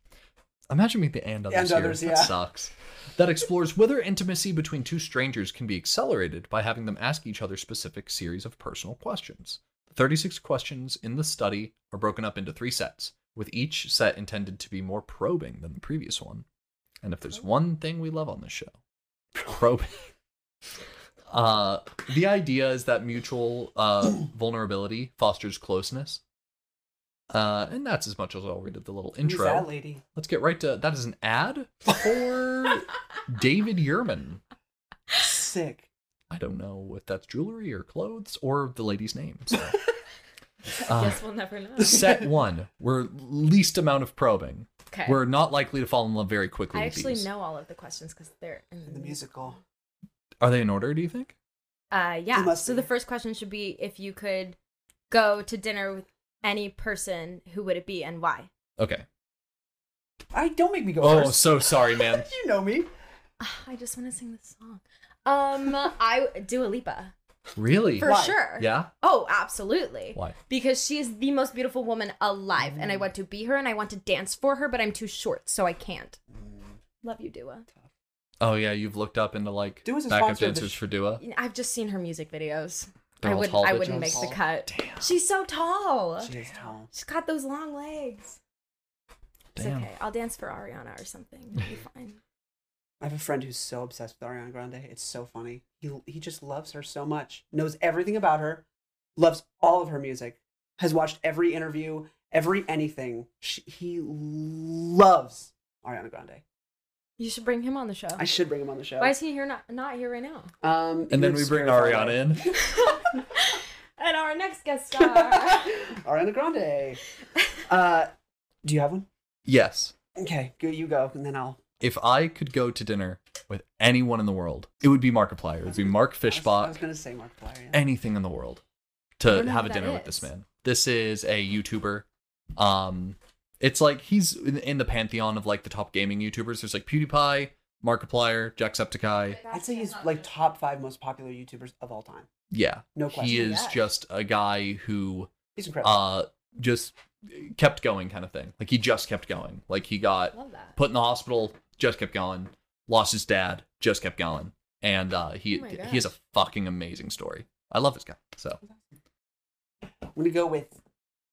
Speaker 1: Imagine me the and others.
Speaker 2: And
Speaker 1: here.
Speaker 2: others,
Speaker 1: That
Speaker 2: yeah.
Speaker 1: sucks. That explores whether intimacy between two strangers can be accelerated by having them ask each other specific series of personal questions. The 36 questions in the study are broken up into three sets, with each set intended to be more probing than the previous one. And if there's one thing we love on this show, probing. Uh, the idea is that mutual uh, vulnerability fosters closeness. Uh, and that's as much as I'll read of the little intro.
Speaker 2: Who's that lady?
Speaker 1: Let's get right to that is an ad for David Yerman.
Speaker 2: Sick.
Speaker 1: I don't know if that's jewelry or clothes or the lady's name. so. Uh,
Speaker 2: Ah.
Speaker 3: Guess we'll never know.
Speaker 1: set one. We're least amount of probing.
Speaker 3: Okay.
Speaker 1: We're not likely to fall in love very quickly.
Speaker 3: I
Speaker 1: with
Speaker 3: actually
Speaker 1: these.
Speaker 3: know all of the questions because they're in
Speaker 2: The musical.
Speaker 1: Are they in order? Do you think?
Speaker 3: Uh, yeah.
Speaker 2: must
Speaker 3: So
Speaker 2: be.
Speaker 3: the first question should be if you could go to dinner with any person, who would it be and why?
Speaker 1: Okay.
Speaker 2: I don't make me go
Speaker 1: Oh,
Speaker 2: first.
Speaker 1: so sorry, man.
Speaker 2: you know me.
Speaker 3: Ah, I just want to sing this song. Um, I Dua Lipa
Speaker 1: Really?
Speaker 3: for
Speaker 2: Why?
Speaker 3: sure.
Speaker 1: yeah.
Speaker 3: Oh, absolutely.
Speaker 1: Why?
Speaker 3: Because she is the most beautiful woman alive,
Speaker 2: Mm.
Speaker 3: and I want to be her, and I want to dance for her, but I'm too short, so I can't.
Speaker 2: Mm.
Speaker 3: Love you, Dua.
Speaker 1: Oh yeah, you've looked up into like
Speaker 2: Dua's a
Speaker 1: backup
Speaker 2: sponsor of the
Speaker 1: dancers
Speaker 2: sh-
Speaker 1: for Dua.
Speaker 3: I've just seen her music videos.
Speaker 1: They're
Speaker 3: I
Speaker 1: all
Speaker 3: wouldn't.
Speaker 1: tall
Speaker 3: I wouldn't make
Speaker 1: bitches.
Speaker 3: the cut. She's so tall.
Speaker 2: She is tall.
Speaker 3: She's got those long legs. It's
Speaker 1: Damn.
Speaker 3: okay. I'll dance for Ariana or something. It'll be fine.
Speaker 2: I have a friend who's so obsessed with Ariana Grande. It's so funny. He he just loves her so much. Knows everything about her. Loves all of her music. Has watched every interview, every anything. She, he loves Ariana Grande.
Speaker 3: You should bring him on the show.
Speaker 2: I should bring him on the show.
Speaker 3: Why is he here? Not not here right now.
Speaker 2: Um,
Speaker 1: And then we bring Ariana in.
Speaker 3: And our next guest star.
Speaker 2: Ariana Grande. Uh, do you have one?
Speaker 1: Yes.
Speaker 2: Okay, go you go, and then I'll.
Speaker 1: If I could go to dinner with anyone in the world, it would be Markiplier. It would be Mark
Speaker 2: I was- I was,
Speaker 1: Fishbach.
Speaker 2: gonna say Markiplier. Yeah.
Speaker 1: Anything in the world
Speaker 3: I
Speaker 1: to
Speaker 3: don't know
Speaker 1: have a
Speaker 3: who that
Speaker 1: dinner with this
Speaker 3: is.
Speaker 1: man. This is a YouTuber. Um, it's like he's in- in the pantheon of like the top gaming YouTubers. There's like PewDiePie, Markiplier, Jacksepticeye.
Speaker 2: I'd say he's like top five most popular YouTubers of all time.
Speaker 1: Yeah,
Speaker 2: No
Speaker 1: he
Speaker 2: question.
Speaker 1: is
Speaker 3: Yeah.
Speaker 1: just a guy who
Speaker 2: He's incredible.
Speaker 1: uh just kept going, kind of thing. Like he just kept going. Like he got
Speaker 3: Love that.
Speaker 1: put in the hospital, just kept going. Lost his dad, just kept going. And uh, he
Speaker 3: Oh my
Speaker 1: he has a fucking amazing story. I love this guy. So
Speaker 2: I'm gonna go with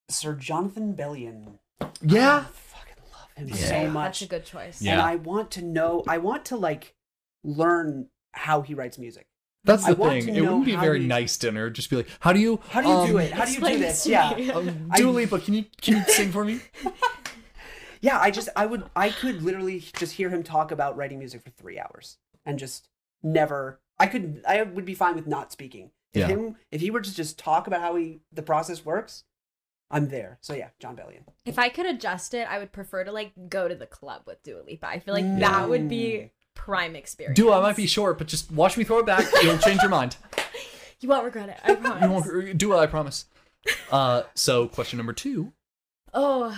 Speaker 2: Sir Jonathan Bellion. I
Speaker 1: yeah,
Speaker 2: fucking love him
Speaker 1: Yeah.
Speaker 2: so
Speaker 3: That's
Speaker 2: much.
Speaker 3: a good choice.
Speaker 1: Yeah.
Speaker 2: And I want to know. I want to like learn how he writes music.
Speaker 1: that's
Speaker 2: I
Speaker 1: the
Speaker 2: want
Speaker 1: thing.
Speaker 2: to
Speaker 1: It
Speaker 2: know
Speaker 1: wouldn't be a
Speaker 2: how
Speaker 1: very
Speaker 2: you-
Speaker 1: nice dinner. Just be like, how do you
Speaker 2: How do you do
Speaker 1: um,
Speaker 2: it? How do you do
Speaker 3: Explain
Speaker 2: this?
Speaker 3: to
Speaker 2: Yeah.
Speaker 3: me.
Speaker 1: Um,
Speaker 2: I-
Speaker 1: Dua Lipa, can you can you sing for me?
Speaker 2: Yeah, I just I would I could literally just hear him talk about writing music for three hours and just never I could I would be fine with not speaking. If
Speaker 1: Yeah.
Speaker 2: him if he were to just talk about how he the process works, I'm there. So yeah, John Bellion.
Speaker 3: If I could adjust it, I would prefer to like go to the club with Dua Lipa. I feel like
Speaker 2: Mm.
Speaker 3: that would be prime experience.
Speaker 1: Dua, I might be short, but just watch me throw it back. You'll change your mind.
Speaker 3: You won't regret it. I promise.
Speaker 1: You won't Dua, I promise. Uh, so question number two.
Speaker 3: Oh.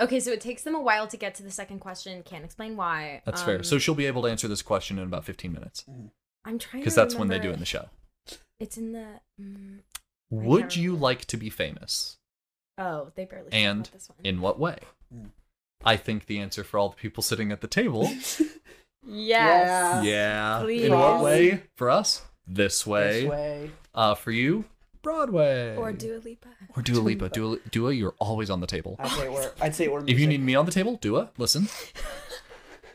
Speaker 3: Okay, so it takes them a while to get to the second question. Can't explain why.
Speaker 1: That's
Speaker 3: Um,
Speaker 1: fair. So she'll be able to answer this question in about fifteen minutes
Speaker 3: I'm trying
Speaker 1: because
Speaker 3: to
Speaker 1: that's when they do it in
Speaker 3: remember-
Speaker 1: the show.
Speaker 3: It's in the. Mm,
Speaker 1: Would
Speaker 3: can't
Speaker 1: you
Speaker 3: remember.
Speaker 1: like to be famous?
Speaker 3: oh, they barely. talked
Speaker 1: And
Speaker 3: about this one. Hmm.
Speaker 1: in what way?
Speaker 2: Mm.
Speaker 1: I think the answer for all the people sitting at the table.
Speaker 2: Yeah.
Speaker 3: yes.
Speaker 1: yeah.
Speaker 3: Please.
Speaker 1: In what way? For us, this way.
Speaker 2: This way.
Speaker 1: Uh, for you, Broadway.
Speaker 3: Or Dua Lipa.
Speaker 1: Or Dua Lipa. Dua, Dua, you're always on the table.
Speaker 2: I'd say or I'd say or
Speaker 1: If you
Speaker 2: music.
Speaker 1: need me on the table, Dua, listen.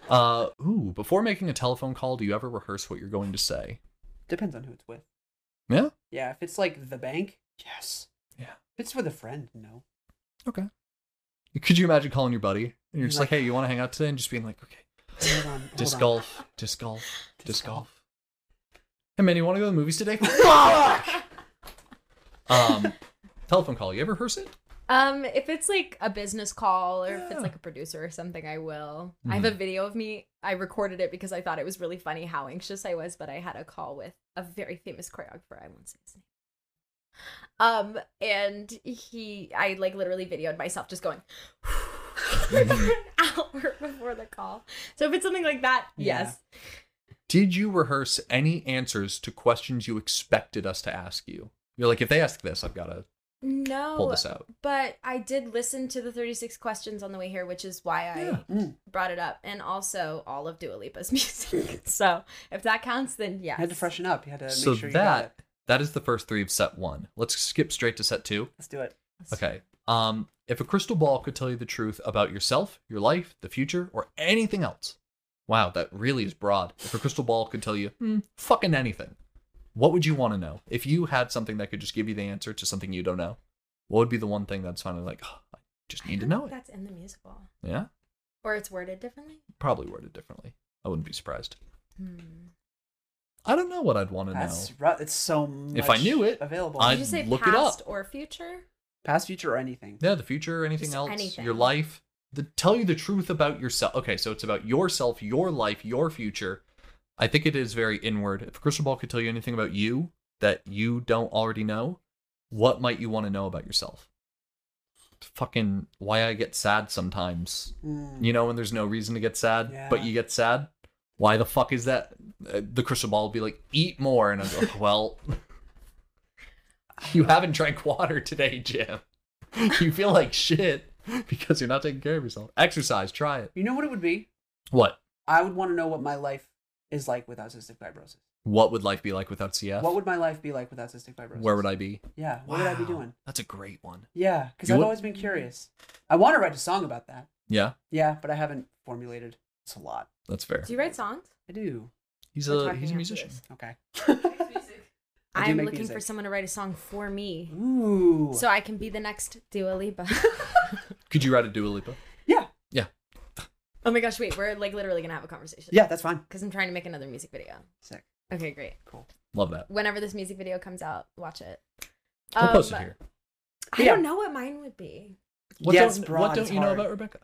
Speaker 1: Uh, ooh, before making a telephone call, do you ever rehearse what you're going to say?
Speaker 2: depends on who it's with.
Speaker 1: Yeah.
Speaker 2: Yeah, if it's like the bank, yes.
Speaker 1: Yeah.
Speaker 2: If it's with a friend, no.
Speaker 1: Okay. Could you imagine calling your buddy and you're just like,
Speaker 2: Like-
Speaker 1: "Hey, you want to hang out today?" and just being like, "Okay,
Speaker 2: Hold on. hold
Speaker 1: disc
Speaker 2: on.
Speaker 1: golf, disc golf, disc
Speaker 2: Disc golf.
Speaker 1: golf." Hey man, you want to go to the movies today?
Speaker 2: Fuck!
Speaker 1: Um, telephone call. You ever rehearse it?
Speaker 3: Um, if it's like a business call or if
Speaker 1: Yeah.
Speaker 3: it's like a producer or something, I will. I have a video of me. I recorded it because I thought it was really funny how anxious I was, but I had a call with a very famous choreographer. I won't say his name. Um, and he, I like literally videoed myself just going for an hour before the call. So if it's something like that,
Speaker 2: Yeah.
Speaker 3: yes.
Speaker 1: Did you rehearse any answers to questions you expected us to ask you? You're like, if they ask this, I've got to pull
Speaker 2: Oh,
Speaker 3: No,
Speaker 1: this
Speaker 2: uh,
Speaker 1: out.
Speaker 3: but I did listen to the 36 questions on the way here, which is why I
Speaker 1: Yeah.
Speaker 2: Mm.
Speaker 3: brought it up, and also all of Dua Lipa's music. so if that counts, then yes.
Speaker 2: You had to freshen up. You had to
Speaker 1: So
Speaker 2: make sure you got
Speaker 1: that
Speaker 2: it.
Speaker 1: that is the first three of set one. Let's skip straight to set two.
Speaker 2: Let's do it.
Speaker 1: Okay. Um, if a crystal ball could tell you the truth about yourself, your life, the future, or anything else, wow, that really is broad. If a crystal ball could tell you hmm, fucking anything, what would you want to know? If you had something that could just give you the answer to something you don't know, what would be the one thing that's finally like, "Oh, I just
Speaker 3: I
Speaker 1: need to
Speaker 3: don't
Speaker 1: know
Speaker 3: think
Speaker 1: it?
Speaker 3: That's in the musical,
Speaker 1: Yeah,
Speaker 3: or it's worded differently.
Speaker 1: probably worded differently. I wouldn't be surprised.
Speaker 3: Hmm.
Speaker 1: I don't know what I'd want to know.
Speaker 2: That's ru- it's so much
Speaker 1: If I knew it,
Speaker 2: available.
Speaker 1: I'd
Speaker 3: Did you say
Speaker 1: look it
Speaker 3: past
Speaker 1: up.
Speaker 3: or future?
Speaker 2: Past, future, or anything.
Speaker 1: Yeah, the future, anything
Speaker 3: Just
Speaker 1: else,
Speaker 3: anything.
Speaker 1: your life. The tell you the truth about yourself. Okay, so it's about yourself, your life, your future. I think it is very inward. If a crystal ball could tell you anything about you that you don't already know, what might you want to know about yourself? fucking why I get sad sometimes.
Speaker 2: Mm.
Speaker 1: You know, when there's no reason to get sad,
Speaker 2: Yeah.
Speaker 1: but you get sad. Why the fuck is that? Uh, The crystal ball would be like, eat more, and I'm like, well, you haven't drank water today, Jim. You feel like shit because you're not taking care of yourself. Exercise, try it.
Speaker 2: You know what it would be?
Speaker 1: What?
Speaker 2: I would want to know what my life is like without cystic fibrosis.
Speaker 1: What would life be like without CF?
Speaker 2: What would my life be like without cystic fibrosis?
Speaker 1: Where would I be?
Speaker 2: Yeah, what would I be
Speaker 1: Wow,
Speaker 2: doing?
Speaker 1: That's a great one.
Speaker 2: Yeah, because
Speaker 1: You
Speaker 2: I've
Speaker 1: would-
Speaker 2: always been curious. I want to write a song about that.
Speaker 1: Yeah,
Speaker 2: Yeah, but I haven't formulated. It's a lot.
Speaker 1: that's fair.
Speaker 3: Do you write songs?
Speaker 2: I do.
Speaker 1: He's
Speaker 3: We're
Speaker 1: a
Speaker 3: talking
Speaker 1: he's a
Speaker 3: after
Speaker 1: musician.
Speaker 3: this.
Speaker 2: Okay.
Speaker 5: Music.
Speaker 2: I do
Speaker 3: I'm
Speaker 2: make
Speaker 3: looking for
Speaker 2: music.
Speaker 3: someone to write a song for me.
Speaker 2: Ooh.
Speaker 3: So I can be the next Dua Lipa.
Speaker 1: Could you write a Dua Lipa?
Speaker 2: yeah.
Speaker 3: oh my gosh, wait, we're like literally gonna have a conversation.
Speaker 2: Yeah, that's fine.
Speaker 3: Because I'm trying to make another music video.
Speaker 2: Sick.
Speaker 3: Okay, great.
Speaker 2: Cool.
Speaker 1: Love that.
Speaker 3: Whenever this music video comes out, watch it.
Speaker 1: We'll post it
Speaker 3: Um,
Speaker 1: here.
Speaker 3: I
Speaker 2: Yeah.
Speaker 3: don't know what mine would be.
Speaker 1: What
Speaker 2: Yeah, it's
Speaker 1: don't,
Speaker 2: broad,
Speaker 1: what don't
Speaker 2: it's
Speaker 1: you know
Speaker 2: hard.
Speaker 1: about Rebecca?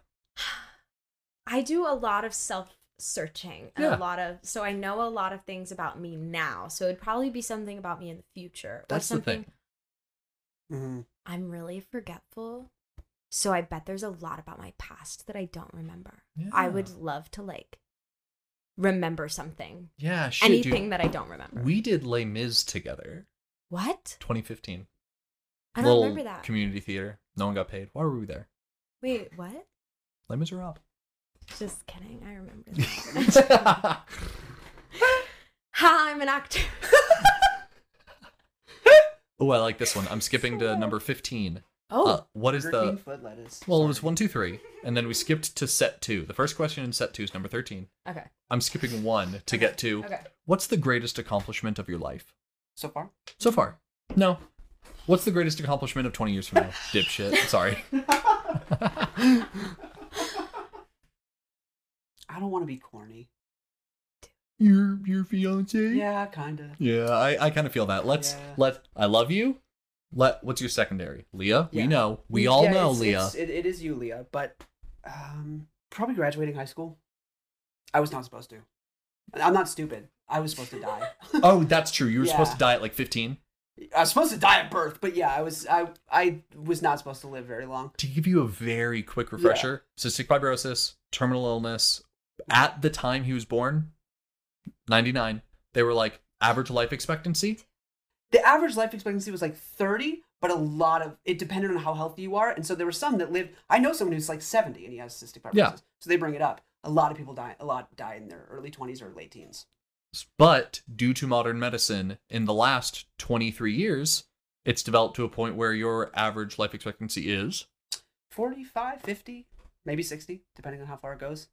Speaker 3: I do a lot of self searching and
Speaker 1: Yeah.
Speaker 3: a lot of so I know a lot of things about me now. So it'd probably be something about me in the future.
Speaker 1: That's the
Speaker 3: or something
Speaker 1: thing.
Speaker 2: Mm-hmm.
Speaker 3: I'm really forgetful. So I bet there's a lot about my past that I don't remember. I
Speaker 1: Yeah.
Speaker 3: would love to like remember something.
Speaker 1: Yeah, shit,
Speaker 3: anything
Speaker 1: dude.
Speaker 3: that I don't remember.
Speaker 1: We did Les Mis together,
Speaker 3: what?
Speaker 1: 2015.
Speaker 3: I don't
Speaker 1: Little
Speaker 3: remember that.
Speaker 1: Community theater. No one got paid. Why were we there?
Speaker 3: Wait, what?
Speaker 1: Les Miserables.
Speaker 3: Just kidding. I remember that.
Speaker 1: That's
Speaker 3: Hi, I'm an actor.
Speaker 1: Oh, I like this one. I'm skipping to number 15.
Speaker 3: oh,
Speaker 1: Uh, what is the?
Speaker 2: foot lettuce?
Speaker 1: Well, it was
Speaker 2: Sorry.
Speaker 1: one, two, three, and then we skipped to set two. The first question in set two is number 13.
Speaker 3: okay.
Speaker 1: I'm skipping one to get to.
Speaker 3: Okay.
Speaker 1: What's the greatest accomplishment of your life
Speaker 2: so far.
Speaker 1: so far? No. What's the greatest accomplishment of 20 years from now? Dipshit. Sorry.
Speaker 2: I don't want to be corny.
Speaker 1: your your fiance.
Speaker 2: Yeah, kind of.
Speaker 1: Yeah, I, I kind of feel that. Let's
Speaker 2: Yeah.
Speaker 1: let I love you. Let what's your secondary? Leah.
Speaker 2: Yeah.
Speaker 1: We know. We all know Leah.
Speaker 2: It, it is you, Leah, but um, probably graduating high school. I was not supposed to. I'm not stupid. I was supposed to die.
Speaker 1: Oh, that's true. You were supposed
Speaker 2: Yeah.
Speaker 1: to die at like 15.
Speaker 2: I was supposed to die at birth, but yeah, I was. I I was not supposed to live very long.
Speaker 1: To give you a very quick refresher, cystic fibrosis, terminal illness. At the time he was born, 99, they were like average life expectancy.
Speaker 2: The average life expectancy was like 30, but a lot of it depended on how healthy you are. And so there were some that lived. I know someone who's like 70 and he has cystic fibrosis.
Speaker 1: Yeah.
Speaker 2: So they bring it up. A lot of people die. A lot die in their early 20s or late teens.
Speaker 1: But due to modern medicine, in the last 23 years, it's developed to a point where your average life expectancy is
Speaker 2: 45, 50, maybe 60, depending on how far it goes.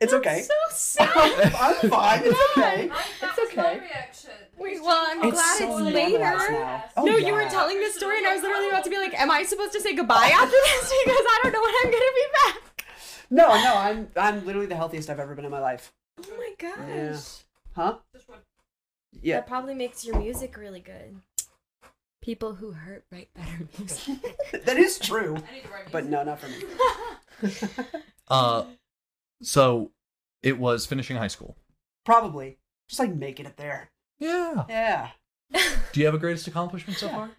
Speaker 2: It's okay.
Speaker 3: So sad.
Speaker 2: I'm fine. It's okay.
Speaker 5: Mine- that
Speaker 3: It's
Speaker 5: was my
Speaker 3: okay.
Speaker 5: reaction.
Speaker 3: Wait, well, I'm
Speaker 2: It's
Speaker 3: glad
Speaker 2: so normalized
Speaker 3: it's later.
Speaker 2: now. Oh,
Speaker 3: no,
Speaker 2: yeah.
Speaker 3: you were telling this story, and I was literally about to be like, "Am I supposed to say goodbye after this? Because I don't know when I'm gonna be back."
Speaker 2: No, no, I'm I'm literally the healthiest I've ever been in my life.
Speaker 3: Oh my gosh,
Speaker 2: Yeah. Huh?
Speaker 5: Just one.
Speaker 2: Yeah.
Speaker 3: that probably makes your music really good. People who hurt write better music.
Speaker 2: that is true.
Speaker 5: I need to write
Speaker 2: But
Speaker 5: music.
Speaker 2: no, not for me.
Speaker 1: Uh, so it was finishing high school.
Speaker 2: Probably. Just like making it there.
Speaker 1: Yeah.
Speaker 2: Yeah.
Speaker 1: Do you have a greatest accomplishment so far?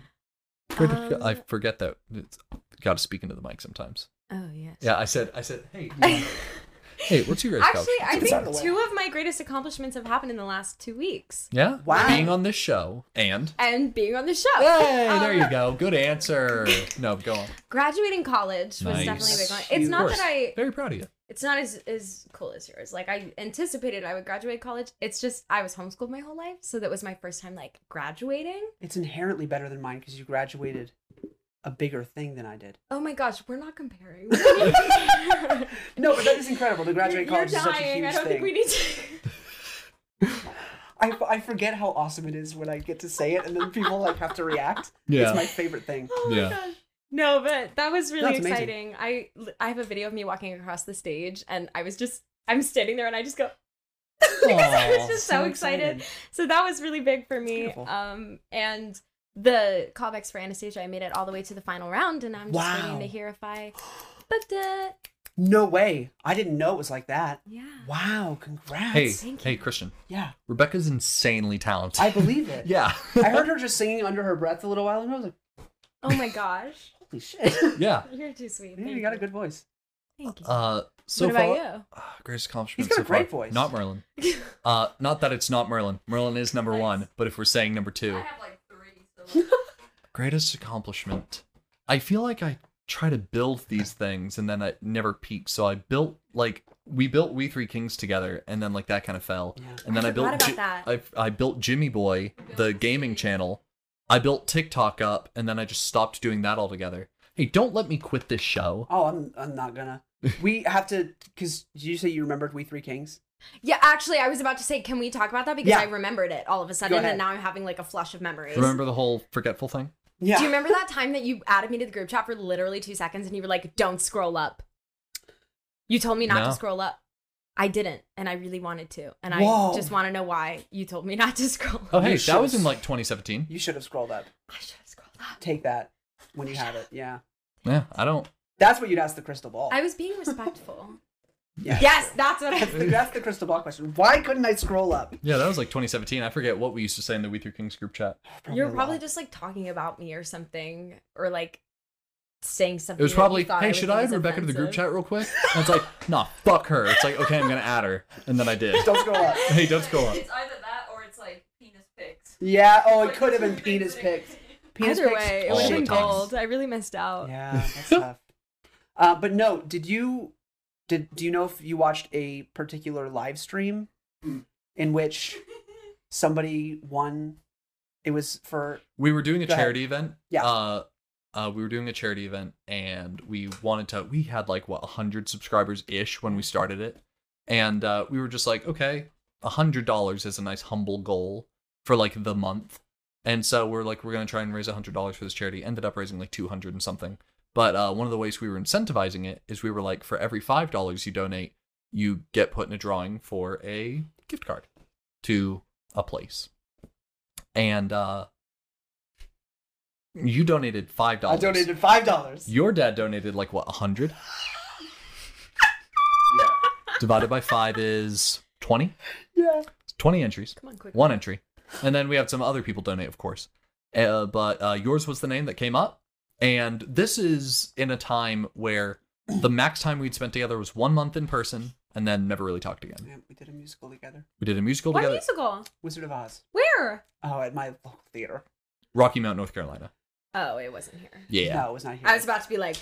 Speaker 3: Um,
Speaker 1: I forget that. It's, gotta speak into the mic sometimes.
Speaker 3: oh yes.
Speaker 1: Yeah, I said. I said. Hey. you- hey, what's your greatest
Speaker 3: Actually, I
Speaker 1: accomplishment?
Speaker 2: It's out of the
Speaker 3: think
Speaker 2: way.
Speaker 3: two of my greatest accomplishments have happened in the last two weeks,
Speaker 1: yeah.
Speaker 2: Wow.
Speaker 1: Being on this show and.
Speaker 3: and being on the show.
Speaker 1: Hey, there
Speaker 3: Um,
Speaker 1: you go. Good answer. No, go on.
Speaker 3: Graduating college was
Speaker 1: Nice.
Speaker 3: definitely a big one.
Speaker 2: That's
Speaker 3: It's
Speaker 2: huge.
Speaker 1: Of
Speaker 3: not
Speaker 1: course.
Speaker 3: that I
Speaker 1: Very proud of you.
Speaker 3: it's not as as cool as yours. Like I anticipated I would graduate college. It's just I was homeschooled my whole life, so that was my first time like graduating.
Speaker 2: It's inherently better than mine because you graduated a bigger thing than I did.
Speaker 3: Oh my gosh, we're not comparing.
Speaker 2: No, but that is incredible. To
Speaker 3: You're-
Speaker 2: graduate
Speaker 3: you're
Speaker 2: college is such a
Speaker 3: dying.
Speaker 2: huge
Speaker 3: I don't
Speaker 2: thing.
Speaker 3: think we need to.
Speaker 2: I, I forget how awesome it is when I get to say it and then people like have to react. It's my favorite thing.
Speaker 3: Oh my
Speaker 1: Yeah.
Speaker 3: gosh. No, but that was really
Speaker 2: That's amazing.
Speaker 3: exciting. I I have a video of me walking across the stage, and I was just I'm standing there, and I just go because I was
Speaker 1: Aw,
Speaker 3: just so, excited. So that was really big for me.
Speaker 2: Beautiful.
Speaker 3: Um, and the callbacks for Anastasia, I made it all the way to the final round, and I'm just
Speaker 2: Wow.
Speaker 3: waiting to hear if I booked it.
Speaker 2: No way. I didn't know it was like that.
Speaker 3: Yeah.
Speaker 2: Wow, congrats.
Speaker 1: Hey,
Speaker 3: Thank
Speaker 1: hey,
Speaker 3: you.
Speaker 1: Christian.
Speaker 2: Yeah,
Speaker 1: Rebecca's insanely talented.
Speaker 2: I believe it.
Speaker 1: yeah.
Speaker 2: I heard her just singing under her breath a little while ago. I was like,
Speaker 3: Oh my gosh.
Speaker 2: Holy shit.
Speaker 1: Yeah.
Speaker 3: You're too sweet.
Speaker 2: Yeah,
Speaker 3: Thank
Speaker 2: you got a good voice.
Speaker 3: Thank you.
Speaker 1: Uh, so
Speaker 3: what
Speaker 1: far,
Speaker 3: about
Speaker 1: Ah, greatest accomplishment
Speaker 2: He's
Speaker 1: so
Speaker 2: got a great
Speaker 1: far.
Speaker 2: voice.
Speaker 1: Not Merlin.
Speaker 3: you?
Speaker 1: Uh, not that it's not Merlin. Merlin is number
Speaker 5: Nice.
Speaker 1: one, but if we're saying number two,
Speaker 5: I have like three. So like,
Speaker 1: greatest accomplishment. I feel like I try to build these things and then I never peak. So I built like we built We Three Kings together, and then like that kind of fell.
Speaker 2: Yeah.
Speaker 1: And then
Speaker 3: I
Speaker 1: I, built
Speaker 3: forgot
Speaker 1: Ji-
Speaker 3: about
Speaker 1: I I built Jimmy Boy, the gaming channel. I built TikTok up, and then I just stopped doing that altogether. Hey, don't let me quit this show.
Speaker 2: Oh, I'm I'm not gonna. We have to because did you say you remembered We Three Kings?
Speaker 3: yeah, actually, I was about to say, can we talk about that? Because
Speaker 2: Yeah.
Speaker 3: I remembered it all of a sudden,
Speaker 2: ahead.
Speaker 3: and now I'm having like a flush of memories.
Speaker 1: Remember the whole forgetful thing?
Speaker 2: Yeah.
Speaker 3: Do you remember that time that you added me to the group chat for literally two seconds and you were like, don't scroll up? You told me not
Speaker 1: No.
Speaker 3: to scroll up. I didn't, and I really wanted to. And
Speaker 2: Whoa.
Speaker 3: I just want to know why you told me not to scroll up.
Speaker 1: Oh, hey,
Speaker 2: You
Speaker 1: that was
Speaker 2: should've-
Speaker 1: in like 2017.
Speaker 2: You should have scrolled up.
Speaker 3: I should have scrolled up.
Speaker 2: Take that when you have it. Yeah.
Speaker 1: Yeah, I don't.
Speaker 2: That's what you'd ask the crystal ball.
Speaker 3: I was being respectful.
Speaker 2: Yeah.
Speaker 3: yes, that's what I
Speaker 2: That's the, that's the crystal ball question. Why couldn't I scroll up?
Speaker 1: Yeah, that was like 2017. I forget what we used to say in the We Three Kings group chat.
Speaker 3: You're
Speaker 2: a
Speaker 3: probably
Speaker 2: lot.
Speaker 3: just like talking about me or something, or like saying
Speaker 1: It
Speaker 3: something.
Speaker 1: was
Speaker 3: that
Speaker 1: probably,
Speaker 3: you thought
Speaker 1: hey,
Speaker 3: would
Speaker 1: should
Speaker 3: think
Speaker 1: I
Speaker 3: was
Speaker 1: add Rebecca to the group
Speaker 3: offensive."
Speaker 1: chat real quick? And it's like, nah, fuck her. It's like, okay, I'm gonna add her, and then I did.
Speaker 2: Don't scroll up.
Speaker 1: Hey, don't scroll up.
Speaker 5: It's either that or it's like penis pics.
Speaker 2: Yeah. Oh, it
Speaker 5: Like,
Speaker 2: could have
Speaker 5: two
Speaker 2: been penis
Speaker 5: things.
Speaker 2: pics. Penis
Speaker 3: Either
Speaker 2: pics
Speaker 3: way, it
Speaker 1: all
Speaker 3: would have
Speaker 1: the
Speaker 3: been
Speaker 1: time.
Speaker 3: gold. I really missed out.
Speaker 2: Yeah, that's tough. Uh, but no, did you did do you know if you watched a particular live stream in which somebody won? It was for
Speaker 1: We were doing a
Speaker 2: Go ahead.
Speaker 1: charity event.
Speaker 2: Yeah.
Speaker 1: Uh, uh, we were doing a charity event, and we wanted to. We had like what 100 subscribers ish when we started it, and uh, we were just like, okay, hundred dollars is a nice humble goal for like the month, and so we're like, we're gonna try and raise hundred dollars for this charity. Ended up raising like 200 and something. But uh, one of the ways we were incentivizing it is we were like, for every five dollars you donate, you get put in a drawing for a gift card to a place, and uh, you donated five
Speaker 2: I
Speaker 1: dollars.
Speaker 2: donated five dollars.
Speaker 1: Your dad donated like what, a hundred? Divided by five is twenty.
Speaker 2: Yeah.
Speaker 1: Twenty entries.
Speaker 3: Come on, quick.
Speaker 1: One entry. And then we had some other people donate, of course. Uh, but uh, yours was the name that came up. And this is in a time where the max time we'd spent together was one month in person and then never really talked again.
Speaker 2: yeah. We did a musical together.
Speaker 1: We did a musical
Speaker 3: What
Speaker 1: together,
Speaker 3: musical?
Speaker 2: Wizard of Oz.
Speaker 3: Where?
Speaker 2: Oh, at my local theater.
Speaker 1: Rocky Mount, North Carolina.
Speaker 3: Oh, it wasn't here.
Speaker 1: Yeah.
Speaker 2: No, it was not here.
Speaker 3: I was about to be like,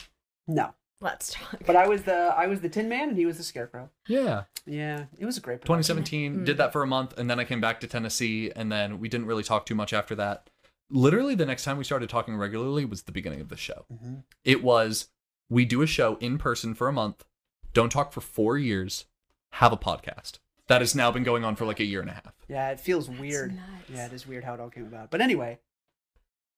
Speaker 2: no,
Speaker 3: let's talk.
Speaker 2: but I was the I was the Tin Man and he was the Scarecrow.
Speaker 1: Yeah.
Speaker 2: Yeah, it was a great. production.
Speaker 1: 2017
Speaker 3: Mm.
Speaker 1: did that for a month and then i came back to tennessee and then we didn't really talk too much after that literally the next time we started talking regularly was the beginning of the show
Speaker 2: Mhm.
Speaker 1: it was we do a show in person for a month don't talk for four years have a podcast that has now been going on for like a year and a half
Speaker 2: Yeah, it feels
Speaker 3: That's
Speaker 2: weird.
Speaker 3: nuts.
Speaker 2: Yeah, it is weird how it all came about. But anyway,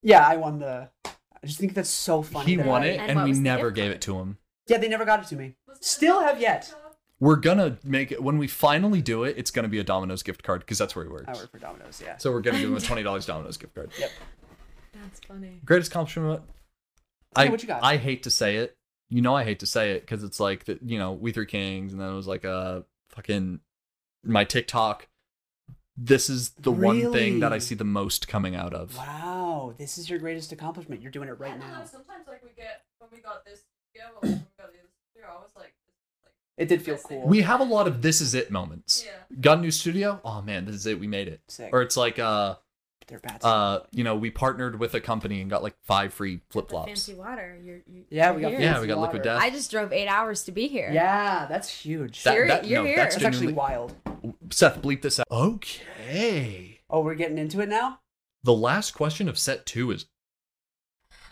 Speaker 2: yeah, I won the. I just think that's so funny.
Speaker 1: he
Speaker 2: that
Speaker 1: won
Speaker 2: I-
Speaker 1: it
Speaker 3: And
Speaker 1: and,
Speaker 3: what
Speaker 1: we
Speaker 3: was the
Speaker 1: never
Speaker 3: gift
Speaker 1: gave
Speaker 3: card?
Speaker 1: it to him
Speaker 2: Yeah, they never got it to me. Still have yet.
Speaker 1: we're gonna make it when we finally do it it's gonna be a domino's gift card because that's where he
Speaker 3: Oh,
Speaker 1: works
Speaker 2: I work for Domino's. Yeah.
Speaker 1: so we're gonna give him a $20 domino's gift card
Speaker 3: That's funny.
Speaker 1: greatest accomplishment.
Speaker 2: Yeah,
Speaker 1: I
Speaker 2: what you got?
Speaker 1: I hate to say it. You know I hate to say it because it's like the, you know We Three Kings, and then it was like a fucking my TikTok. This is the one thing that I
Speaker 2: Really?
Speaker 1: see the most coming out of.
Speaker 2: Wow, this is your greatest accomplishment. You're doing it right
Speaker 5: I don't know,
Speaker 2: now.
Speaker 5: Sometimes like we get when we got this yeah, well, when we got this year, I was like,
Speaker 2: It did feel cool.
Speaker 1: We have a lot of this is it moments.
Speaker 5: Yeah.
Speaker 1: Got a new studio? Oh man, this is it. We made it.
Speaker 2: Sick.
Speaker 1: Or it's like uh
Speaker 2: They're bad.
Speaker 1: uh you know we partnered with a company and got like five free flip flops.
Speaker 3: Fancy water. You're, you
Speaker 2: yeah, we got.
Speaker 3: you're here.
Speaker 1: Yeah,
Speaker 2: fancy
Speaker 1: we got liquid
Speaker 2: water.
Speaker 1: death.
Speaker 3: I just drove eight hours to be here.
Speaker 2: Yeah, that's huge.
Speaker 1: That-
Speaker 3: You're-
Speaker 1: that-
Speaker 3: you're
Speaker 1: no,
Speaker 3: here.
Speaker 1: that's
Speaker 2: that's actually
Speaker 1: genuinely-
Speaker 2: wild.
Speaker 1: Seth, bleep this out. Okay.
Speaker 2: Oh, we're getting into it now.
Speaker 1: The last question of set two is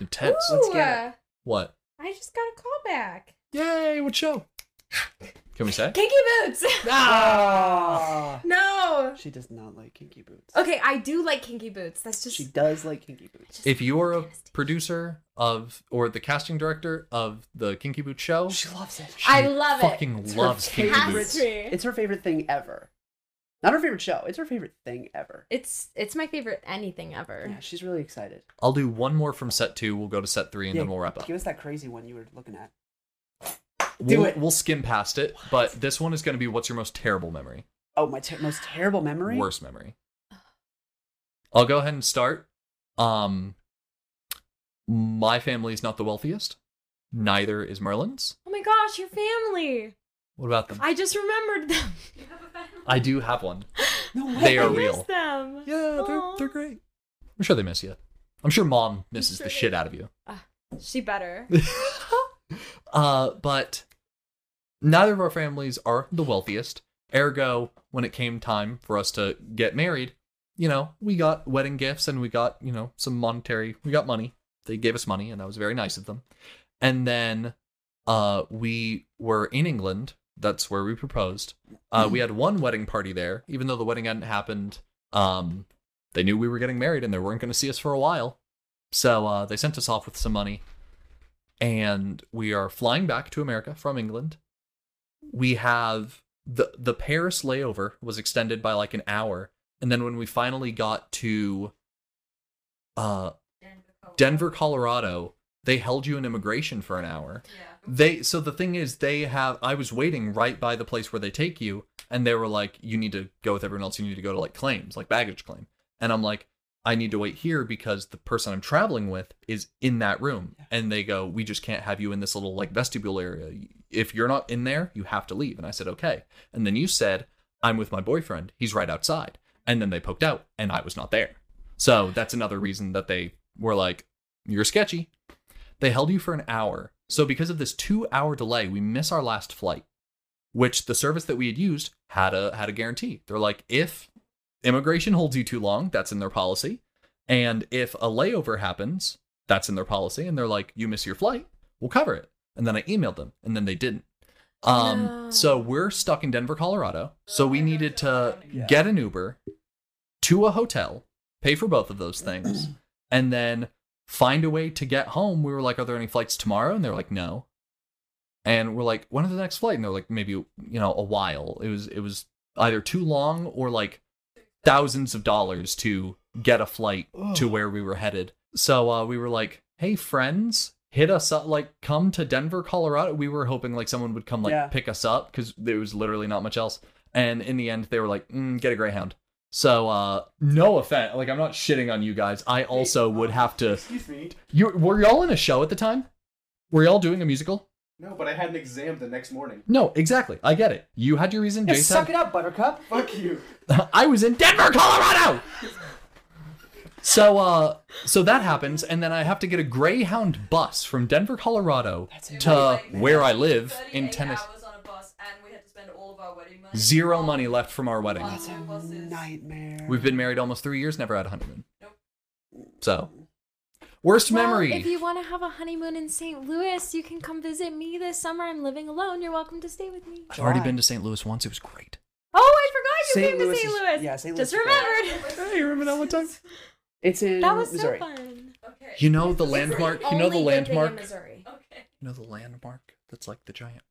Speaker 1: intense.
Speaker 3: Ooh,
Speaker 2: Let's get
Speaker 3: uh,
Speaker 1: What?
Speaker 3: I just got a call back.
Speaker 1: Yay, what show? Can we say?
Speaker 3: Kinky boots.
Speaker 2: Ah!
Speaker 3: no.
Speaker 2: She does not like kinky boots.
Speaker 3: Okay, I do like kinky boots. That's just.
Speaker 2: She does like kinky boots.
Speaker 1: If you're a producer of or the casting director of the Kinky Boots show,
Speaker 2: She loves it.
Speaker 3: I love Oh, it.
Speaker 1: fucking
Speaker 2: It's her
Speaker 1: loves Kinky
Speaker 2: favorite-
Speaker 3: Has
Speaker 1: Boots.
Speaker 3: to.
Speaker 2: It's her favorite thing ever. Not her favorite show. It's her favorite thing ever.
Speaker 3: It's it's my favorite anything ever.
Speaker 2: Yeah, she's really excited.
Speaker 1: I'll do one more from set 2, we'll go to set 3 and
Speaker 2: Yeah,
Speaker 1: then we'll wrap up.
Speaker 2: Give us that crazy one you were looking at.
Speaker 1: we'll,
Speaker 2: it.
Speaker 1: we'll skim past it, but this one is going to be what's your most terrible memory?
Speaker 2: Oh, my ter- most terrible memory.
Speaker 1: Worst memory. I'll go ahead and start. Um My family is not the wealthiest. Neither is Merlin's.
Speaker 3: Oh my gosh, your family!
Speaker 1: What about them?
Speaker 3: I just remembered them.
Speaker 5: You have a family.
Speaker 1: I do have one.
Speaker 2: No way.
Speaker 1: They
Speaker 3: I
Speaker 1: are
Speaker 3: miss
Speaker 1: real.
Speaker 3: them.
Speaker 1: Yeah, they're
Speaker 3: Aw.
Speaker 1: they're great. I'm sure they miss you. I'm sure mom misses
Speaker 3: sure
Speaker 1: the
Speaker 3: they
Speaker 1: shit out of you.
Speaker 3: She better.
Speaker 1: uh, but neither of our families are the wealthiest. Ergo, when it came time for us to get married, you know, we got wedding gifts and we got, you know, some monetary, we got money. They gave us money and that was very nice of them. And then uh, we were in England. That's where we proposed. Uh, we had one wedding party there, even though the wedding hadn't happened. Um, they knew we were getting married and they weren't going to see us for a while. So uh, they sent us off with some money and we are flying back to America from England. We have the the Paris layover was extended by like an hour, and then when we finally got to uh Denver, Colorado, they held you in immigration for an hour.
Speaker 5: Yeah.
Speaker 1: They so the thing is they have I was waiting right by the place where they take you and they were like you need to go with everyone else you need to go to like claims like baggage claim and I'm like I need to wait here because the person I'm traveling with is in that room and they go we just can't have you in this little like vestibule area if you're not in there you have to leave and I said okay and then you said I'm with my boyfriend he's right outside and then they poked out and I was not there so that's another reason that they were like you're sketchy they held you for an hour. So because of this 2-hour delay, we miss our last flight, which the service that we had used had a had a guarantee. They're like if immigration holds you too long, that's in their policy, and if a layover happens, that's in their policy and they're like you miss your flight, we'll cover it. And then I emailed them and then they didn't. Um
Speaker 3: No.
Speaker 1: so we're stuck in Denver, Colorado. So we needed to
Speaker 2: Yeah.
Speaker 1: get an Uber to a hotel, pay for both of those things, and then find a way to get home. We were like, Are there any flights tomorrow? And they're like, No. And we're like, When is the next flight? And they're like, Maybe, you know, a while. It was, it was either too long or like thousands of dollars to get a flight to
Speaker 2: Ugh.
Speaker 1: where we were headed. So uh, we were like, Hey, friends. Hit us up, like come to Denver, Colorado. We were hoping like someone would come like
Speaker 2: Yeah.
Speaker 1: pick us up because there was literally not much else. And in the end, they were like, mm, "Get a Greyhound." So, uh, no offense, like I'm not shitting on you guys. I also would have to.
Speaker 4: Excuse me.
Speaker 1: You were y'all in a show at the time? Were y'all doing a musical?
Speaker 4: No, but I had an exam the next morning.
Speaker 1: No, exactly. I get it. You had your reason,
Speaker 2: Yeah,
Speaker 1: Jason.
Speaker 2: suck it up, Buttercup.
Speaker 4: Fuck you.
Speaker 1: I was in Denver, Colorado. So, uh, so that happens, and then I have to get a Greyhound bus from Denver, Colorado,
Speaker 5: It
Speaker 1: to
Speaker 5: was like
Speaker 1: where I live in
Speaker 5: 38
Speaker 1: Tennessee.
Speaker 5: hours on a bus, and we had to spend all of our wedding money.
Speaker 1: Zero
Speaker 5: on
Speaker 1: money left from our wedding.
Speaker 5: That's a buses.
Speaker 2: nightmare.
Speaker 1: We've been married almost three years, never had a honeymoon.
Speaker 5: Nope.
Speaker 1: So, worst
Speaker 3: Well,
Speaker 1: memory.
Speaker 3: If you want to have a honeymoon in St. Louis, you can come visit me this summer. I'm living alone. You're welcome to stay with me.
Speaker 1: I've already
Speaker 2: Why?
Speaker 1: been to St. Louis once. It was great.
Speaker 3: Oh, I forgot you
Speaker 2: St.
Speaker 3: came
Speaker 2: Louis
Speaker 3: to St.
Speaker 2: is-
Speaker 3: Louis.
Speaker 2: yeah, St.
Speaker 3: Just
Speaker 2: Louis is
Speaker 3: remembered.
Speaker 1: Hey, remember that one time?
Speaker 2: It's in
Speaker 3: That was so
Speaker 2: Missouri.
Speaker 3: fun.
Speaker 5: Okay.
Speaker 1: You know the
Speaker 5: It's
Speaker 1: landmark.
Speaker 3: It's
Speaker 1: You know
Speaker 3: only
Speaker 1: the
Speaker 3: good thing in
Speaker 1: landmark. You
Speaker 3: Missouri.
Speaker 5: Okay.
Speaker 1: know the landmark that's like the giant,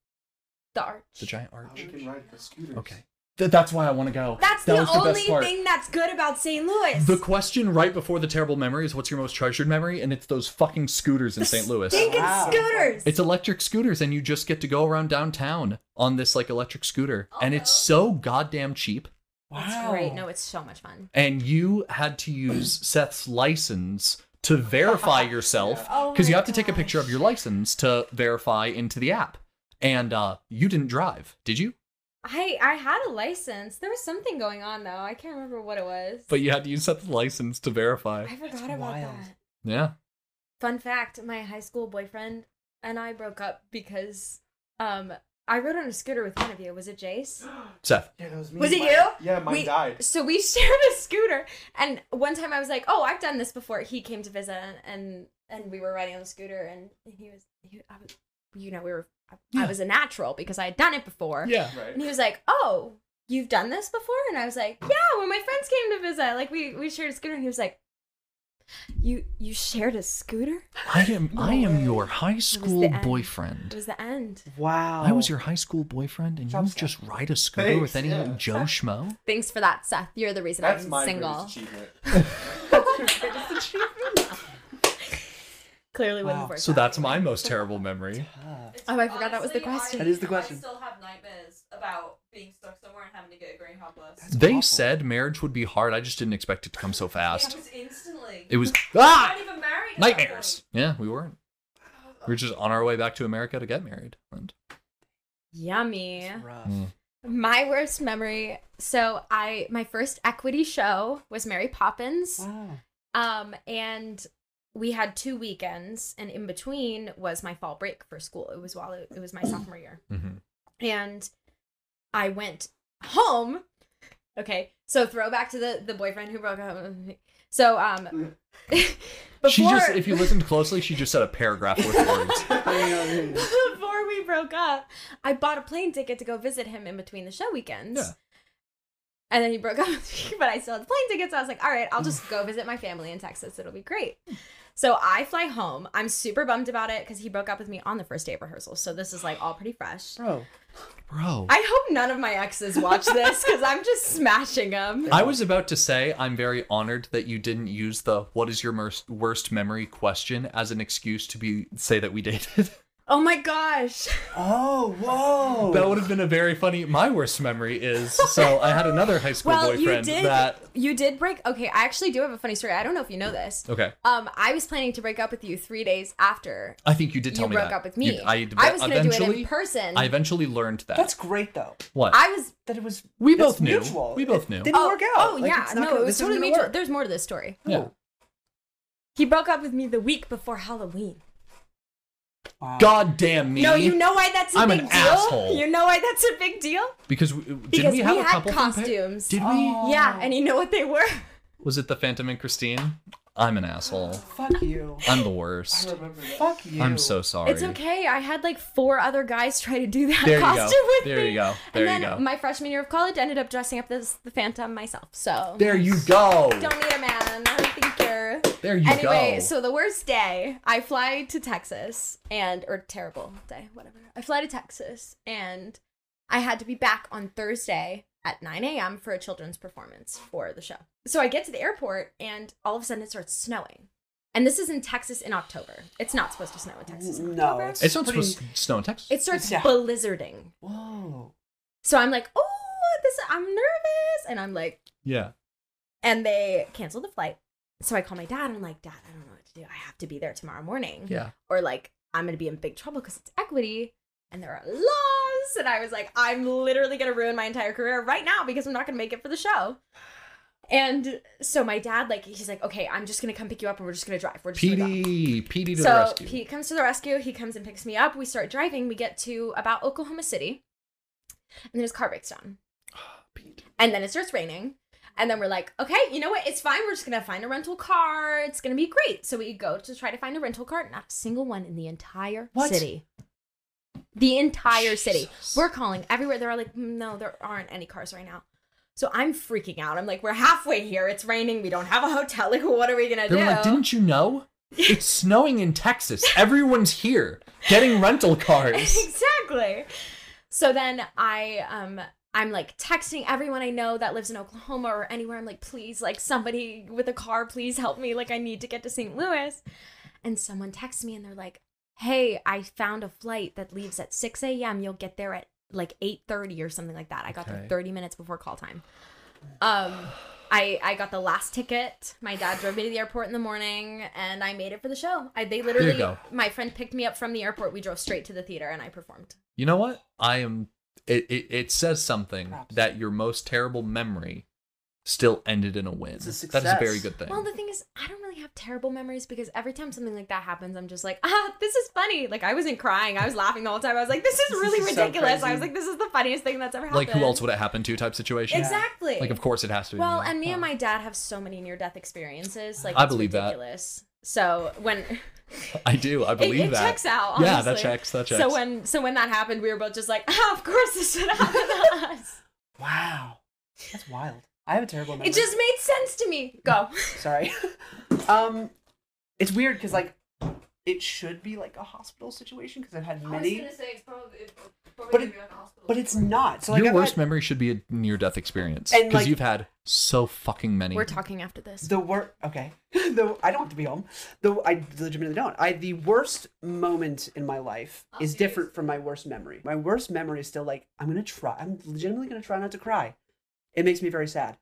Speaker 3: The arch.
Speaker 1: the giant
Speaker 4: Oh,
Speaker 1: arch.
Speaker 4: we can ride the scooters.
Speaker 1: Okay, Th- that's why I want to go.
Speaker 3: That's
Speaker 1: that
Speaker 3: the
Speaker 1: was the
Speaker 3: only
Speaker 1: best part.
Speaker 3: thing that's good about St. Louis.
Speaker 1: The question right before the terrible memory is, "What's your most treasured memory?" And it's those fucking scooters in St. Louis.
Speaker 3: Stinking
Speaker 2: Wow.
Speaker 3: scooters.
Speaker 1: It's electric scooters, and you just get to go around downtown on this like electric scooter, and it's so goddamn cheap.
Speaker 2: Wow.
Speaker 3: It's Oh, great. No, it's so much fun.
Speaker 1: and you had to use Seth's license to verify yourself
Speaker 3: Oh
Speaker 1: because you
Speaker 3: my
Speaker 1: have to take a picture of your license to verify into the app. And uh, you didn't drive, did you?
Speaker 3: I I had a license. There was something going on though. I can't remember what it was.
Speaker 1: But you had to use Seth's license to verify.
Speaker 3: I
Speaker 2: That's
Speaker 3: forgot about
Speaker 2: wild.
Speaker 3: that.
Speaker 1: Yeah.
Speaker 3: Fun fact, my high school boyfriend and I broke up because um I rode on a scooter with one of you. Was it Jace?
Speaker 1: Seth.
Speaker 4: Yeah, that was me.
Speaker 3: Was it
Speaker 4: Mine-
Speaker 3: you?
Speaker 4: Yeah, mine
Speaker 3: We-
Speaker 4: died.
Speaker 3: So we shared a scooter, and one time I was like, "Oh, I've done this before." He came to visit, and and, and we were riding on the scooter, and he was, he, I was, you know, we were, I, I was a natural because I had done it before.
Speaker 1: Yeah.
Speaker 4: Right.
Speaker 3: And he was like, "Oh, you've done this before?" And I was like, "Yeah, when my friends came to visit, like we we shared a scooter." And he was like, "You you shared a scooter?"
Speaker 1: I am I am your high
Speaker 3: the
Speaker 1: school
Speaker 3: end. It
Speaker 1: boyfriend.
Speaker 3: was the end.
Speaker 2: Wow.
Speaker 1: I was your high school boyfriend and you
Speaker 2: Stop, Seth.
Speaker 1: just ride a scooter
Speaker 4: Thanks,
Speaker 1: with any
Speaker 4: yeah.
Speaker 1: Joe Schmo?
Speaker 3: Thanks for that, Seth. You're the reason
Speaker 4: That's
Speaker 3: I'm
Speaker 4: my
Speaker 3: single.
Speaker 4: greatest achievement.
Speaker 3: Clearly, wouldn't
Speaker 2: Wow.
Speaker 3: work.
Speaker 1: So
Speaker 3: out.
Speaker 1: that's my most terrible memory.
Speaker 2: Tough.
Speaker 3: Oh, I forgot that was the
Speaker 5: Honestly,
Speaker 3: question.
Speaker 5: I-
Speaker 2: That is the question.
Speaker 5: I still have nightmares about being stuck somewhere and having to get a Greyhound bus.
Speaker 2: That's
Speaker 1: They
Speaker 2: awful.
Speaker 1: said marriage would be hard. I just didn't expect it to come so
Speaker 5: It
Speaker 1: fast.
Speaker 5: was instantly.
Speaker 1: It was
Speaker 5: I'm
Speaker 1: ah
Speaker 5: not even married at that
Speaker 1: Nightmares.
Speaker 5: point.
Speaker 1: Yeah, we weren't.
Speaker 3: Oh.
Speaker 5: I was-
Speaker 1: We were just on our way back to America to get married. And
Speaker 3: Yummy.
Speaker 2: It's rough.
Speaker 1: Mm.
Speaker 3: My worst memory. So I my first equity show was Mary Poppins.
Speaker 2: Wow.
Speaker 3: Um, and we had two weekends, and in between was my fall break for school. It was while it, it was my sophomore year,
Speaker 1: mm-hmm.
Speaker 3: and I went home. Okay, so throwback to the the boyfriend who broke up. with me. So um, before
Speaker 1: she just, if you listened closely, she just said a paragraph worth of words.
Speaker 3: before we broke up, I bought a plane ticket to go visit him in between the show weekends.
Speaker 1: Yeah.
Speaker 3: And then he broke up with me, but I still had the plane tickets. I was like, all right, I'll just go visit my family in Texas. It'll be great. So I fly home. I'm super bummed about it because he broke up with me on the first day of rehearsal. So this is like all pretty fresh.
Speaker 2: Bro.
Speaker 1: Bro.
Speaker 3: I hope none of my exes watch this because I'm just smashing them.
Speaker 1: I was about to say I'm very honored that you didn't use the "What is your worst worst memory?" question as an excuse to be say that we dated.
Speaker 3: Oh my gosh.
Speaker 2: Oh, whoa.
Speaker 1: that would have been a very funny. My worst memory is so I had another high school
Speaker 3: Well, you
Speaker 1: boyfriend
Speaker 3: did.
Speaker 1: that
Speaker 3: You did break. Okay, I actually do have a funny story. I don't know if you know this.
Speaker 1: okay.
Speaker 3: Um, I was planning to break up with you three days after
Speaker 1: I think you did tell
Speaker 3: you
Speaker 1: me
Speaker 3: broke
Speaker 1: that.
Speaker 3: up with me.
Speaker 1: You-
Speaker 3: I,
Speaker 1: I,
Speaker 3: was
Speaker 1: going
Speaker 3: gonna
Speaker 1: to
Speaker 3: do it in person.
Speaker 1: I eventually learned that.
Speaker 2: That's great though.
Speaker 1: what
Speaker 3: I was.
Speaker 2: That it was.
Speaker 1: we
Speaker 2: that's
Speaker 1: both knew.
Speaker 2: mutual.
Speaker 1: We both knew.
Speaker 2: Didn't
Speaker 3: Oh,
Speaker 2: work out.
Speaker 3: oh
Speaker 2: Like,
Speaker 3: yeah,
Speaker 2: it's not
Speaker 3: no,
Speaker 2: gonna-
Speaker 3: it was
Speaker 2: this isn't
Speaker 3: totally
Speaker 2: gonna
Speaker 3: mutual.
Speaker 2: work.
Speaker 3: There's more to this story.
Speaker 1: yeah.
Speaker 3: He broke up with me the week before Halloween.
Speaker 2: Wow.
Speaker 1: God damn me.
Speaker 3: No, you know why that's a
Speaker 1: I'm
Speaker 3: big
Speaker 1: an
Speaker 3: deal.
Speaker 1: asshole.
Speaker 3: You know why that's a big deal?
Speaker 1: Because we, didn't
Speaker 3: Because
Speaker 1: we have a
Speaker 3: had
Speaker 1: couple from Pa-
Speaker 3: costumes.
Speaker 1: Did we?
Speaker 2: Oh.
Speaker 3: Yeah, and you know what they were?
Speaker 1: Was it the Phantom and Christine? I'm an asshole.
Speaker 2: Fuck you.
Speaker 1: I'm the worst.
Speaker 4: remember that.
Speaker 2: Fuck you.
Speaker 1: I'm so sorry.
Speaker 3: It's okay. I had like four other guys try to do that
Speaker 1: There you go.
Speaker 3: costume with
Speaker 1: There
Speaker 3: me.
Speaker 1: you go. There you
Speaker 3: and then
Speaker 1: go.
Speaker 3: my freshman year of college, I ended up dressing up as the Phantom myself. So
Speaker 1: There you go.
Speaker 3: Oh don't need a man. Thank you.
Speaker 1: There you
Speaker 3: anyway,
Speaker 1: go.
Speaker 3: so the worst day, I fly to Texas and or terrible day, whatever. I fly to Texas and I had to be back on Thursday at 9 a.m. for a children's performance for the show. So I get to the airport and all of a sudden it starts snowing. And this is in Texas in October. It's not supposed to snow in Texas in
Speaker 2: No,
Speaker 3: October.
Speaker 1: it's not
Speaker 2: pretty-
Speaker 1: supposed to snow in Texas.
Speaker 3: It starts
Speaker 2: Yeah.
Speaker 3: blizzarding.
Speaker 2: Whoa.
Speaker 3: So I'm like, oh, this I'm nervous. And I'm like,
Speaker 1: yeah.
Speaker 3: and they canceled the flight. So I call my dad and I'm like, Dad, I don't know what to do. I have to be there tomorrow morning.
Speaker 1: Yeah.
Speaker 3: Or like, I'm gonna be in big trouble because it's equity and there are laws. And I was like, I'm literally gonna ruin my entire career right now because I'm not gonna make it for the show. And so my dad, like, he's like, okay, I'm just gonna come pick you up and we're just gonna drive. We're just gonna go."
Speaker 1: PD. PD to
Speaker 3: so
Speaker 1: the rescue.
Speaker 3: Pete comes to the rescue. He comes and picks me up. We start driving. We get to about Oklahoma City, and then his car breaks down. And then it starts raining. And then we're like, okay, you know what? It's fine. We're just gonna find a rental car. It's gonna be great. So we go to try to find a rental car. Not a single one in the entire
Speaker 2: What?
Speaker 3: city. The entire city. We're calling everywhere. They're all like, "Mm, no, there aren't any cars right now. So I'm freaking out. I'm like, we're halfway here. It's raining. We don't have a hotel. Like, what are we gonna
Speaker 1: They
Speaker 3: do?
Speaker 1: were like, didn't you know? It's snowing in Texas. Everyone's here getting rental cars.
Speaker 3: exactly. So then I um I'm like texting everyone I know that lives in Oklahoma or anywhere. I'm like, please, like somebody with a car, please help me. Like I need to get to St. Louis. And someone texts me and they're like, Hey, I found a flight that leaves at 6 a.m. You'll get there at like 8:30 or something like that. I got there
Speaker 1: Okay.
Speaker 3: 30 minutes before call time. Um I, I got the last ticket. My dad drove me to the airport in the morning, and I made it for the show. I, they literally,
Speaker 1: go.
Speaker 3: my friend picked me up from the airport. We drove straight to the theater, and I performed.
Speaker 1: You know what? I am. It, it, it says something
Speaker 2: Props.
Speaker 1: that your most terrible memory still ended in a win.
Speaker 2: It's a
Speaker 1: That is a very
Speaker 2: success.
Speaker 1: good thing.
Speaker 3: Well, the thing is, I don't really have terrible memories because every time something like that happens, I'm just like, ah, this is funny. Like I wasn't crying, I was laughing the whole time. I was like, this is
Speaker 2: This
Speaker 3: really
Speaker 2: is so
Speaker 3: ridiculous. I
Speaker 2: crazy.
Speaker 3: was like, this is the funniest thing that's ever happened.
Speaker 1: like who else would it happen to type situation?
Speaker 3: Exactly.
Speaker 1: Like of course it has to. be
Speaker 3: Well,
Speaker 1: me.
Speaker 3: and me and
Speaker 1: Huh.
Speaker 3: my dad have so many near death experiences. Like
Speaker 1: I
Speaker 3: it's
Speaker 1: believe that.
Speaker 3: ridiculous. So when
Speaker 1: I do. I believe
Speaker 3: it, it
Speaker 1: that.
Speaker 3: checks out. Honestly.
Speaker 1: Yeah, that checks. That checks.
Speaker 3: So when so when that happened, we were both just like, ah, of course this should happen to us.
Speaker 2: Wow. That's wild. I have a terrible memory.
Speaker 3: It just made sense to me. Go.
Speaker 2: Sorry. um, it's weird because like it should be like a hospital situation because I've had
Speaker 5: I was
Speaker 2: many,
Speaker 5: gonna say it's probably, it's
Speaker 2: But
Speaker 5: probably gonna
Speaker 2: it-
Speaker 5: be like a hospital.
Speaker 2: but it's not. So like
Speaker 1: your
Speaker 2: I've
Speaker 1: worst
Speaker 2: had
Speaker 1: memory should be a near-death experience
Speaker 2: And,
Speaker 1: because
Speaker 2: like-
Speaker 1: you've had so fucking many.
Speaker 3: We're talking after this.
Speaker 2: the worst. Okay, though I don't have to be home. Though I legitimately don't. I the worst moment in my life
Speaker 3: Oh,
Speaker 2: is
Speaker 5: Obvious.
Speaker 2: different from my worst memory. My worst memory is still like I'm gonna try. I'm legitimately gonna try not to cry. It makes me very sad.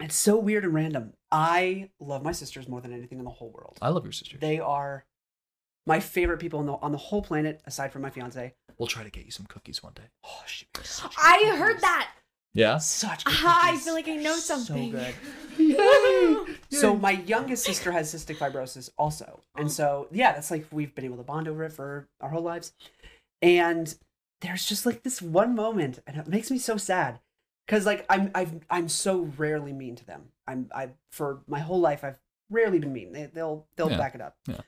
Speaker 2: It's so weird and random. I love my sisters more than anything in the whole world.
Speaker 1: I love your sister.
Speaker 2: They are my favorite people on the on the whole planet, aside from my fiance.
Speaker 1: We'll try to get you some cookies one day.
Speaker 2: Oh, she makes such good
Speaker 3: I heard
Speaker 2: cookies.
Speaker 3: that.
Speaker 1: Yeah.
Speaker 2: Such. Good
Speaker 3: Ah, I
Speaker 2: cookies.
Speaker 3: feel like I know
Speaker 2: They're
Speaker 3: something.
Speaker 2: So good.
Speaker 1: Yay! Oh.
Speaker 2: So my youngest sister has cystic fibrosis also, and so yeah, that's like we've been able to bond over it for our whole lives. And there's just like this one moment, and it makes me so sad because like I'm I've I'm so rarely mean to them. I'm I for my whole life I've rarely been mean. They, they'll they'll
Speaker 1: Yeah.
Speaker 2: back it up.
Speaker 1: Yeah.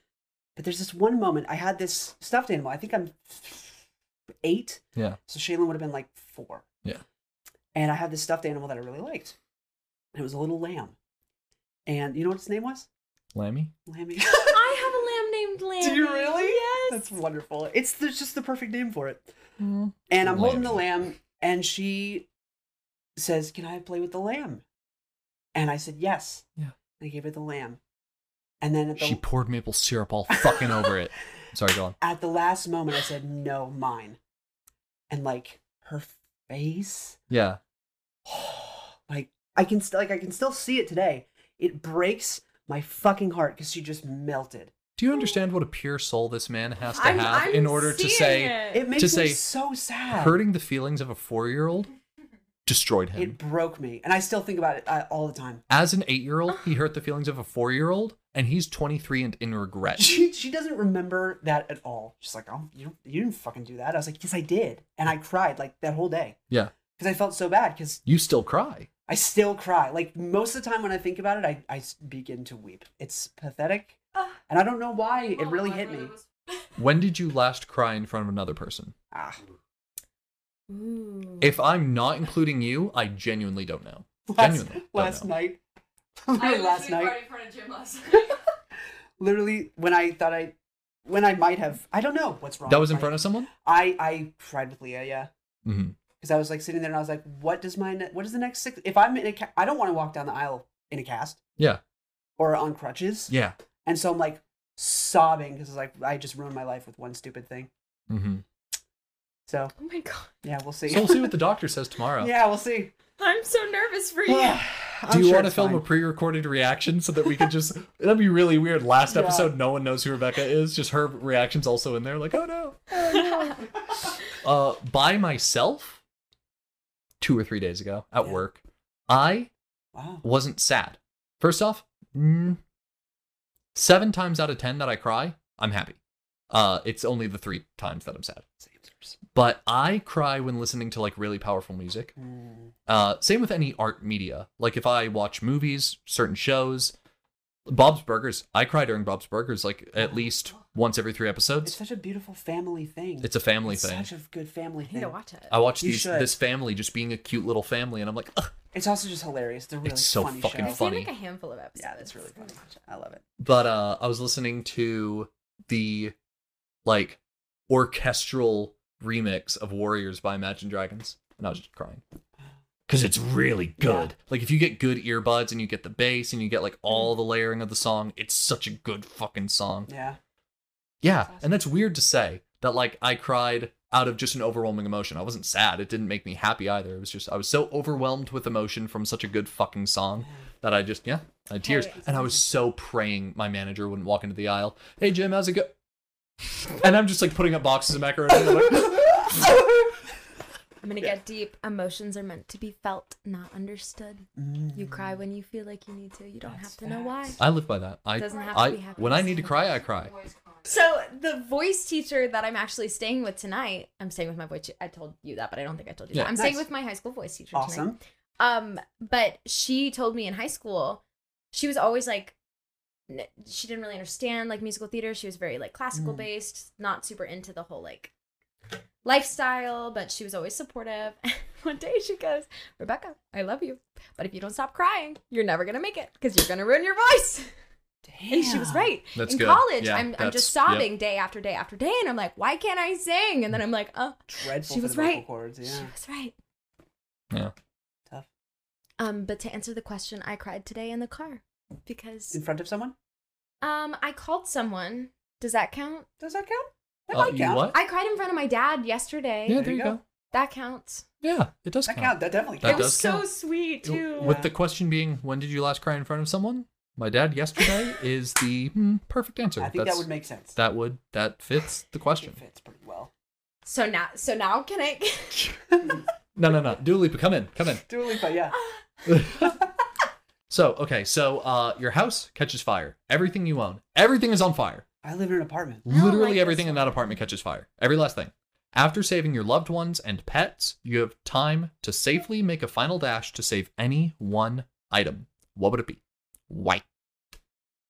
Speaker 2: But there's this one moment I had this stuffed animal. I think I'm eight.
Speaker 1: Yeah.
Speaker 2: So Shaylin would have been like four.
Speaker 1: Yeah.
Speaker 2: And I had this stuffed animal that I really liked. It was a little lamb. And you know what its name was?
Speaker 1: Lammy?
Speaker 2: Lammy.
Speaker 3: I have a lamb named
Speaker 2: Do
Speaker 3: Lamb.
Speaker 2: you really?
Speaker 3: Yes.
Speaker 2: That's wonderful. It's there's just the perfect name for it.
Speaker 1: Mm-hmm.
Speaker 2: And I'm holding the lamb, and she says, "Can I play with the lamb?" And I said, "Yes."
Speaker 1: Yeah.
Speaker 2: And I gave her the lamb, and then at the
Speaker 1: She poured maple syrup all fucking over it. Sorry, go on.
Speaker 2: at the last moment, I said, "No, mine." And like her face,
Speaker 1: Yeah.
Speaker 2: like I can still like I can still see it today. It breaks my fucking heart because she just melted.
Speaker 1: Do you understand what a pure soul this man has to
Speaker 3: I'm-
Speaker 1: have
Speaker 3: I'm
Speaker 1: in order to
Speaker 3: seeing
Speaker 1: say
Speaker 3: it.
Speaker 2: It makes me
Speaker 1: say,
Speaker 2: so sad.
Speaker 1: hurting the feelings of a four year old destroyed him?
Speaker 2: It broke me, and I still think about it uh, all the time.
Speaker 1: As an eight year old, he hurt the feelings of a four year old, and he's 23 and in regret.
Speaker 2: She she doesn't remember that at all. She's like, oh, you don't- you didn't fucking do that. I was like, yes, I did, and I cried like that whole day
Speaker 1: Yeah.
Speaker 2: because I felt so bad because
Speaker 1: You still cry.
Speaker 2: I still cry. Like most of the time when I think about it, I I s- begin to weep. It's pathetic,
Speaker 5: Ah.
Speaker 2: and I don't know why
Speaker 5: Oh,
Speaker 2: it really hit me.
Speaker 1: When did you last cry in front of another person?
Speaker 2: Ah,
Speaker 3: Ooh.
Speaker 1: If I'm not including you, I genuinely don't know.
Speaker 2: last,
Speaker 1: genuinely. don't
Speaker 2: last
Speaker 1: know.
Speaker 2: night,
Speaker 5: I
Speaker 2: literally
Speaker 5: had a
Speaker 2: last
Speaker 5: listening
Speaker 2: night,
Speaker 5: party in front of Jim last night.
Speaker 2: literally when I thought I, when I might have, I don't know what's wrong.
Speaker 1: That was in front of someone?
Speaker 2: I I cried with Leah. Yeah.
Speaker 1: hmm
Speaker 2: because I was like sitting there and I was like, what does my ne- what is the next six? If I'm in a ca- I don't want to walk down the aisle in a cast
Speaker 1: Yeah.
Speaker 2: or on crutches,
Speaker 1: Yeah.
Speaker 2: and so I'm like sobbing because it's like I just ruined my life with one stupid thing.
Speaker 1: hmm
Speaker 2: So
Speaker 3: Oh my god.
Speaker 2: yeah, we'll see.
Speaker 1: So we'll see what the doctor says tomorrow.
Speaker 2: yeah, we'll see.
Speaker 3: I'm so nervous for you.
Speaker 1: Do
Speaker 2: Do
Speaker 1: you want to film a pre-recorded reaction so that we could just? That'd be really weird. Last
Speaker 2: Yeah.
Speaker 1: episode, no one knows who Rebecca is. Just her reactions also in there, like, oh no. uh, by myself, two or three days ago at
Speaker 2: Yeah.
Speaker 1: work, I
Speaker 2: Wow.
Speaker 1: wasn't sad. First off, mm, seven times out of ten that I cry, I'm happy. Uh, it's only the three times that I'm sad. But I cry when listening to like really powerful music.
Speaker 2: Mm.
Speaker 1: Uh, same with any art media. Like if I watch movies, certain shows, Bob's Burgers, I cry during Bob's Burgers like at least once every three
Speaker 2: Oh. It's
Speaker 1: episodes.
Speaker 2: such a beautiful family thing.
Speaker 1: It's a family
Speaker 2: It's
Speaker 1: thing.
Speaker 2: Such a good family
Speaker 3: I need
Speaker 2: thing.
Speaker 3: to watch it.
Speaker 1: I watch
Speaker 2: You
Speaker 1: these
Speaker 2: should.
Speaker 1: this family just being a cute little family, and I'm like, "Ugh."
Speaker 2: It's also just hilarious. It's a really
Speaker 1: It's so
Speaker 2: funny
Speaker 1: fucking
Speaker 2: show.
Speaker 3: I've seen
Speaker 1: funny.
Speaker 3: like a handful of episodes.
Speaker 2: Yeah, that's really funny. I love it.
Speaker 1: but uh, I was listening to the like orchestral remix of Warriors by Imagine Dragons, and I was just crying because it's really good. Like if you get good earbuds and you get the bass and you get like all the layering of the song, it's such a good fucking song.
Speaker 2: Yeah.
Speaker 1: Yeah, and that's weird to say that like I cried out of just an overwhelming emotion. I wasn't sad. It didn't make me happy either. It was just I was so overwhelmed with emotion from such a good fucking song that I just yeah, I had tears.
Speaker 3: Hey.
Speaker 1: And I was so praying my manager wouldn't walk into the aisle. Hey Jim, how's it go? And I'm just like putting up boxes of macaroni. and I'm like,
Speaker 3: I'm gonna get deep. Emotions are meant to be felt, not understood. You
Speaker 2: Mm.
Speaker 3: cry when you feel like you need to. You don't have to know why.
Speaker 1: I live by that. I
Speaker 3: Doesn't have to
Speaker 1: I
Speaker 3: be happy.
Speaker 1: when I need to cry, I cry.
Speaker 3: So the voice teacher that I'm actually staying with tonight, I'm staying with my voice. I told you that, but I don't think I told you
Speaker 1: Yeah.
Speaker 3: that. I'm staying
Speaker 2: Nice.
Speaker 3: with my high school voice teacher tonight.
Speaker 2: Awesome.
Speaker 3: Um, but she told me in high school, she was always like, n- she didn't really understand like musical theater. She was very like classical
Speaker 2: Mm.
Speaker 3: based, not super into the whole like lifestyle, but she was always supportive. One day she goes, Rebecca, I love you, but if you don't stop crying, you're never gonna make it because you're gonna ruin your voice.
Speaker 2: Damn.
Speaker 3: And she was right.
Speaker 1: That's
Speaker 3: in
Speaker 1: good.
Speaker 3: college,
Speaker 1: Yeah,
Speaker 3: I'm, I'm
Speaker 1: that's-
Speaker 3: just
Speaker 1: yep.
Speaker 3: sobbing day after day after day, and I'm like, why can't I sing? And then I'm like, oh,
Speaker 2: Dreadful
Speaker 3: She
Speaker 2: for
Speaker 3: was
Speaker 2: the vocal
Speaker 3: right.
Speaker 2: cords.
Speaker 3: she
Speaker 2: Yeah.
Speaker 3: was right.
Speaker 1: Yeah.
Speaker 2: Tough.
Speaker 3: Um, but to answer the question, I cried today in the car because
Speaker 2: In front of someone?
Speaker 3: um, I called someone. Does that count?
Speaker 2: Does that count? That
Speaker 1: Uh,
Speaker 2: might
Speaker 1: you
Speaker 2: count.
Speaker 1: what?
Speaker 3: I cried in front of my dad yesterday.
Speaker 1: Yeah, there you go.
Speaker 3: That counts.
Speaker 1: Yeah, it does
Speaker 2: That
Speaker 1: count.
Speaker 2: count. That definitely
Speaker 1: Oh. That
Speaker 3: it
Speaker 2: counts.
Speaker 1: does
Speaker 3: was so
Speaker 1: count.
Speaker 3: sweet too.
Speaker 1: With the question being, when did you last cry in front of someone? My dad yesterday is the hmm, perfect answer.
Speaker 2: I think that
Speaker 1: That's-
Speaker 2: would make sense.
Speaker 1: that would that fits the question.
Speaker 2: It fits pretty well.
Speaker 3: so now, so now can I?
Speaker 1: No, no, no. Dua Lipa, come in, come in.
Speaker 2: Dua Lipa, yeah.
Speaker 1: So, okay, so uh, your house catches fire. Everything you own, everything is on fire.
Speaker 2: I live in an apartment.
Speaker 3: don't
Speaker 1: Literally
Speaker 3: like this
Speaker 1: everything in
Speaker 3: one.
Speaker 1: that apartment catches fire. Every last thing. After saving your loved ones and pets, you have time to safely make a final dash to save any one item. What would it be? White.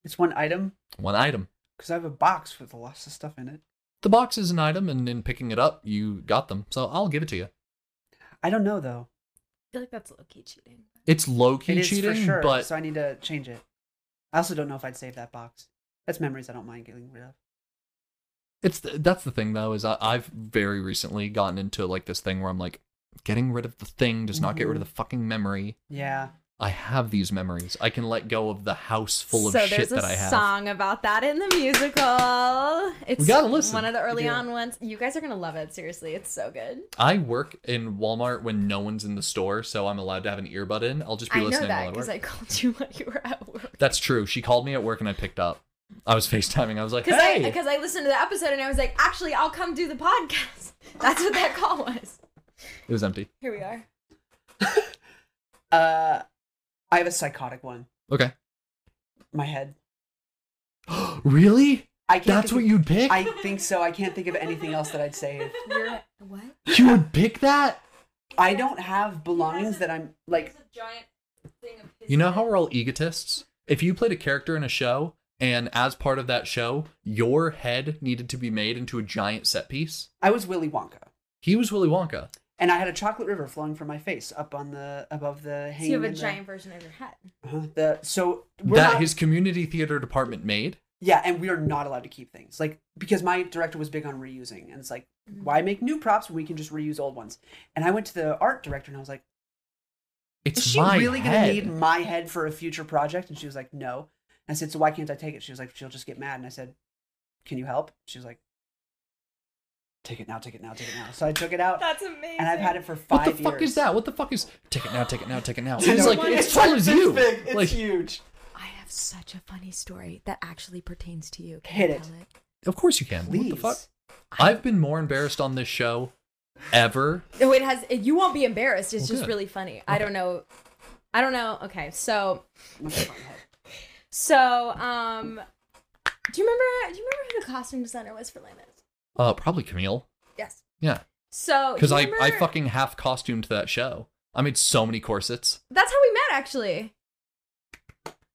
Speaker 2: It's one item
Speaker 1: One item.
Speaker 2: because I have a box with lots of stuff in it.
Speaker 1: The box is an item, and in picking it up, you got them. So I'll give it to you.
Speaker 2: I don't know though.
Speaker 3: feel like that's low key cheating.
Speaker 1: It's low key
Speaker 2: It is
Speaker 1: cheating,
Speaker 2: for sure.
Speaker 1: but
Speaker 2: So I need to change it. I also don't know if I'd save that box. That's memories I don't mind getting rid of.
Speaker 1: it's th- that's the thing though is I, I've very recently gotten into like this thing where I'm like, getting rid of the thing does not get rid of
Speaker 3: Mm-hmm.
Speaker 1: the fucking memory.
Speaker 2: Yeah.
Speaker 1: I have these memories. I can let go of the house full of
Speaker 3: so
Speaker 1: shit
Speaker 3: there's a
Speaker 1: that I have.
Speaker 3: song about that in the musical. It's
Speaker 1: gotta listen.
Speaker 3: One of the early
Speaker 2: do.
Speaker 3: on ones. You guys are gonna love it. Seriously, it's so good.
Speaker 1: I work in Walmart when no one's in the store, so I'm allowed to have an earbud in. I'll just be
Speaker 3: I know
Speaker 1: listening
Speaker 3: that
Speaker 1: while I
Speaker 3: because
Speaker 1: work.
Speaker 3: I called you while you were at work.
Speaker 1: That's true. She called me at work and I picked up. I was FaceTiming. I was like,
Speaker 3: Because I
Speaker 1: hey.
Speaker 3: because I listened to the episode and I was like, actually, I'll come do the podcast. That's what that call was.
Speaker 1: It was empty.
Speaker 3: Here we are.
Speaker 2: Uh, I have a psychotic one.
Speaker 1: Okay.
Speaker 2: My head.
Speaker 1: really?
Speaker 2: I can't.
Speaker 1: That's what
Speaker 2: think
Speaker 1: you'd pick?
Speaker 2: of- I think so. I can't think of anything else that I'd save.
Speaker 3: You're what?
Speaker 1: You would pick that?
Speaker 2: I don't have belongings that I'm like.
Speaker 5: It's a giant thing of his
Speaker 1: You know
Speaker 5: head.
Speaker 1: how we're all egotists? If you played a character in a show, and as part of that show, your head needed to be made into a giant set piece,
Speaker 2: I was Willy Wonka,
Speaker 1: he was Willy Wonka.
Speaker 2: and I had a chocolate river flowing from my face up on the above the
Speaker 3: So
Speaker 2: hanging.
Speaker 3: you have a
Speaker 2: in the-
Speaker 3: giant version of your head.
Speaker 2: Uh-huh, the so we're
Speaker 1: That
Speaker 2: not-
Speaker 1: his community theater department made.
Speaker 2: yeah, and we are not allowed to keep things like because my director was big on reusing, and it's like
Speaker 3: Mm-hmm.
Speaker 2: why make new props when we can just reuse old ones? And I went to the art director and I was like,
Speaker 1: It's
Speaker 2: is she
Speaker 1: my
Speaker 2: really
Speaker 1: head.
Speaker 2: gonna need my head for a future project? And she was like, no. And I said, so why can't I take it? She was like, she'll just get mad. And I said, can you help? She was like, take it now, take it now, take it now. So I took it out,
Speaker 3: That's amazing.
Speaker 2: and I've had it for
Speaker 1: What
Speaker 2: five
Speaker 1: the fuck
Speaker 2: years.
Speaker 1: is that? What the fuck is take it now, take it now, take it now?
Speaker 2: You
Speaker 1: It's
Speaker 2: know,
Speaker 1: like
Speaker 3: what?
Speaker 1: it's tall as you.
Speaker 2: It's big. It's
Speaker 1: Like
Speaker 2: huge.
Speaker 3: I have such a funny story that actually pertains to you.
Speaker 2: Hit it.
Speaker 1: of course you can. What the fuck?
Speaker 2: Please.
Speaker 1: I've been more embarrassed on this show ever.
Speaker 3: No, it has. You won't be embarrassed. It's
Speaker 1: Well,
Speaker 3: just
Speaker 1: good.
Speaker 3: really funny. I
Speaker 1: Okay.
Speaker 3: don't know. I don't know. Okay, so
Speaker 2: I'm gonna find help.
Speaker 3: so um, do you remember? Do you remember who the costume designer was for Les Mis?
Speaker 1: Uh, probably Camille.
Speaker 3: Yes.
Speaker 1: Yeah,
Speaker 3: So
Speaker 1: because
Speaker 3: do you
Speaker 1: I I
Speaker 3: remember-
Speaker 1: fucking half costumed to that show. I made so many corsets.
Speaker 3: That's how we met actually.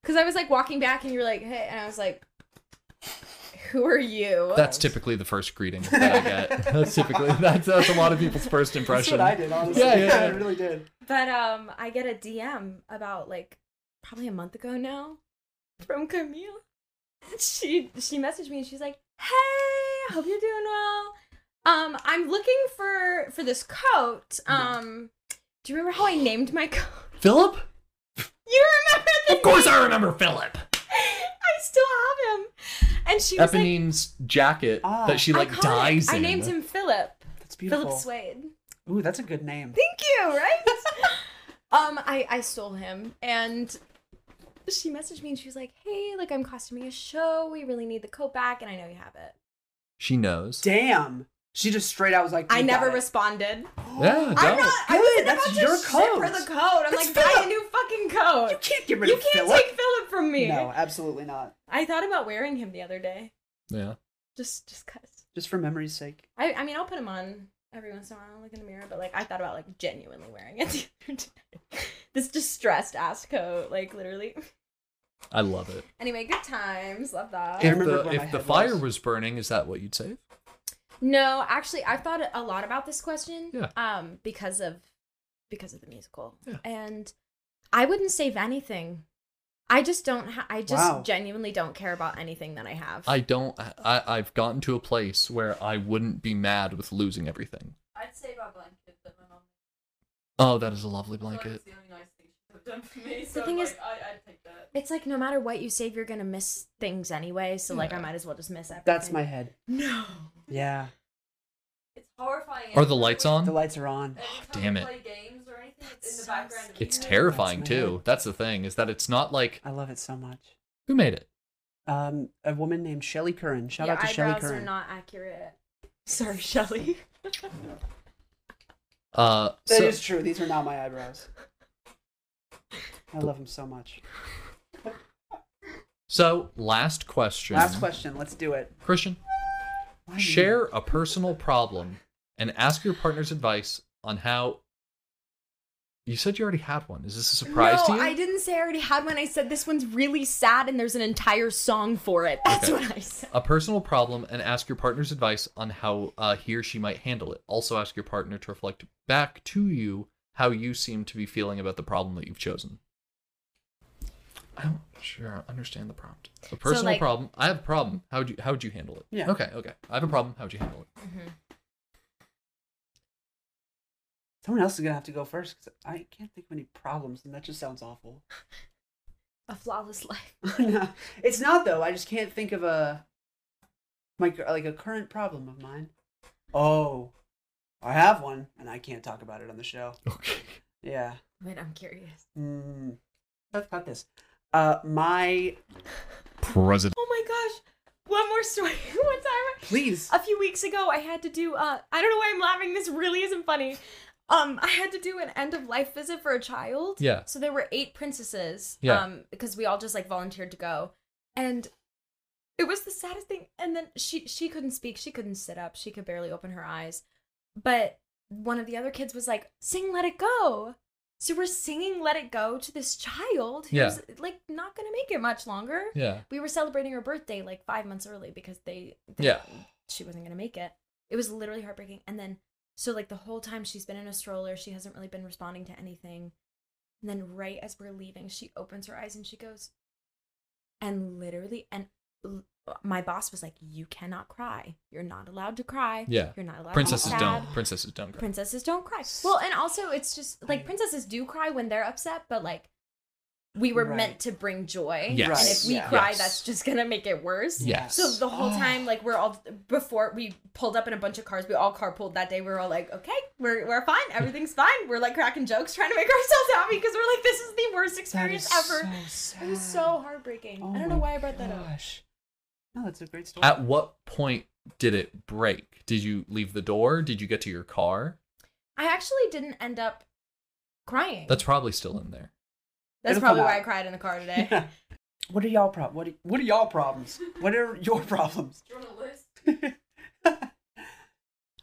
Speaker 3: Because I was like walking back, and you were like, "Hey," and I was like, "Who are you?"
Speaker 1: That's typically the first greeting that I get. that's typically that's that's a lot of people's first
Speaker 2: That's
Speaker 1: impression.
Speaker 2: what I did, honestly.
Speaker 1: Yeah, yeah,
Speaker 2: I
Speaker 1: yeah.
Speaker 2: really did.
Speaker 3: But um, I get a DM about like probably a month ago now from Camille. She she messaged me and she's like, "Hey, hope you're doing well. Um, I'm looking for for this coat. Um, do you remember how I named my coat?
Speaker 1: Philip?
Speaker 3: You remember the
Speaker 1: Of course I remember Philip.
Speaker 3: I still have him. And she was like,
Speaker 1: Eponine's jacket
Speaker 2: Ah.
Speaker 1: that she like
Speaker 3: iconic.
Speaker 1: dies in.
Speaker 3: I named him Philip.
Speaker 2: That's
Speaker 3: Philip
Speaker 2: beautiful.
Speaker 3: Swade.
Speaker 2: Ooh, that's a good name.
Speaker 3: Thank you, right? um, I, I stole him and she messaged me and she was like, Hey, like I'm costuming a show. We really need the coat back and I know you have it.
Speaker 1: She knows.
Speaker 2: Damn. She just straight out was like,
Speaker 3: I
Speaker 2: "You got
Speaker 3: never
Speaker 2: it."
Speaker 3: responded.
Speaker 1: Yeah, don't.
Speaker 3: I'm not I
Speaker 2: Good,
Speaker 3: wasn't
Speaker 2: that's
Speaker 3: about to
Speaker 2: your
Speaker 3: shit
Speaker 2: coat.
Speaker 3: for the coat. I'm
Speaker 2: That's
Speaker 3: like, buy
Speaker 2: Philip.
Speaker 3: a new fucking
Speaker 2: You
Speaker 3: coat.
Speaker 2: can't get rid
Speaker 3: You
Speaker 2: of
Speaker 3: can't
Speaker 2: Philip.
Speaker 3: take Philip from me.
Speaker 2: No, absolutely not.
Speaker 3: I thought about wearing him the other day.
Speaker 1: Yeah.
Speaker 3: Just just cause.
Speaker 2: Just for memory's sake.
Speaker 3: I I mean I'll put him on every once in a while, look in the mirror, but like I thought about like genuinely wearing it the other day. this distressed ass coat, like literally.
Speaker 1: I love it.
Speaker 3: Anyway, good times. Love
Speaker 2: I
Speaker 1: If
Speaker 3: that.
Speaker 2: remember
Speaker 1: the,
Speaker 2: where my
Speaker 1: if the
Speaker 2: head
Speaker 1: fire
Speaker 2: was.
Speaker 1: was burning, is that what you'd save?
Speaker 3: No, actually, I've thought a lot about this question.
Speaker 1: Yeah.
Speaker 3: Um, because of because of the musical,
Speaker 1: Yeah.
Speaker 3: and I wouldn't save anything. I just don't. Ha- I just
Speaker 2: Wow.
Speaker 3: genuinely don't care about anything that I have.
Speaker 1: I don't. I, I've gotten to a place where I wouldn't be mad with losing everything.
Speaker 5: I'd save our blanket that my mom.
Speaker 1: Oh, that is a lovely
Speaker 5: I feel like
Speaker 1: blanket.
Speaker 5: it's the only nice thing she's ever done for me.
Speaker 3: The
Speaker 5: So
Speaker 3: thing
Speaker 5: I'm
Speaker 3: is-
Speaker 5: like, I, I'd take that.
Speaker 3: it's like no matter what you save, you're gonna miss things anyway. So like, I
Speaker 1: Yeah.
Speaker 3: might as well just miss everything.
Speaker 2: That's my head.
Speaker 3: no.
Speaker 2: Yeah.
Speaker 5: It's horrifying.
Speaker 1: Are the lights on?
Speaker 2: The lights are on.
Speaker 1: damn
Speaker 5: damn
Speaker 1: it.
Speaker 5: it. Play games or anything, it's in the background. of
Speaker 1: It's
Speaker 5: music.
Speaker 1: terrifying
Speaker 2: That's my
Speaker 1: too.
Speaker 2: head.
Speaker 1: That's the thing is that it's not like
Speaker 2: I love it so much.
Speaker 1: who made it.
Speaker 2: Um, a woman named Shelly Curran. Shout
Speaker 3: Your
Speaker 2: out to Shelly
Speaker 3: eyebrows
Speaker 2: Curran.
Speaker 3: are not accurate. Sorry, Shelly.
Speaker 1: Uh,
Speaker 2: That is
Speaker 1: so-
Speaker 2: true. These are not my eyebrows. I love them so much.
Speaker 1: So, last question.
Speaker 2: Last question. Let's do it.
Speaker 1: Christian,
Speaker 2: Why do you-
Speaker 1: share a personal problem and ask your partner's advice on how. You said you already had one. Is this a surprise to
Speaker 3: no,
Speaker 1: you?
Speaker 3: I didn't say I already had one. I said this one's really sad, and there's an entire song for it. That's
Speaker 1: Okay.
Speaker 3: what I said.
Speaker 1: A personal problem and ask your partner's advice on how uh, he or she might handle it. Also, ask your partner to reflect back to you how you seem to be feeling about the problem that you've chosen. I don't sure I understand the prompt. A personal
Speaker 3: like-
Speaker 1: problem. I have a problem. How would you how would you handle it?
Speaker 2: Yeah.
Speaker 1: Okay. Okay. I have a problem. How would you handle it?
Speaker 2: Someone else is gonna have to go first because I can't think of any problems, and that just sounds awful.
Speaker 3: A flawless life.
Speaker 2: no, it's not though. I just can't think of a my cur- like a current problem of mine. Oh, I have one, and I can't talk about it on the show.
Speaker 1: Okay.
Speaker 2: Yeah.
Speaker 3: Wait, I'm curious.
Speaker 2: Mm. Let's cut this. Uh, my
Speaker 1: President.
Speaker 3: Oh my gosh! One more story. One time.
Speaker 2: please.
Speaker 3: a few weeks ago i had to do uh i don't know why i'm laughing this really isn't funny um i had to do an end of life visit for a child
Speaker 1: Yeah.
Speaker 3: so there were eight princesses
Speaker 1: Yeah.
Speaker 3: um because we all just like volunteered to go and it was the saddest thing and then she she couldn't speak she couldn't sit up she could barely open her eyes but one of the other kids was like sing let it go so we're singing let it go to this child
Speaker 1: Yeah.
Speaker 3: who's like not gonna make it much longer
Speaker 1: Yeah.
Speaker 3: we were celebrating her birthday like five months early because they, they-
Speaker 1: Yeah.
Speaker 3: she wasn't gonna make it it was literally heartbreaking and then so like the whole time she's been in a stroller she hasn't really been responding to anything and then right as we're leaving she opens her eyes and she goes and literally and l- my boss was like you cannot cry you're not allowed to cry
Speaker 1: Yeah.
Speaker 3: you're not allowed
Speaker 1: Princesses
Speaker 3: to be sad.
Speaker 1: don't. Princesses don't. cry.
Speaker 3: princesses don't cry well and also it's just like princesses do cry when they're upset but like we were
Speaker 2: Right.
Speaker 3: meant to bring joy
Speaker 1: Yes.
Speaker 3: and if we
Speaker 2: Yeah.
Speaker 3: cry
Speaker 1: Yes.
Speaker 3: that's just gonna make it worse
Speaker 1: Yes.
Speaker 3: so the whole
Speaker 2: Oh.
Speaker 3: time, like we're all before we pulled up in a bunch of cars, we all carpooled that day. We were all like, okay, we're we're fine, everything's fine. We're like cracking jokes, trying to make ourselves happy because we're like, this is the worst
Speaker 2: That
Speaker 3: experience
Speaker 2: is
Speaker 3: ever.
Speaker 2: so sad.
Speaker 3: It was so heartbreaking.
Speaker 2: Oh
Speaker 3: I don't know
Speaker 2: my
Speaker 3: why I brought that up.
Speaker 2: gosh. No, that's a great story.
Speaker 1: At what point did it break? Did you leave the door? Did you get to your car?
Speaker 3: I actually didn't end up crying.
Speaker 1: That's probably still in there.
Speaker 3: That's
Speaker 2: It'll
Speaker 3: probably
Speaker 2: come
Speaker 3: why
Speaker 2: out.
Speaker 3: I cried in the car today.
Speaker 2: Yeah. What are y'all prob? What are, what are y'all problems? What are your problems?
Speaker 5: Do you want a list?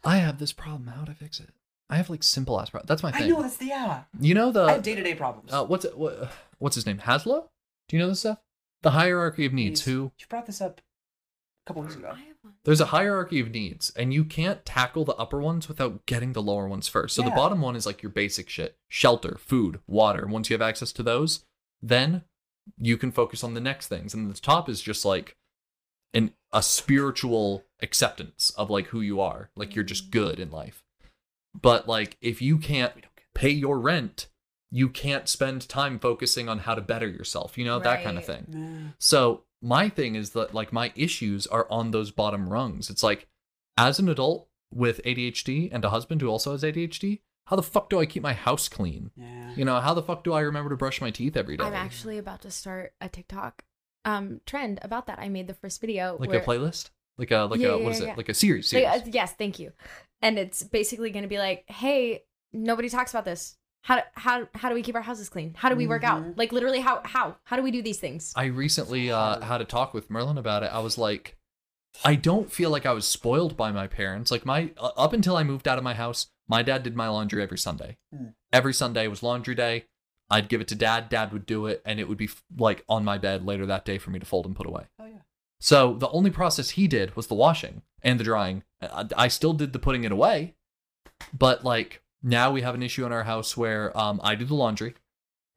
Speaker 1: I have this problem. How would I fix it? I have like simple ass problems. That's my thing.
Speaker 2: I know that's the hour.
Speaker 1: You know the
Speaker 2: I have day to day problems.
Speaker 1: uh, what's what, what's his name? Haslow? Do you know this stuff? The hierarchy of needs.
Speaker 2: Please.
Speaker 1: Who?
Speaker 2: You brought this up a couple weeks ago.
Speaker 3: I have one.
Speaker 1: There's a hierarchy of needs, and you can't tackle the upper ones without getting the lower ones first. So the
Speaker 2: Yeah.
Speaker 1: bottom one is like your basic shit: shelter, food, water. Once you have access to those, then you can focus on the next things. And the top is just like an a spiritual acceptance of like who you are. Like you're just good in life. But like if you can't
Speaker 2: We don't get.
Speaker 1: pay your rent, you can't spend time focusing on how to better yourself, you know, that kind of thing.
Speaker 3: Right.
Speaker 2: Nah.
Speaker 1: So, my thing is that like my issues are on those bottom rungs. It's like, as an adult with ADHD and a husband who also has ADHD, how the fuck do I keep my house clean?
Speaker 2: Yeah.
Speaker 1: You know, how the fuck do I remember to brush my teeth every day?
Speaker 3: I'm actually about to start a TikTok um trend about that. I made the first video
Speaker 1: like
Speaker 3: where-
Speaker 1: a playlist, like a like
Speaker 3: Yeah,
Speaker 1: a
Speaker 3: yeah,
Speaker 1: what is
Speaker 3: yeah,
Speaker 1: it?
Speaker 3: yeah.
Speaker 1: Like a series.
Speaker 3: Like,
Speaker 1: series.
Speaker 3: uh, yes, thank you. And it's basically going to be like, hey, nobody talks about this. How how how do we keep our houses clean? How do we work out?
Speaker 2: Mhm.
Speaker 3: Like literally, how how how do we do these things?
Speaker 1: Mm-hmm. I recently uh,
Speaker 2: hard.
Speaker 1: had a talk with Merlin about it. I was like, I don't feel like I was spoiled by my parents. Like my uh, up until I moved out of my house, my dad did my laundry every Sunday.
Speaker 2: Hmm.
Speaker 1: Every Sunday was laundry day. I'd give it to dad. Dad would do it, and it would be f- like on my bed later that day for me to fold and put away.
Speaker 2: Oh yeah.
Speaker 1: So the only process he did was the washing and the drying. I, I still did the putting it away, but like now we have an issue in our house where um, I do the laundry,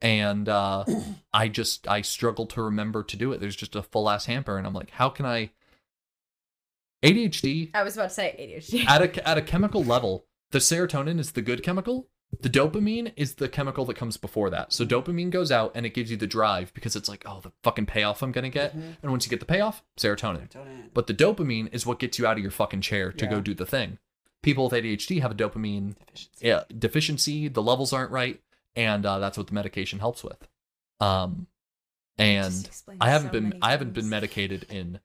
Speaker 1: and uh, I just I struggle to remember to do it. There's just a full ass hamper, and I'm like, how can I? ADHD
Speaker 3: I was about to say ADHD.
Speaker 1: at a at a chemical level, the serotonin is the good chemical. The dopamine is the chemical that comes before that. So dopamine goes out and it gives you the drive because it's like, oh, the fucking payoff I'm gonna get.
Speaker 2: Mhm.
Speaker 1: And once you get the payoff, serotonin.
Speaker 2: Don't end.
Speaker 1: But the dopamine is what gets you out of your fucking chair to
Speaker 2: Yeah.
Speaker 1: go do the thing. people with ADHD have a dopamine
Speaker 2: Deficiency.
Speaker 1: yeah, deficiency. The levels aren't right, and uh, that's what the medication helps with. Um, and I haven't been I haven't been medicated in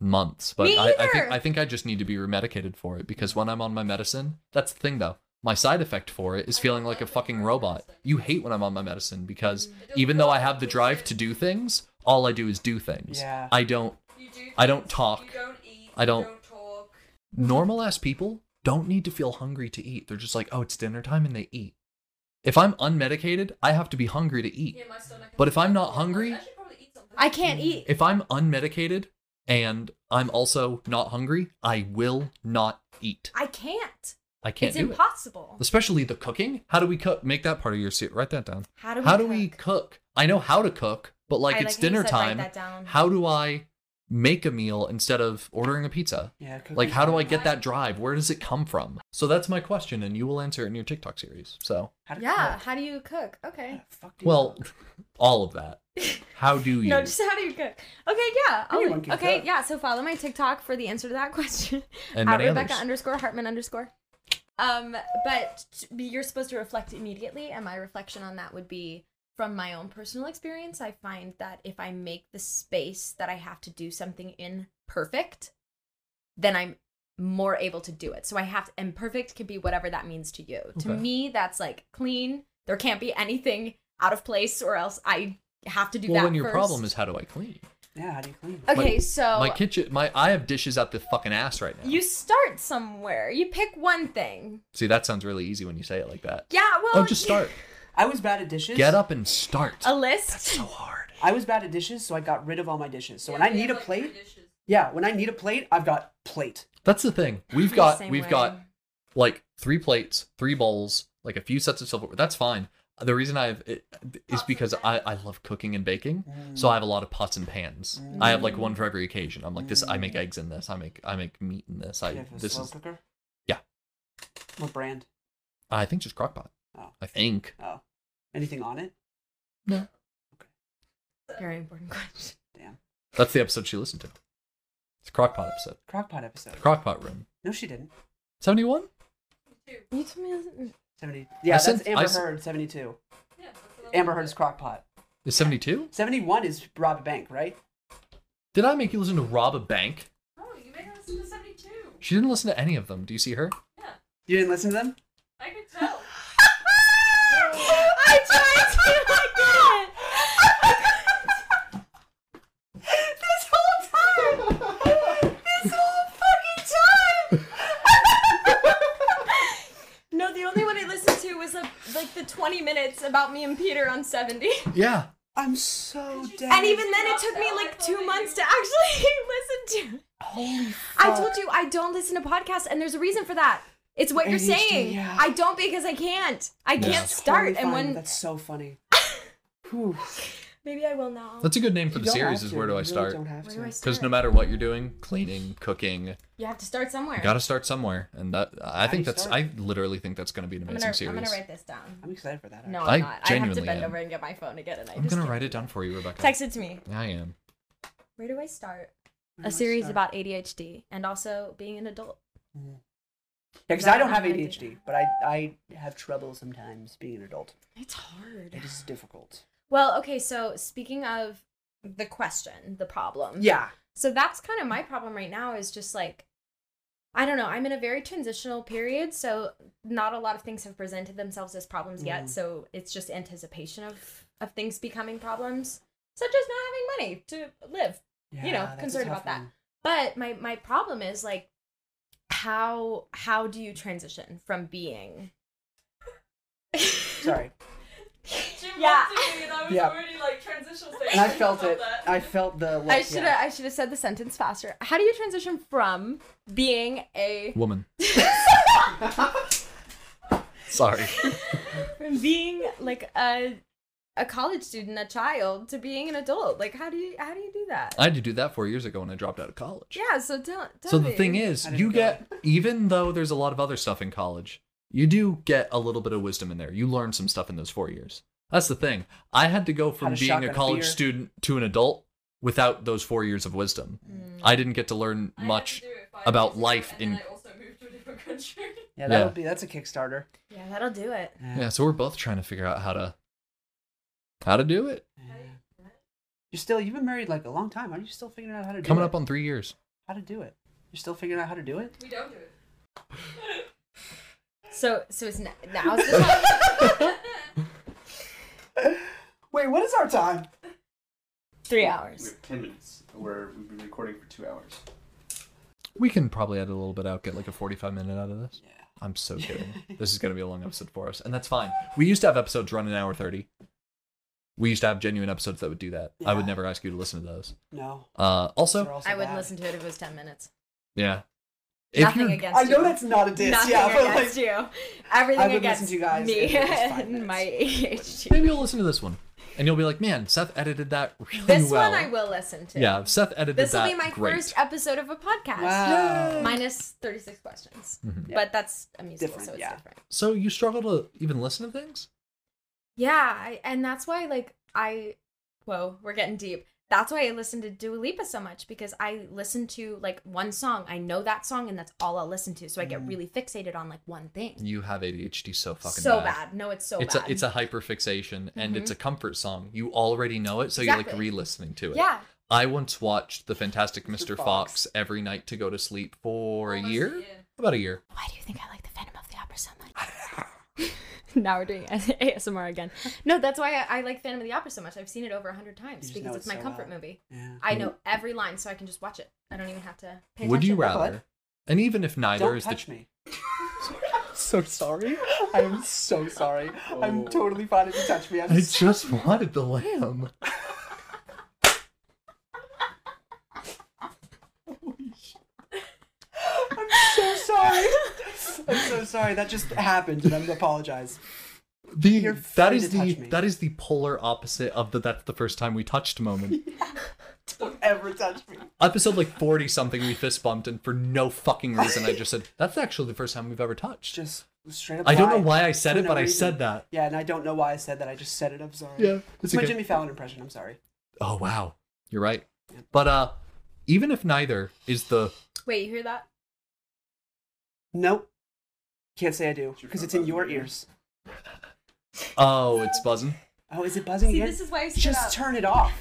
Speaker 1: months, but
Speaker 3: Me
Speaker 1: I, I think
Speaker 3: either.
Speaker 1: I think I just need to be remedicated for it because when I'm on my medicine, that's the thing though. My side effect for it is feeling like a fucking robot. You hate when I'm on my medicine
Speaker 3: Mm.
Speaker 1: because even though I have the drive to do things, all I do is do things.
Speaker 2: Yeah.
Speaker 1: I don't
Speaker 5: You do
Speaker 1: I don't
Speaker 5: things,
Speaker 1: talk.
Speaker 5: You don't eat.
Speaker 1: I don't-
Speaker 5: You don't talk.
Speaker 1: normal ass people don't need to feel hungry to eat. They're just like, "Oh, it's dinner time," and they eat. If I'm unmedicated, I have to be hungry to eat.
Speaker 5: Yeah, my son. I can
Speaker 1: But if I'm not
Speaker 5: I'm like,
Speaker 1: hungry-
Speaker 5: I should probably eat something.
Speaker 3: I can't eat.
Speaker 1: If I'm unmedicated and I'm also not hungry, I will not eat.
Speaker 3: I can't.
Speaker 1: I can't
Speaker 3: it's
Speaker 1: do it.
Speaker 3: impossible.
Speaker 1: Especially the cooking. How do we cook? Make that part of your suit. Write that down.
Speaker 3: How do we?
Speaker 1: how do
Speaker 3: cook?
Speaker 1: we cook? I know how to cook, but like
Speaker 3: I
Speaker 1: it's
Speaker 3: like how you
Speaker 1: dinner
Speaker 3: said write
Speaker 1: time.
Speaker 3: that down.
Speaker 1: How do I make a meal instead of ordering a pizza?
Speaker 2: Yeah. cooking
Speaker 1: Like, how do I
Speaker 2: time.
Speaker 1: get that drive? Where does it come from? So that's my question, and you will answer it in your TikTok series. So,
Speaker 2: How to
Speaker 3: Yeah.
Speaker 2: cook.
Speaker 3: How do you cook?
Speaker 2: How
Speaker 3: Okay.
Speaker 2: the fuck do you
Speaker 1: well,
Speaker 2: cook?
Speaker 1: all of that. How do you?
Speaker 3: No, just how do you cook? Okay, yeah. I'll-
Speaker 2: Anyone can
Speaker 3: okay,
Speaker 2: cook.
Speaker 3: yeah. So follow my TikTok for the answer to that question.
Speaker 1: And
Speaker 3: At
Speaker 1: many
Speaker 3: Rebecca
Speaker 1: others.
Speaker 3: underscore Hartman underscore. Um, but t- you're supposed to reflect immediately, and my reflection on that would be from my own personal experience. I find that if I make the space that I have to do something in perfect, then I'm more able to do it. So I have to, and perfect can be whatever that means to you. To
Speaker 1: Okay.
Speaker 3: me, that's like clean. There can't be anything out of place, or else I have to do
Speaker 1: well,
Speaker 3: that.
Speaker 1: when your
Speaker 3: first.
Speaker 1: problem is how do I clean?
Speaker 2: Yeah. How do you clean?
Speaker 3: Okay,
Speaker 1: My-
Speaker 3: so
Speaker 1: my kitchen, my I have dishes out the fucking ass right now.
Speaker 3: you start somewhere. You pick one thing.
Speaker 1: See, that sounds really easy when you say it like that.
Speaker 3: Yeah, well,
Speaker 1: oh, just start.
Speaker 2: I was bad at dishes.
Speaker 1: Get up and start.
Speaker 3: A list.
Speaker 1: That's so hard.
Speaker 2: I was bad at dishes, so I got rid of all my dishes. So
Speaker 5: Yeah,
Speaker 2: when I
Speaker 5: we
Speaker 2: need
Speaker 5: have,
Speaker 2: a
Speaker 5: like, three
Speaker 2: plate,
Speaker 5: dishes.
Speaker 2: yeah, when I need a plate, I've got plate.
Speaker 1: That's the thing. We've
Speaker 3: The
Speaker 1: got
Speaker 3: same
Speaker 1: we've
Speaker 3: way.
Speaker 1: got like three plates, three bowls, like a few sets of silverware. That's fine. The reason I've it is because I I love cooking and baking, so I have a lot of pots and pans. I have like one for every occasion. I'm like this. I make eggs in this. I make I make meat in this.
Speaker 2: Do you
Speaker 1: I
Speaker 2: have a
Speaker 1: this
Speaker 2: slow
Speaker 1: is
Speaker 2: cooker?
Speaker 1: Yeah.
Speaker 2: What brand?
Speaker 1: I think just crockpot.
Speaker 2: Oh.
Speaker 1: I think
Speaker 2: Oh. Anything on it?
Speaker 1: no.
Speaker 3: Very important question.
Speaker 2: Damn.
Speaker 1: That's the episode she listened to. It's a crockpot episode.
Speaker 2: Crockpot episode.
Speaker 1: The crockpot room.
Speaker 2: No, she didn't.
Speaker 1: Seventy one.
Speaker 3: You told me.
Speaker 2: 70. Yeah, that's
Speaker 1: sent- I
Speaker 2: Amber
Speaker 1: sent-
Speaker 2: Heard, 72.
Speaker 5: Yeah, that's what I
Speaker 2: Amber
Speaker 5: like.
Speaker 2: Heard's Crockpot.
Speaker 1: Is seventy two?
Speaker 2: 71 is Rob Bank, right?
Speaker 1: Did I make you listen to Rob a Bank?
Speaker 5: Oh, you made her listen to 72.
Speaker 1: She didn't listen to any of them. Do you see her?
Speaker 5: Yeah,
Speaker 2: You didn't listen to them?
Speaker 5: I could tell.
Speaker 3: I tried to like that. this whole time. This whole fucking time. no, the only one I listened to was a, like the 20 minutes about me and Peter on 70.
Speaker 1: Yeah.
Speaker 2: I'm so dead.
Speaker 3: And even then, it took me like two months to actually listen to.
Speaker 2: Holy
Speaker 3: I told you I don't listen to podcasts, and there's a reason for that. It's what you're
Speaker 2: ADHD,
Speaker 3: saying.
Speaker 2: yeah.
Speaker 3: I don't because I can't. I
Speaker 1: Yeah.
Speaker 3: can't start. and when
Speaker 2: That's so funny. Whew.
Speaker 3: maybe I will now.
Speaker 1: That's a good name for
Speaker 2: You
Speaker 1: the
Speaker 2: don't
Speaker 1: series.
Speaker 2: have
Speaker 1: Is
Speaker 2: to.
Speaker 1: where do
Speaker 2: You
Speaker 1: I
Speaker 2: really
Speaker 1: start?
Speaker 2: don't have
Speaker 3: Where
Speaker 2: to.
Speaker 3: do I
Speaker 1: Because no
Speaker 3: start?
Speaker 1: matter what you're doing, cleaning, cooking, you
Speaker 3: you have to start somewhere.
Speaker 1: gotta start somewhere. And that I
Speaker 2: do
Speaker 1: think
Speaker 2: you
Speaker 1: that's
Speaker 2: start?
Speaker 1: I literally think that's gonna be an
Speaker 3: I'm
Speaker 1: amazing
Speaker 3: gonna, I'm
Speaker 1: series.
Speaker 3: gonna write this down.
Speaker 2: I'm excited for that.
Speaker 3: No,
Speaker 1: I
Speaker 3: I'm not. I have to
Speaker 1: genuinely am.
Speaker 3: bend over and get my phone again, and I
Speaker 1: I'm
Speaker 3: just
Speaker 1: gonna write it down for you, Rebecca.
Speaker 3: text it to me.
Speaker 1: Yeah, I am.
Speaker 3: Where do I start?
Speaker 2: Where do I
Speaker 3: A series
Speaker 2: start?
Speaker 3: about ADHD and also being an adult.
Speaker 2: Yeah, because I don't have ADHD, but I, I have trouble sometimes being an adult.
Speaker 3: It's hard.
Speaker 2: It is difficult.
Speaker 3: Well, okay. So speaking of the question, the problem.
Speaker 2: Yeah.
Speaker 3: so that's kind of my problem right now is just like i don't know i'm in a very transitional period so not a lot of things have presented themselves as problems yet
Speaker 2: Mhm.
Speaker 3: so it's just anticipation of of things becoming problems such as not having money to live
Speaker 2: yeah
Speaker 3: you know
Speaker 2: that's a
Speaker 3: concerned
Speaker 2: tough
Speaker 3: about that
Speaker 2: one.
Speaker 3: but my my problem is like how how do you transition from being
Speaker 2: Sorry.
Speaker 5: Jim
Speaker 3: Yeah.
Speaker 5: yeah. to me, and I was
Speaker 2: Yeah.
Speaker 5: already like transitional stage.
Speaker 2: And I felt
Speaker 5: love
Speaker 2: it.
Speaker 5: that.
Speaker 2: I felt the. Look,
Speaker 3: I should have
Speaker 2: yeah.
Speaker 3: I should have said the sentence faster. How do you transition from being a
Speaker 1: Woman. Sorry.
Speaker 3: from being like a a college student, a child, to being an adult. Like how do you how do you do that?
Speaker 1: I had to do that four years ago when I dropped out of college.
Speaker 3: yeah, so tell, tell
Speaker 1: so the
Speaker 3: me.
Speaker 1: thing is,
Speaker 2: How did
Speaker 1: you
Speaker 2: it go?
Speaker 1: get even though there's a lot of other stuff in college, you do get a little bit of wisdom in there. You learn some stuff in those four years. That's the thing. I had to go from
Speaker 2: to
Speaker 1: being
Speaker 2: shock
Speaker 1: a
Speaker 2: out
Speaker 1: college
Speaker 2: fear.
Speaker 1: student to an adult without those four years of wisdom. I didn't get to learn
Speaker 5: Mm. I had
Speaker 1: much
Speaker 5: to do it five
Speaker 1: about
Speaker 5: years ago,
Speaker 1: life
Speaker 5: and
Speaker 1: in
Speaker 5: then I also moved to a different country.
Speaker 2: Yeah, that
Speaker 1: Yeah.
Speaker 2: would be that's a Kickstarter.
Speaker 3: Yeah, that'll do it.
Speaker 1: Yeah, so we're both trying to figure out how to how to do it.
Speaker 2: Yeah. You're still you've been married like a long time. How Are you still figuring out how to do
Speaker 1: Coming
Speaker 2: it?
Speaker 1: up on three years.
Speaker 2: how to do it? You're still figuring out how to do it?
Speaker 5: We don't do it.
Speaker 3: So, so it's n- now's the time.
Speaker 2: Wait, what is our time?
Speaker 3: Three
Speaker 4: We
Speaker 3: hours.
Speaker 4: have 10 minutes. Where we've been recording for two hours.
Speaker 1: We can probably edit a little bit out, get like a forty-five minute out of this.
Speaker 2: Yeah.
Speaker 1: I'm so kidding. this is gonna be a long episode for us, and that's fine. We used to have episodes run an hour thirty. We used to have genuine episodes that would do that. I would
Speaker 2: Yeah.
Speaker 1: never ask you to listen to those.
Speaker 2: No.
Speaker 1: Uh,
Speaker 2: they're
Speaker 1: also,
Speaker 2: all so
Speaker 3: I wouldn't
Speaker 2: bad.
Speaker 3: listen to it if it was ten minutes.
Speaker 1: yeah.
Speaker 3: Nothing
Speaker 1: you're-
Speaker 3: against
Speaker 2: I
Speaker 3: you.
Speaker 2: know that's not a diss,
Speaker 3: Nothing
Speaker 2: yeah, but
Speaker 3: against
Speaker 2: like
Speaker 3: you. Everything
Speaker 2: I would
Speaker 3: against
Speaker 2: listen to you guys if
Speaker 3: me
Speaker 2: it was five
Speaker 3: and my ADHD.
Speaker 1: Maybe you'll listen to this one, and you'll be like, "Man, Seth edited that really
Speaker 3: This
Speaker 1: well."
Speaker 3: one I will listen to.
Speaker 1: Yeah, Seth edited
Speaker 3: This will
Speaker 1: that.
Speaker 3: be my
Speaker 1: great.
Speaker 3: first episode of a podcast.
Speaker 2: Wow.
Speaker 3: Minus 36 questions.
Speaker 1: Mhm.
Speaker 2: Yeah.
Speaker 3: But that's a musical,
Speaker 2: Different,
Speaker 3: so it's
Speaker 2: yeah.
Speaker 3: different.
Speaker 1: So you struggle to even listen to things?
Speaker 3: Yeah, I, and that's why like I whoa, we're getting deep. That's why I listen to Dua Lipa so much because I listen to like one song. I know that song and that's all I'll listen to. So I get really fixated on like one thing.
Speaker 1: You have ADHD so Mm. fucking
Speaker 3: so
Speaker 1: bad.
Speaker 3: bad. No, it's so
Speaker 1: it's
Speaker 3: bad. Mm-hmm.
Speaker 1: a it's a hyperfixation and it's a comfort song. You already know it, so you're like
Speaker 3: Exactly.
Speaker 1: re-listening to it.
Speaker 3: yeah.
Speaker 1: I once watched The Fantastic Mr.
Speaker 2: Mr.
Speaker 1: Fox.
Speaker 2: Fox.
Speaker 1: every night to go to sleep for a
Speaker 5: Almost
Speaker 1: year, about a year.
Speaker 3: Why do you think I like the Phantom of the Opera so much? now we're doing ASMR again. No, that's why I, I like Phantom of the Opera so much. I've seen it over a hundred times
Speaker 2: just
Speaker 3: because
Speaker 2: know
Speaker 3: it's,
Speaker 2: it
Speaker 3: my
Speaker 2: so
Speaker 3: comfort
Speaker 2: well.
Speaker 3: movie.
Speaker 2: Yeah.
Speaker 3: I know every line, so I can just watch it. I don't even have to. Pay
Speaker 1: Would you
Speaker 3: attention.
Speaker 1: rather? And even if neither
Speaker 2: Don't
Speaker 1: is
Speaker 2: touch
Speaker 1: the
Speaker 2: me. so sorry. I am so sorry. I'm
Speaker 4: Oh.
Speaker 2: totally fine if you touch me. I'm
Speaker 1: I
Speaker 2: so-
Speaker 1: just wanted the lamb.
Speaker 2: I'm so sorry. I'm so sorry. That just happened, and I'm gonna apologize.
Speaker 1: The
Speaker 2: You're
Speaker 1: that
Speaker 2: free
Speaker 1: is
Speaker 2: to
Speaker 1: the
Speaker 2: touch me.
Speaker 1: that is the polar opposite of the that's the first time we touched moment.
Speaker 2: Don't ever touch me.
Speaker 1: Episode like forty something we fist bumped and for no fucking reason I just said that's actually the first time we've ever touched.
Speaker 2: Just straight up.
Speaker 1: I don't know
Speaker 2: lied
Speaker 1: why I said
Speaker 2: for
Speaker 1: it,
Speaker 2: no
Speaker 1: but I
Speaker 2: reason.
Speaker 1: said that.
Speaker 2: Yeah, and I don't know why I said that. I just said it. I'm sorry.
Speaker 1: Yeah, it's
Speaker 2: It's my
Speaker 1: okay.
Speaker 2: Jimmy Fallon impression. I'm sorry.
Speaker 1: Oh wow, you're right. But uh, even if neither is the
Speaker 3: Wait, you hear that?
Speaker 2: Nope. Can't say I do
Speaker 4: Is your
Speaker 2: because
Speaker 4: phone
Speaker 2: it's in
Speaker 4: buzzing
Speaker 2: your
Speaker 4: again?
Speaker 2: ears.
Speaker 1: oh, it's buzzing.
Speaker 2: Oh, is it buzzing
Speaker 3: See,
Speaker 2: again?
Speaker 3: this is why I stood
Speaker 2: just
Speaker 3: up.
Speaker 2: turn it off.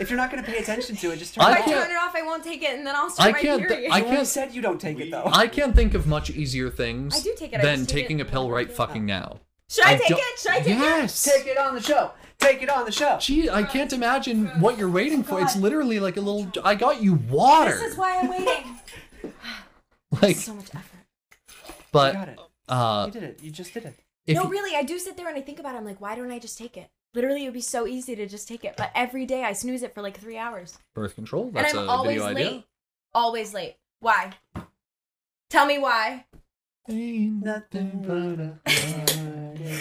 Speaker 2: If you're not gonna pay attention to it, just turn
Speaker 1: I
Speaker 2: it
Speaker 3: If I
Speaker 2: off.
Speaker 1: can't-
Speaker 3: turn it off, I won't take it, and then I'll
Speaker 1: I
Speaker 3: start my
Speaker 1: can't.
Speaker 3: period.
Speaker 1: I
Speaker 2: You already
Speaker 1: can't.
Speaker 2: said you don't take it though.
Speaker 1: I can't think of much easier things
Speaker 3: I do take it, I
Speaker 1: than
Speaker 3: just take it
Speaker 1: taking a pill
Speaker 3: when I
Speaker 1: right
Speaker 3: feel-
Speaker 1: fucking now.
Speaker 3: Should I, take
Speaker 1: don't-
Speaker 3: it? Should I take it?
Speaker 1: yes.
Speaker 2: Take it on the show. Take it on the show.
Speaker 1: Gee, I can't imagine
Speaker 3: Oh
Speaker 1: what you're waiting for. It's literally like a little. I got you water.
Speaker 3: This is why I'm waiting.
Speaker 1: like,
Speaker 3: so much effort.
Speaker 2: You got
Speaker 1: but
Speaker 2: it.
Speaker 1: uh,
Speaker 2: You did it. You just did it.
Speaker 1: if
Speaker 3: no,
Speaker 1: you-
Speaker 3: really, I do sit there and I think about it. I'm like, why don't I just take it? Literally, it would be so easy to just take it. But every day I snooze it for like three hours.
Speaker 1: birth control. That's
Speaker 3: and I'm
Speaker 1: a
Speaker 3: always
Speaker 1: video
Speaker 3: late.
Speaker 1: idea.
Speaker 3: Always late. Why? Tell me why.
Speaker 1: Ain't
Speaker 2: Nothing but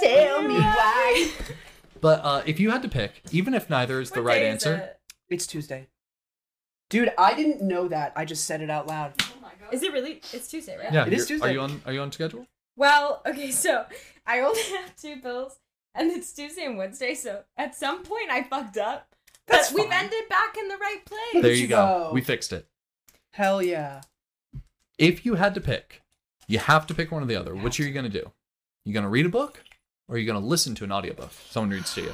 Speaker 3: Tell me why.
Speaker 1: But uh, if you had to pick, even if neither is the
Speaker 3: What
Speaker 1: right
Speaker 3: day is
Speaker 1: answer,
Speaker 3: it?
Speaker 2: It's Tuesday. Dude, I didn't know that. I just said it out loud.
Speaker 5: Oh my god.
Speaker 3: Is it really? It's Tuesday, right?
Speaker 1: yeah,
Speaker 2: It is
Speaker 1: you're- are
Speaker 2: Tuesday.
Speaker 1: you on? Are you on schedule?
Speaker 3: Well, okay, so I only have two bills, and it's Tuesday and Wednesday, so at some point I fucked up.
Speaker 2: That's
Speaker 3: but we've
Speaker 2: fine.
Speaker 3: ended back in the right place.
Speaker 1: There
Speaker 2: at
Speaker 1: you
Speaker 2: you
Speaker 1: go.
Speaker 2: go.
Speaker 1: We fixed it.
Speaker 2: Hell yeah.
Speaker 1: if you had to pick, you have to pick one or the other. Which are you going to do? You going to read a book or are you going to listen to an audiobook? Someone reads to you.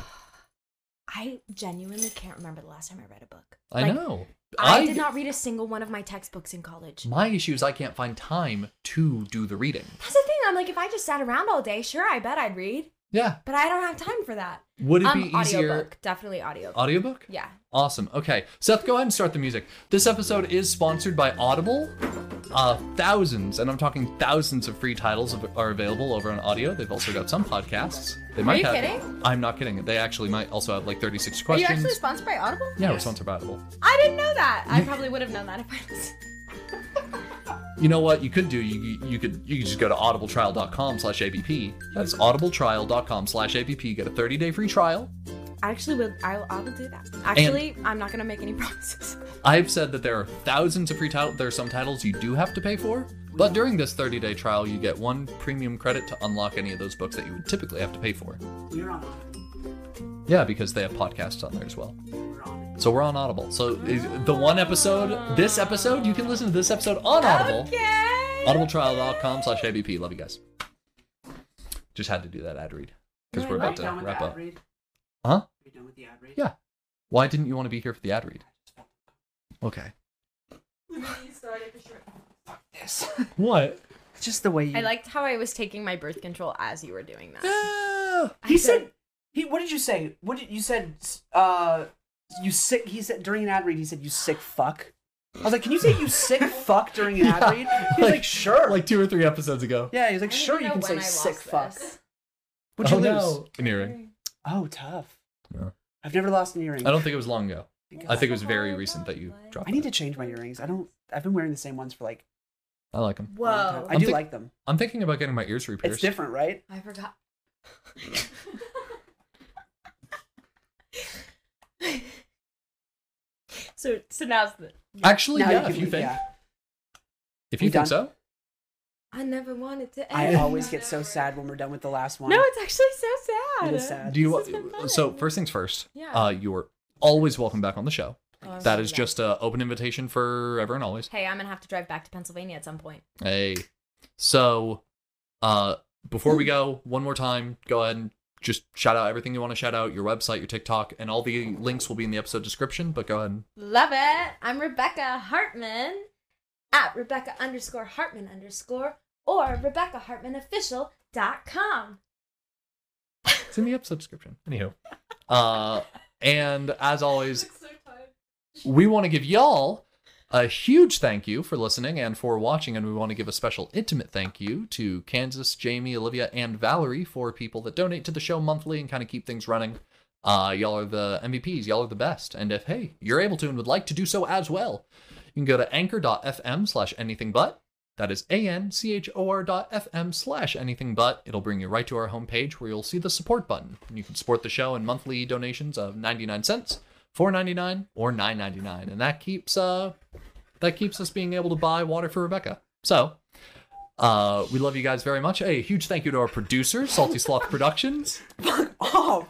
Speaker 3: I genuinely can't remember the last time I read a book.
Speaker 1: I Mm.
Speaker 3: Like,
Speaker 1: know.
Speaker 3: I, did not read a single one of my textbooks in college.
Speaker 1: My issue is I can't find time to do the reading.
Speaker 3: That's the thing. I'm like, if I just sat around all day, sure, I bet I'd read,
Speaker 1: Yeah.
Speaker 3: but I don't have time for that.
Speaker 1: Would it
Speaker 3: um,
Speaker 1: be easier?
Speaker 3: audiobook, definitely audiobook.
Speaker 2: Uh,
Speaker 1: Audiobook?
Speaker 3: yeah.
Speaker 1: Awesome. Okay. Seth, go ahead and start the music. This episode is sponsored by Audible. Uh, thousands, and I'm talking thousands of free titles av- are available over on audio. They've also got some podcasts. They might
Speaker 3: you
Speaker 1: have.
Speaker 3: kidding?
Speaker 1: I'm not kidding. They actually might also have like 36
Speaker 3: Are
Speaker 1: questions.
Speaker 3: you actually sponsored by Audible?
Speaker 1: yeah, we're sponsored by Audible.
Speaker 3: I didn't know that. I probably would have known that if I was.
Speaker 1: you know what you could do you, you could you could just go to audibletrial.com slash abp that's audibletrial.com slash abp get a 30-day free trial
Speaker 3: I actually will. I will, I will do that. Actually, I'm not gonna make any promises.
Speaker 1: i've said that there are thousands of free titles there are some titles you do have to pay for but during this 30-day trial you get one premium credit to unlock any of those books that you would typically have to pay for
Speaker 2: We're on it.
Speaker 1: yeah because they have podcasts on there as well
Speaker 2: We're on it.
Speaker 1: so we're on
Speaker 2: Oh.
Speaker 1: audible so is- the one episode this episode you can listen to this episode on audible
Speaker 3: Okay.
Speaker 1: audibletrial.com slash abp love you guys just had to do that ad read because
Speaker 3: No,
Speaker 1: we're about
Speaker 3: I love
Speaker 1: to
Speaker 2: done with
Speaker 1: wrap
Speaker 2: the
Speaker 1: up
Speaker 2: ad read?
Speaker 1: huh
Speaker 2: Are we done with the ad read?
Speaker 1: Yeah. why didn't you want to be here for the ad read okay
Speaker 5: We started to shrink.
Speaker 2: Fuck this.
Speaker 1: what
Speaker 2: It's just the way you.
Speaker 3: I liked how I was taking my birth control as you were doing that.
Speaker 1: Ah,
Speaker 3: I
Speaker 2: He
Speaker 3: said-
Speaker 2: said. He. What did you say? What did you said? Uh, you sick. He said during an ad read. He said you sick fuck. I was like, can you say you sick fuck during an ad
Speaker 1: Yeah,
Speaker 2: read? He's like,
Speaker 1: like-
Speaker 2: sure.
Speaker 1: like two or three episodes ago
Speaker 2: yeah. He's
Speaker 3: I
Speaker 2: like,
Speaker 3: don't
Speaker 2: sure.
Speaker 3: even
Speaker 2: You
Speaker 3: know
Speaker 2: can say
Speaker 3: when I lost
Speaker 2: sick fuck.
Speaker 3: this.
Speaker 2: What'd you
Speaker 1: oh,
Speaker 2: lose?
Speaker 1: no. an earring
Speaker 2: Oh, tough.
Speaker 1: Yeah.
Speaker 2: I've never lost an earring.
Speaker 1: i don't think it was long ago
Speaker 2: Thank
Speaker 1: i
Speaker 2: God.
Speaker 1: think it was very recent that you dropped
Speaker 2: I need to
Speaker 1: that.
Speaker 2: change my earrings. I don't. I've been wearing the same ones for like.
Speaker 1: i like them
Speaker 2: a long time.
Speaker 3: Whoa.
Speaker 2: I
Speaker 1: I'm
Speaker 2: do
Speaker 1: think-
Speaker 2: like them.
Speaker 1: i'm thinking about getting my ears repierced
Speaker 2: It's different, right?
Speaker 3: I forgot. so so now's the
Speaker 1: actually
Speaker 2: Now
Speaker 1: yeah
Speaker 2: can-
Speaker 1: if you think
Speaker 2: yeah.
Speaker 1: if you
Speaker 2: We
Speaker 1: think
Speaker 2: done?
Speaker 1: so
Speaker 3: I never wanted to
Speaker 2: I
Speaker 3: end.
Speaker 2: always get so sad when we're done with the last one.
Speaker 3: No, it's actually so
Speaker 2: It
Speaker 3: sad.
Speaker 2: is sad.
Speaker 1: do you
Speaker 3: This has been fun.
Speaker 1: so first things first
Speaker 3: Yeah.
Speaker 1: uh you're always welcome back on the show
Speaker 3: Oh, I'm
Speaker 1: that
Speaker 3: so
Speaker 1: is
Speaker 3: glad.
Speaker 1: just a open invitation forever and always
Speaker 3: Hey, I'm gonna have to drive back to Pennsylvania at some point.
Speaker 1: Hey. So, uh, before we go, one more time, go ahead and just shout out everything you want to shout out your website, your TikTok, and all the links will be in the episode description. But go ahead. and-
Speaker 3: Love it. I'm Rebecca Hartman at Rebecca underscore Hartman underscore or Rebecca Hartman official dot com.
Speaker 1: It's in the episode description. Anywho. Uh, and as always,
Speaker 5: Looks so tired.
Speaker 1: we want to give y'all a huge thank you for listening and for watching, and we want to give a special intimate thank you to Kansas, Jamie, Olivia, and Valerie for people that donate to the show monthly and kind of keep things running. Uh, y'all are the MVPs. Y'all are the best. And if hey, you're able to and would like to do so as well, you can go to anchor.fm slash anything but. That is A-N-C-H-O-R dot F-M slash anything but. It'll bring you right to our homepage where you'll see the support button. And you can support the show in monthly donations of 99 cents, 4.99, or 9.99. And that keeps uh that keeps us being able to buy water for Rebecca. So uh we love you guys very much. Hey, huge thank you to our producer, Salty Sloth Productions.
Speaker 2: Oh,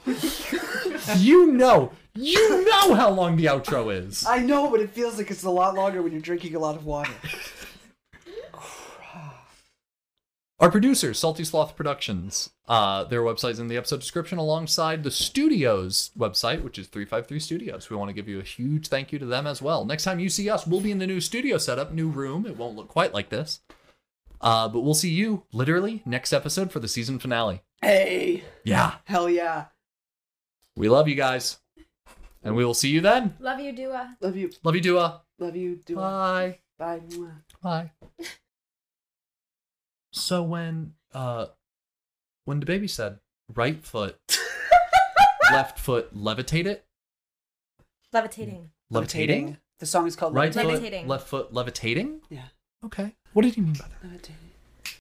Speaker 1: You know, you know how long the outro is.
Speaker 2: I know, but it feels like it's a lot longer when you're drinking a lot of water.
Speaker 1: Our producer, Salty Sloth Productions. Uh, their website's in the episode description alongside the studio's website, which is 353 Studios. We want to give you a huge thank you to them as well. Next time you see us, we'll be in the new studio setup, new room. It won't look quite like this. Uh, but we'll see you literally next episode for the season finale.
Speaker 2: Hey,
Speaker 1: Yeah.
Speaker 2: hell yeah.
Speaker 1: We love you guys. And we will see you then.
Speaker 3: Love you, Dua.
Speaker 2: Love you.
Speaker 1: Love you, Dua.
Speaker 2: Love you. Do it.
Speaker 1: Bye.
Speaker 2: Bye. Mwah.
Speaker 1: Bye. so when uh when the baby said right foot left foot levitate it
Speaker 3: Levitating.
Speaker 1: levitating
Speaker 2: The song is called
Speaker 1: right
Speaker 2: Levitating.
Speaker 1: foot
Speaker 3: Levitating.
Speaker 1: left foot levitating
Speaker 2: Yeah.
Speaker 1: okay what did he mean by that
Speaker 2: Levitating.